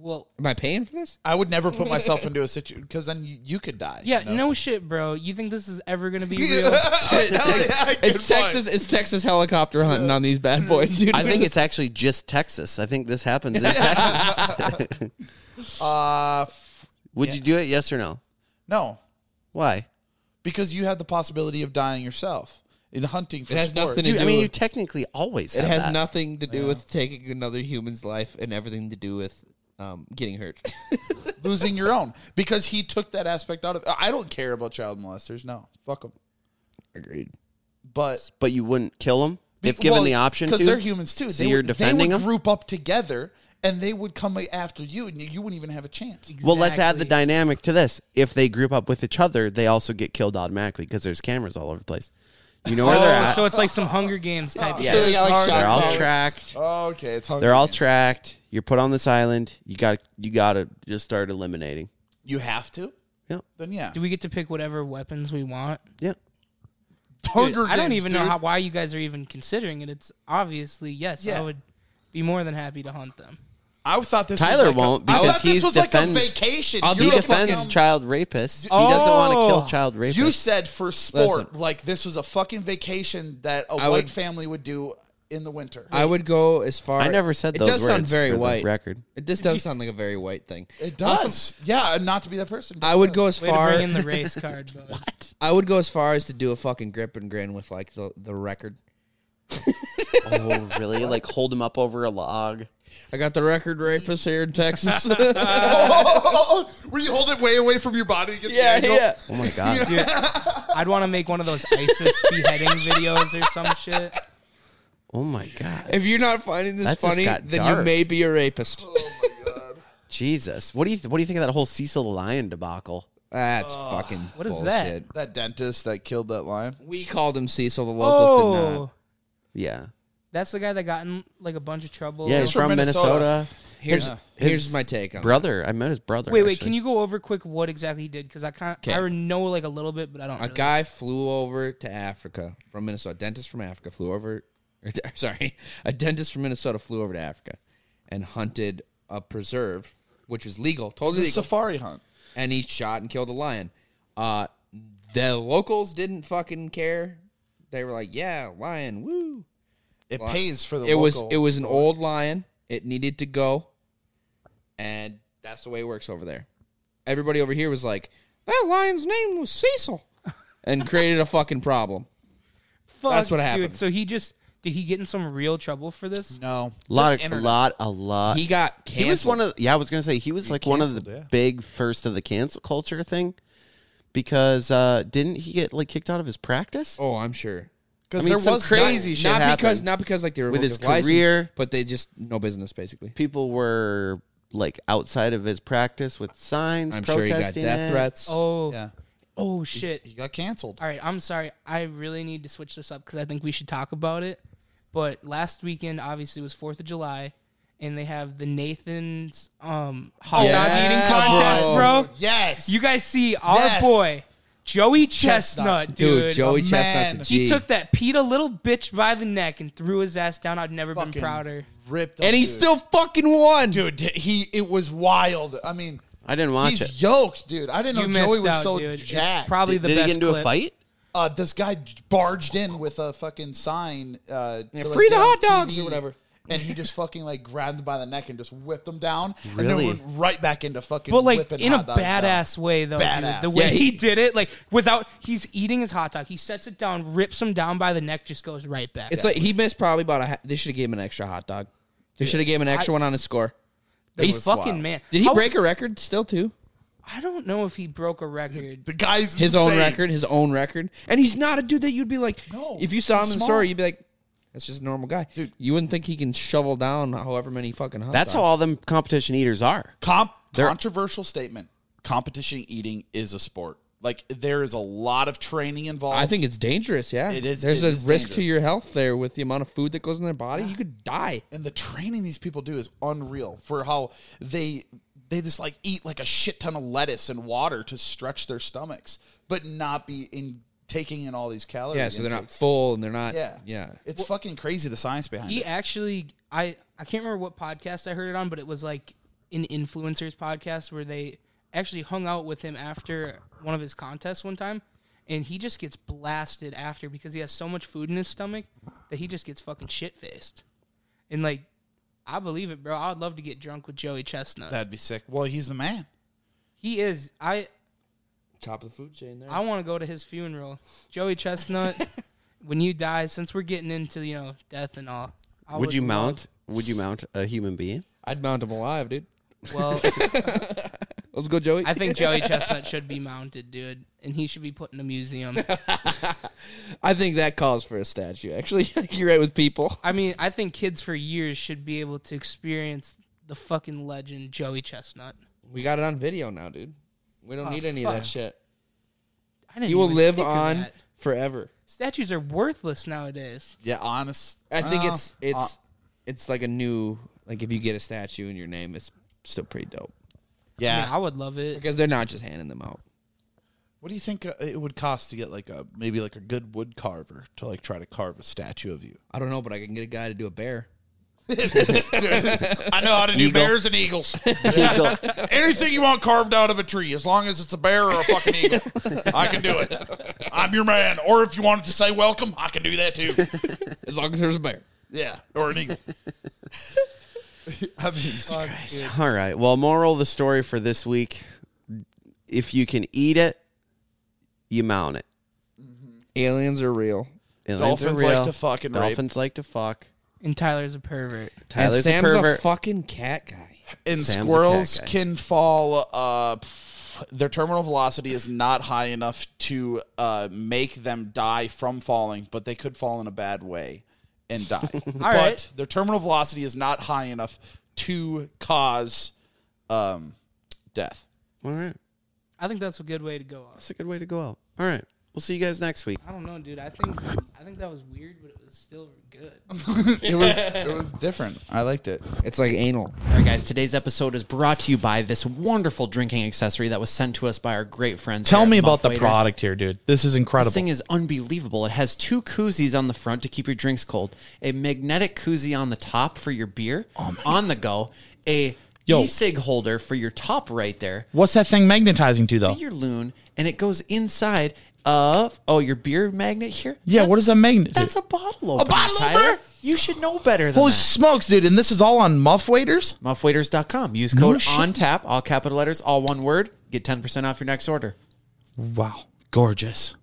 [SPEAKER 3] Well,
[SPEAKER 2] Am I paying for this?
[SPEAKER 5] I would never put
[SPEAKER 3] *laughs*
[SPEAKER 5] myself into a situation because then you, you could die. *laughs*
[SPEAKER 3] yeah,
[SPEAKER 5] No.
[SPEAKER 3] no. shit, bro. You think this is ever gonna be real?
[SPEAKER 2] It's Texas. It's Texas helicopter hunting on these bad boys, dude.
[SPEAKER 4] I think it's actually just Texas. I think this happens *laughs* in Texas.
[SPEAKER 5] Uh,
[SPEAKER 4] Would you do it? Yes or no?
[SPEAKER 5] no,
[SPEAKER 4] Why?
[SPEAKER 5] because you have the possibility of dying yourself.
[SPEAKER 1] in hunting for
[SPEAKER 2] It has
[SPEAKER 1] sport.
[SPEAKER 2] nothing to
[SPEAKER 7] Dude,
[SPEAKER 2] do.
[SPEAKER 7] I mean, you
[SPEAKER 2] with,
[SPEAKER 7] technically always.
[SPEAKER 2] *laughs* it
[SPEAKER 7] have
[SPEAKER 2] has
[SPEAKER 7] that.
[SPEAKER 2] nothing to do with taking another human's life and everything to do with um, getting hurt.
[SPEAKER 1] losing your own because he took that aspect out of. I don't care about child molesters. No, fuck them.
[SPEAKER 2] Agreed.
[SPEAKER 1] But
[SPEAKER 4] But you wouldn't kill them if
[SPEAKER 1] Be-
[SPEAKER 4] given
[SPEAKER 1] well,
[SPEAKER 4] the option to.
[SPEAKER 1] because they're humans too.
[SPEAKER 4] So
[SPEAKER 1] they
[SPEAKER 4] you're
[SPEAKER 1] would,
[SPEAKER 4] defending
[SPEAKER 1] they would
[SPEAKER 4] 'em?
[SPEAKER 1] Group up together, and they would come after you, and you wouldn't even have a chance.
[SPEAKER 4] Well, let's add the
[SPEAKER 3] Exactly.
[SPEAKER 4] dynamic to this. If they group up with each other, they also get killed automatically because there's cameras all over the place. You know where they're
[SPEAKER 3] Oh,
[SPEAKER 4] at.
[SPEAKER 3] so it's like some Hunger Games type.
[SPEAKER 2] So they got like shot
[SPEAKER 4] they're all
[SPEAKER 2] collars.
[SPEAKER 4] tracked.
[SPEAKER 1] Oh, Okay, it's hungry.
[SPEAKER 4] They're all tracked. You're put on this island. You got. You got to just start eliminating.
[SPEAKER 1] You have to.
[SPEAKER 4] Yep.
[SPEAKER 1] Then yeah,
[SPEAKER 3] Do we get to pick whatever weapons we want?
[SPEAKER 4] Yeah.
[SPEAKER 1] Hunger
[SPEAKER 3] I don't
[SPEAKER 1] Games,
[SPEAKER 3] even know
[SPEAKER 1] dude.
[SPEAKER 3] how, why you guys are even considering it. It's obviously yes. I
[SPEAKER 1] Yeah.
[SPEAKER 3] would be more than happy to hunt them.
[SPEAKER 1] I thought this.
[SPEAKER 4] Tyler
[SPEAKER 1] was like
[SPEAKER 4] won't
[SPEAKER 1] a, I
[SPEAKER 4] because
[SPEAKER 1] thought this
[SPEAKER 4] he's
[SPEAKER 1] was
[SPEAKER 4] defends-
[SPEAKER 1] like a vacation.
[SPEAKER 7] He
[SPEAKER 1] You're a
[SPEAKER 7] defends
[SPEAKER 1] fucking-
[SPEAKER 7] child rapists. He
[SPEAKER 3] Oh.
[SPEAKER 7] doesn't want to kill child rapists.
[SPEAKER 1] You said for sport,
[SPEAKER 2] Listen.
[SPEAKER 1] like this was a fucking vacation that a
[SPEAKER 2] I
[SPEAKER 1] white
[SPEAKER 2] would-
[SPEAKER 1] family would do in the winter.
[SPEAKER 2] I would go as far.
[SPEAKER 7] I never said
[SPEAKER 2] it
[SPEAKER 7] those
[SPEAKER 2] does sound
[SPEAKER 7] words
[SPEAKER 2] very
[SPEAKER 7] for the
[SPEAKER 2] white.
[SPEAKER 7] record.
[SPEAKER 2] It just does sound like a very white thing.
[SPEAKER 1] it does. yeah, and not to be that person.
[SPEAKER 2] I would
[SPEAKER 1] *laughs*
[SPEAKER 2] go as
[SPEAKER 3] Way
[SPEAKER 2] far.
[SPEAKER 3] to bring in the race card. bud.
[SPEAKER 2] I would go as far as to do a fucking grip and grin with like the the record.
[SPEAKER 7] oh, really? Like hold him up over a
[SPEAKER 1] *laughs*
[SPEAKER 7] log.
[SPEAKER 2] I got the record rapist here in
[SPEAKER 3] *laughs*
[SPEAKER 1] *laughs*
[SPEAKER 2] Texas. *laughs*
[SPEAKER 1] Where you hold it way away from your body to get the angle?
[SPEAKER 4] Oh my god.
[SPEAKER 3] I'd want to make one of those ISIS beheading videos or some shit.
[SPEAKER 4] Oh my god.
[SPEAKER 2] If you're not finding this
[SPEAKER 7] That just
[SPEAKER 2] funny,
[SPEAKER 7] got
[SPEAKER 2] then you
[SPEAKER 7] dark.
[SPEAKER 2] may be a rapist.
[SPEAKER 3] Oh.
[SPEAKER 4] Jesus. What do you What do you think of that whole Cecil the Lion debacle?
[SPEAKER 2] That's fucking
[SPEAKER 3] what is that?
[SPEAKER 2] bullshit.
[SPEAKER 1] That dentist that killed that lion.
[SPEAKER 2] We called him Cecil. The locals did
[SPEAKER 3] Oh,
[SPEAKER 2] not.
[SPEAKER 4] Yeah.
[SPEAKER 3] that's the guy that got in like a bunch of trouble.
[SPEAKER 4] Yeah. He's
[SPEAKER 1] from
[SPEAKER 4] from Minnesota.
[SPEAKER 2] Here's here's my take on. it.
[SPEAKER 4] Brother. I met his brother.
[SPEAKER 3] Wait, wait.
[SPEAKER 4] actually.
[SPEAKER 3] Can you go over quick what exactly he did? Because I can't. I already know like a little bit, but I don't.
[SPEAKER 2] A
[SPEAKER 3] really-
[SPEAKER 2] guy flew over to Africa from Minnesota. A dentist from Africa flew over. *laughs* or, Sorry, a dentist from Minnesota flew over to Africa and hunted a preserve, which was legal, totally
[SPEAKER 1] The
[SPEAKER 2] legal.
[SPEAKER 1] safari hunt.
[SPEAKER 2] and he shot and killed a lion. Uh, the locals didn't fucking care. They were like, "Yeah, lion, woo!"
[SPEAKER 1] It pays for the.
[SPEAKER 2] It was
[SPEAKER 1] local-
[SPEAKER 2] it was an old lion. It needed to go, and that's the way it works over there. Everybody over here was like, "That lion's name was
[SPEAKER 4] *laughs*
[SPEAKER 2] Cecil," and created a fucking problem.
[SPEAKER 3] Fuck,
[SPEAKER 2] that's what
[SPEAKER 3] dude.
[SPEAKER 2] happened.
[SPEAKER 3] So he just did he get in some real trouble for this?
[SPEAKER 1] no
[SPEAKER 4] lot,
[SPEAKER 1] Just
[SPEAKER 4] of,
[SPEAKER 1] internet.
[SPEAKER 4] lot, a lot.
[SPEAKER 2] He got
[SPEAKER 4] Uh, He
[SPEAKER 2] canceled.
[SPEAKER 4] was one of. Yeah, I was gonna say he was like one of the
[SPEAKER 1] canceled, yeah.
[SPEAKER 4] big first of the cancel culture thing, because uh didn't he get like kicked out of his practice?
[SPEAKER 2] oh, I'm sure.
[SPEAKER 1] 'Cause
[SPEAKER 4] I mean,
[SPEAKER 1] there
[SPEAKER 4] some
[SPEAKER 1] was
[SPEAKER 4] crazy
[SPEAKER 1] not-
[SPEAKER 4] shit
[SPEAKER 2] Not
[SPEAKER 4] happened.
[SPEAKER 2] because not because like they were
[SPEAKER 4] With
[SPEAKER 2] removed
[SPEAKER 4] his
[SPEAKER 2] license,
[SPEAKER 4] career.
[SPEAKER 2] but they just no business basically.
[SPEAKER 4] people were like outside of his practice with signs.
[SPEAKER 2] I'm sure he
[SPEAKER 4] protesting
[SPEAKER 2] got death
[SPEAKER 4] it.
[SPEAKER 2] threats.
[SPEAKER 3] Oh,
[SPEAKER 1] Yeah,
[SPEAKER 3] oh shit.
[SPEAKER 1] he got canceled.
[SPEAKER 3] All right, I'm sorry. I really need to switch this up because I think we should talk about it. But last weekend, obviously, was Fourth of July, and they have the Nathan's um, hot dog
[SPEAKER 2] Yeah,
[SPEAKER 3] eating contest,
[SPEAKER 2] bro.
[SPEAKER 3] bro.
[SPEAKER 1] Yes,
[SPEAKER 3] You guys see our
[SPEAKER 1] Yes.
[SPEAKER 3] boy Joey Chestnut,
[SPEAKER 1] Chestnut.
[SPEAKER 2] Dude,
[SPEAKER 3] dude. oh,
[SPEAKER 2] Joey
[SPEAKER 1] man.
[SPEAKER 2] Chestnut's a G.
[SPEAKER 3] He took that PETA little bitch by the neck and threw his ass down. I've never
[SPEAKER 1] fucking
[SPEAKER 3] been prouder.
[SPEAKER 1] ripped, up,
[SPEAKER 2] and he
[SPEAKER 1] dude.
[SPEAKER 2] still fucking won.
[SPEAKER 1] dude. He it was wild. I mean,
[SPEAKER 4] I didn't watch
[SPEAKER 1] he's
[SPEAKER 4] it.
[SPEAKER 1] yoked, dude. I
[SPEAKER 3] You
[SPEAKER 1] didn't know
[SPEAKER 3] missed
[SPEAKER 1] Joey was
[SPEAKER 3] out,
[SPEAKER 1] so
[SPEAKER 3] dude.
[SPEAKER 1] jacked.
[SPEAKER 3] It's probably the
[SPEAKER 4] Did he
[SPEAKER 3] best
[SPEAKER 4] get into
[SPEAKER 3] clip.
[SPEAKER 4] a fight?
[SPEAKER 1] uh, this guy barged in with a fucking sign. Uh, to, like,
[SPEAKER 2] free
[SPEAKER 1] get
[SPEAKER 2] the
[SPEAKER 1] on
[SPEAKER 2] hot dogs
[SPEAKER 1] TV,
[SPEAKER 2] or whatever.
[SPEAKER 1] And he
[SPEAKER 2] *laughs*
[SPEAKER 1] just fucking like grabbed him by the neck and just whipped him down,
[SPEAKER 4] Really?
[SPEAKER 1] and then went right back into fucking.
[SPEAKER 3] But like
[SPEAKER 1] whipping
[SPEAKER 3] in a
[SPEAKER 1] hot dogs down.
[SPEAKER 3] badass way though,
[SPEAKER 1] Badass.
[SPEAKER 3] dude. The way
[SPEAKER 2] Yeah, he-
[SPEAKER 3] he, did it, like without he's eating his hot dog, he sets it down, rips him down by the neck, just goes right back.
[SPEAKER 2] It's like he missed probably about a. Ha- they should have gave him an extra hot dog. They should have gave him an extra one on his score.
[SPEAKER 3] That
[SPEAKER 2] He's
[SPEAKER 3] was wild.
[SPEAKER 2] fucking
[SPEAKER 3] man.
[SPEAKER 2] Did he
[SPEAKER 3] How-
[SPEAKER 2] break a record still too?
[SPEAKER 3] I don't know if he broke a record.
[SPEAKER 1] The guy's
[SPEAKER 2] His
[SPEAKER 1] insane.
[SPEAKER 2] own record, his own record, and he's not a dude that you'd be like.
[SPEAKER 1] No,
[SPEAKER 2] if you saw him
[SPEAKER 1] he's
[SPEAKER 2] in the
[SPEAKER 1] small.
[SPEAKER 2] store, you'd be like, "That's just a normal guy." Dude, you wouldn't think he can shovel down however many fucking hot.
[SPEAKER 4] That's how all them competition eaters are.
[SPEAKER 1] Comp- controversial statement. Competition eating is a sport. Like there is a lot of training involved.
[SPEAKER 2] I think it's dangerous. Yeah,
[SPEAKER 1] It is-
[SPEAKER 2] There's
[SPEAKER 1] it
[SPEAKER 2] a
[SPEAKER 1] is
[SPEAKER 2] risk to
[SPEAKER 1] dangerous.
[SPEAKER 2] your health there with the amount of food that goes in their body. You could die.
[SPEAKER 1] and the training these people do is unreal for how they they just like eat like a shit ton of lettuce and water to stretch their stomachs, but not be in taking in all these calories.
[SPEAKER 2] Yeah, so they're not full and they're not.
[SPEAKER 1] Yeah,
[SPEAKER 2] yeah.
[SPEAKER 1] It's fucking crazy the science behind
[SPEAKER 3] He
[SPEAKER 1] it.
[SPEAKER 3] actually, I I can't remember what podcast I heard it on, but it was like an influencers podcast where they actually hung out with him after one of his contests one time, and he just gets blasted after because he has so much food in his stomach that he just gets fucking shit faced, and like. I believe it, bro. I would love to get drunk with Joey Chestnut.
[SPEAKER 1] That'd be sick. Well, he's the man.
[SPEAKER 3] he is. I
[SPEAKER 2] Top of the food chain there.
[SPEAKER 4] *laughs*
[SPEAKER 3] I want to go to his funeral. Joey Chestnut when you die, since we're getting into you know death and all, I
[SPEAKER 4] Would you
[SPEAKER 3] love-
[SPEAKER 4] mount? Would you mount a human being?
[SPEAKER 2] I'd mount him alive, dude.
[SPEAKER 4] *laughs*
[SPEAKER 3] Well,
[SPEAKER 2] Let's go, Joey. *laughs*
[SPEAKER 3] I think Joey Chestnut should be mounted, dude, and he should be put in a museum.
[SPEAKER 2] I think that calls for a statue. Actually, *laughs* you're right with people.
[SPEAKER 3] I mean, I think kids for years should be able to experience the fucking legend Joey Chestnut.
[SPEAKER 2] We got it on video now, dude. We don't
[SPEAKER 3] Oh,
[SPEAKER 2] need any of
[SPEAKER 3] fuck.
[SPEAKER 2] that shit.
[SPEAKER 3] I didn't
[SPEAKER 2] You will
[SPEAKER 3] even
[SPEAKER 2] live
[SPEAKER 3] think of
[SPEAKER 2] on
[SPEAKER 3] that.
[SPEAKER 2] forever.
[SPEAKER 3] Statues are worthless nowadays.
[SPEAKER 1] Yeah, honest.
[SPEAKER 2] I think
[SPEAKER 1] well,
[SPEAKER 3] Oh, uh,
[SPEAKER 2] it's it's it's like a new like if you get a statue in your name, it's still pretty dope
[SPEAKER 3] I,
[SPEAKER 1] yeah.
[SPEAKER 3] mean, I would love it.
[SPEAKER 2] because they're not just handing them out.
[SPEAKER 1] What do you think uh, it would cost to get like a maybe like a good wood carver to like try to carve a statue of you?
[SPEAKER 2] I don't know, but I can get a guy to do a bear.
[SPEAKER 8] I
[SPEAKER 2] *laughs*
[SPEAKER 8] know how to do bears and eagles.
[SPEAKER 1] *laughs*
[SPEAKER 8] Anything you want carved out of a tree, as long as it's a bear or a fucking eagle, I can do it. I'm your man. Or if you wanted to say welcome, I can do that too.
[SPEAKER 2] As long as there's a bear.
[SPEAKER 8] Yeah, or an eagle.
[SPEAKER 1] *laughs* I mean,
[SPEAKER 3] Fuck, dude.
[SPEAKER 4] All right. Well, moral of the story for this week: if you can eat it, you mount it.
[SPEAKER 2] Aliens are real.
[SPEAKER 4] Aliens are
[SPEAKER 1] Dolphins like
[SPEAKER 4] real.
[SPEAKER 1] to fuck and rape.
[SPEAKER 4] dolphins like to fuck.
[SPEAKER 3] And Tyler's a pervert.
[SPEAKER 4] Tyler's
[SPEAKER 2] and Sam's
[SPEAKER 4] a
[SPEAKER 2] a,
[SPEAKER 4] pervert.
[SPEAKER 2] fucking cat guy.
[SPEAKER 1] and
[SPEAKER 4] Sam's a cat
[SPEAKER 1] squirrels
[SPEAKER 4] guy.
[SPEAKER 1] can fall. Uh, their terminal velocity is not high enough to uh, make them die from falling, but they could fall in a bad way and
[SPEAKER 3] *laughs*
[SPEAKER 1] die. but
[SPEAKER 3] right.
[SPEAKER 1] their terminal velocity is not high enough to cause um, death.
[SPEAKER 4] All right.
[SPEAKER 3] I think that's a good way to go. Off.
[SPEAKER 4] That's a good way to go out. All right. We'll see you guys next week.
[SPEAKER 3] I don't know, dude. I think I think that was weird, but it was still good.
[SPEAKER 1] It was it was different. I liked it.
[SPEAKER 2] It's like anal.
[SPEAKER 9] All right, guys. Today's episode is brought to you by this wonderful drinking accessory that was sent to us by our great friends.
[SPEAKER 8] Tell
[SPEAKER 9] here at
[SPEAKER 8] me about
[SPEAKER 9] Muff
[SPEAKER 8] the
[SPEAKER 9] Waiters.
[SPEAKER 8] product here, dude. This is incredible.
[SPEAKER 9] This thing is unbelievable. It has two koozies on the front to keep your drinks cold, a magnetic koozie on the top for your beer on the go, a
[SPEAKER 8] Oh Yo.
[SPEAKER 9] e-cig holder for your top right there,
[SPEAKER 8] What's that thing magnetizing to though?
[SPEAKER 9] your loon, and it goes inside of oh your beer magnet here.
[SPEAKER 8] Yeah,
[SPEAKER 9] That's-
[SPEAKER 8] what is that magnet?
[SPEAKER 9] That's a bottle opener.
[SPEAKER 8] bottle
[SPEAKER 9] Tyler.
[SPEAKER 8] opener?
[SPEAKER 9] You should know better than
[SPEAKER 8] Holy
[SPEAKER 9] that.
[SPEAKER 8] smokes, dude! And this is all on muff waiters.
[SPEAKER 9] Muffwaiters.com. Use code
[SPEAKER 8] shit.
[SPEAKER 9] on tap, all capital letters, all one word. Get 10% off your next order.
[SPEAKER 8] Wow, gorgeous.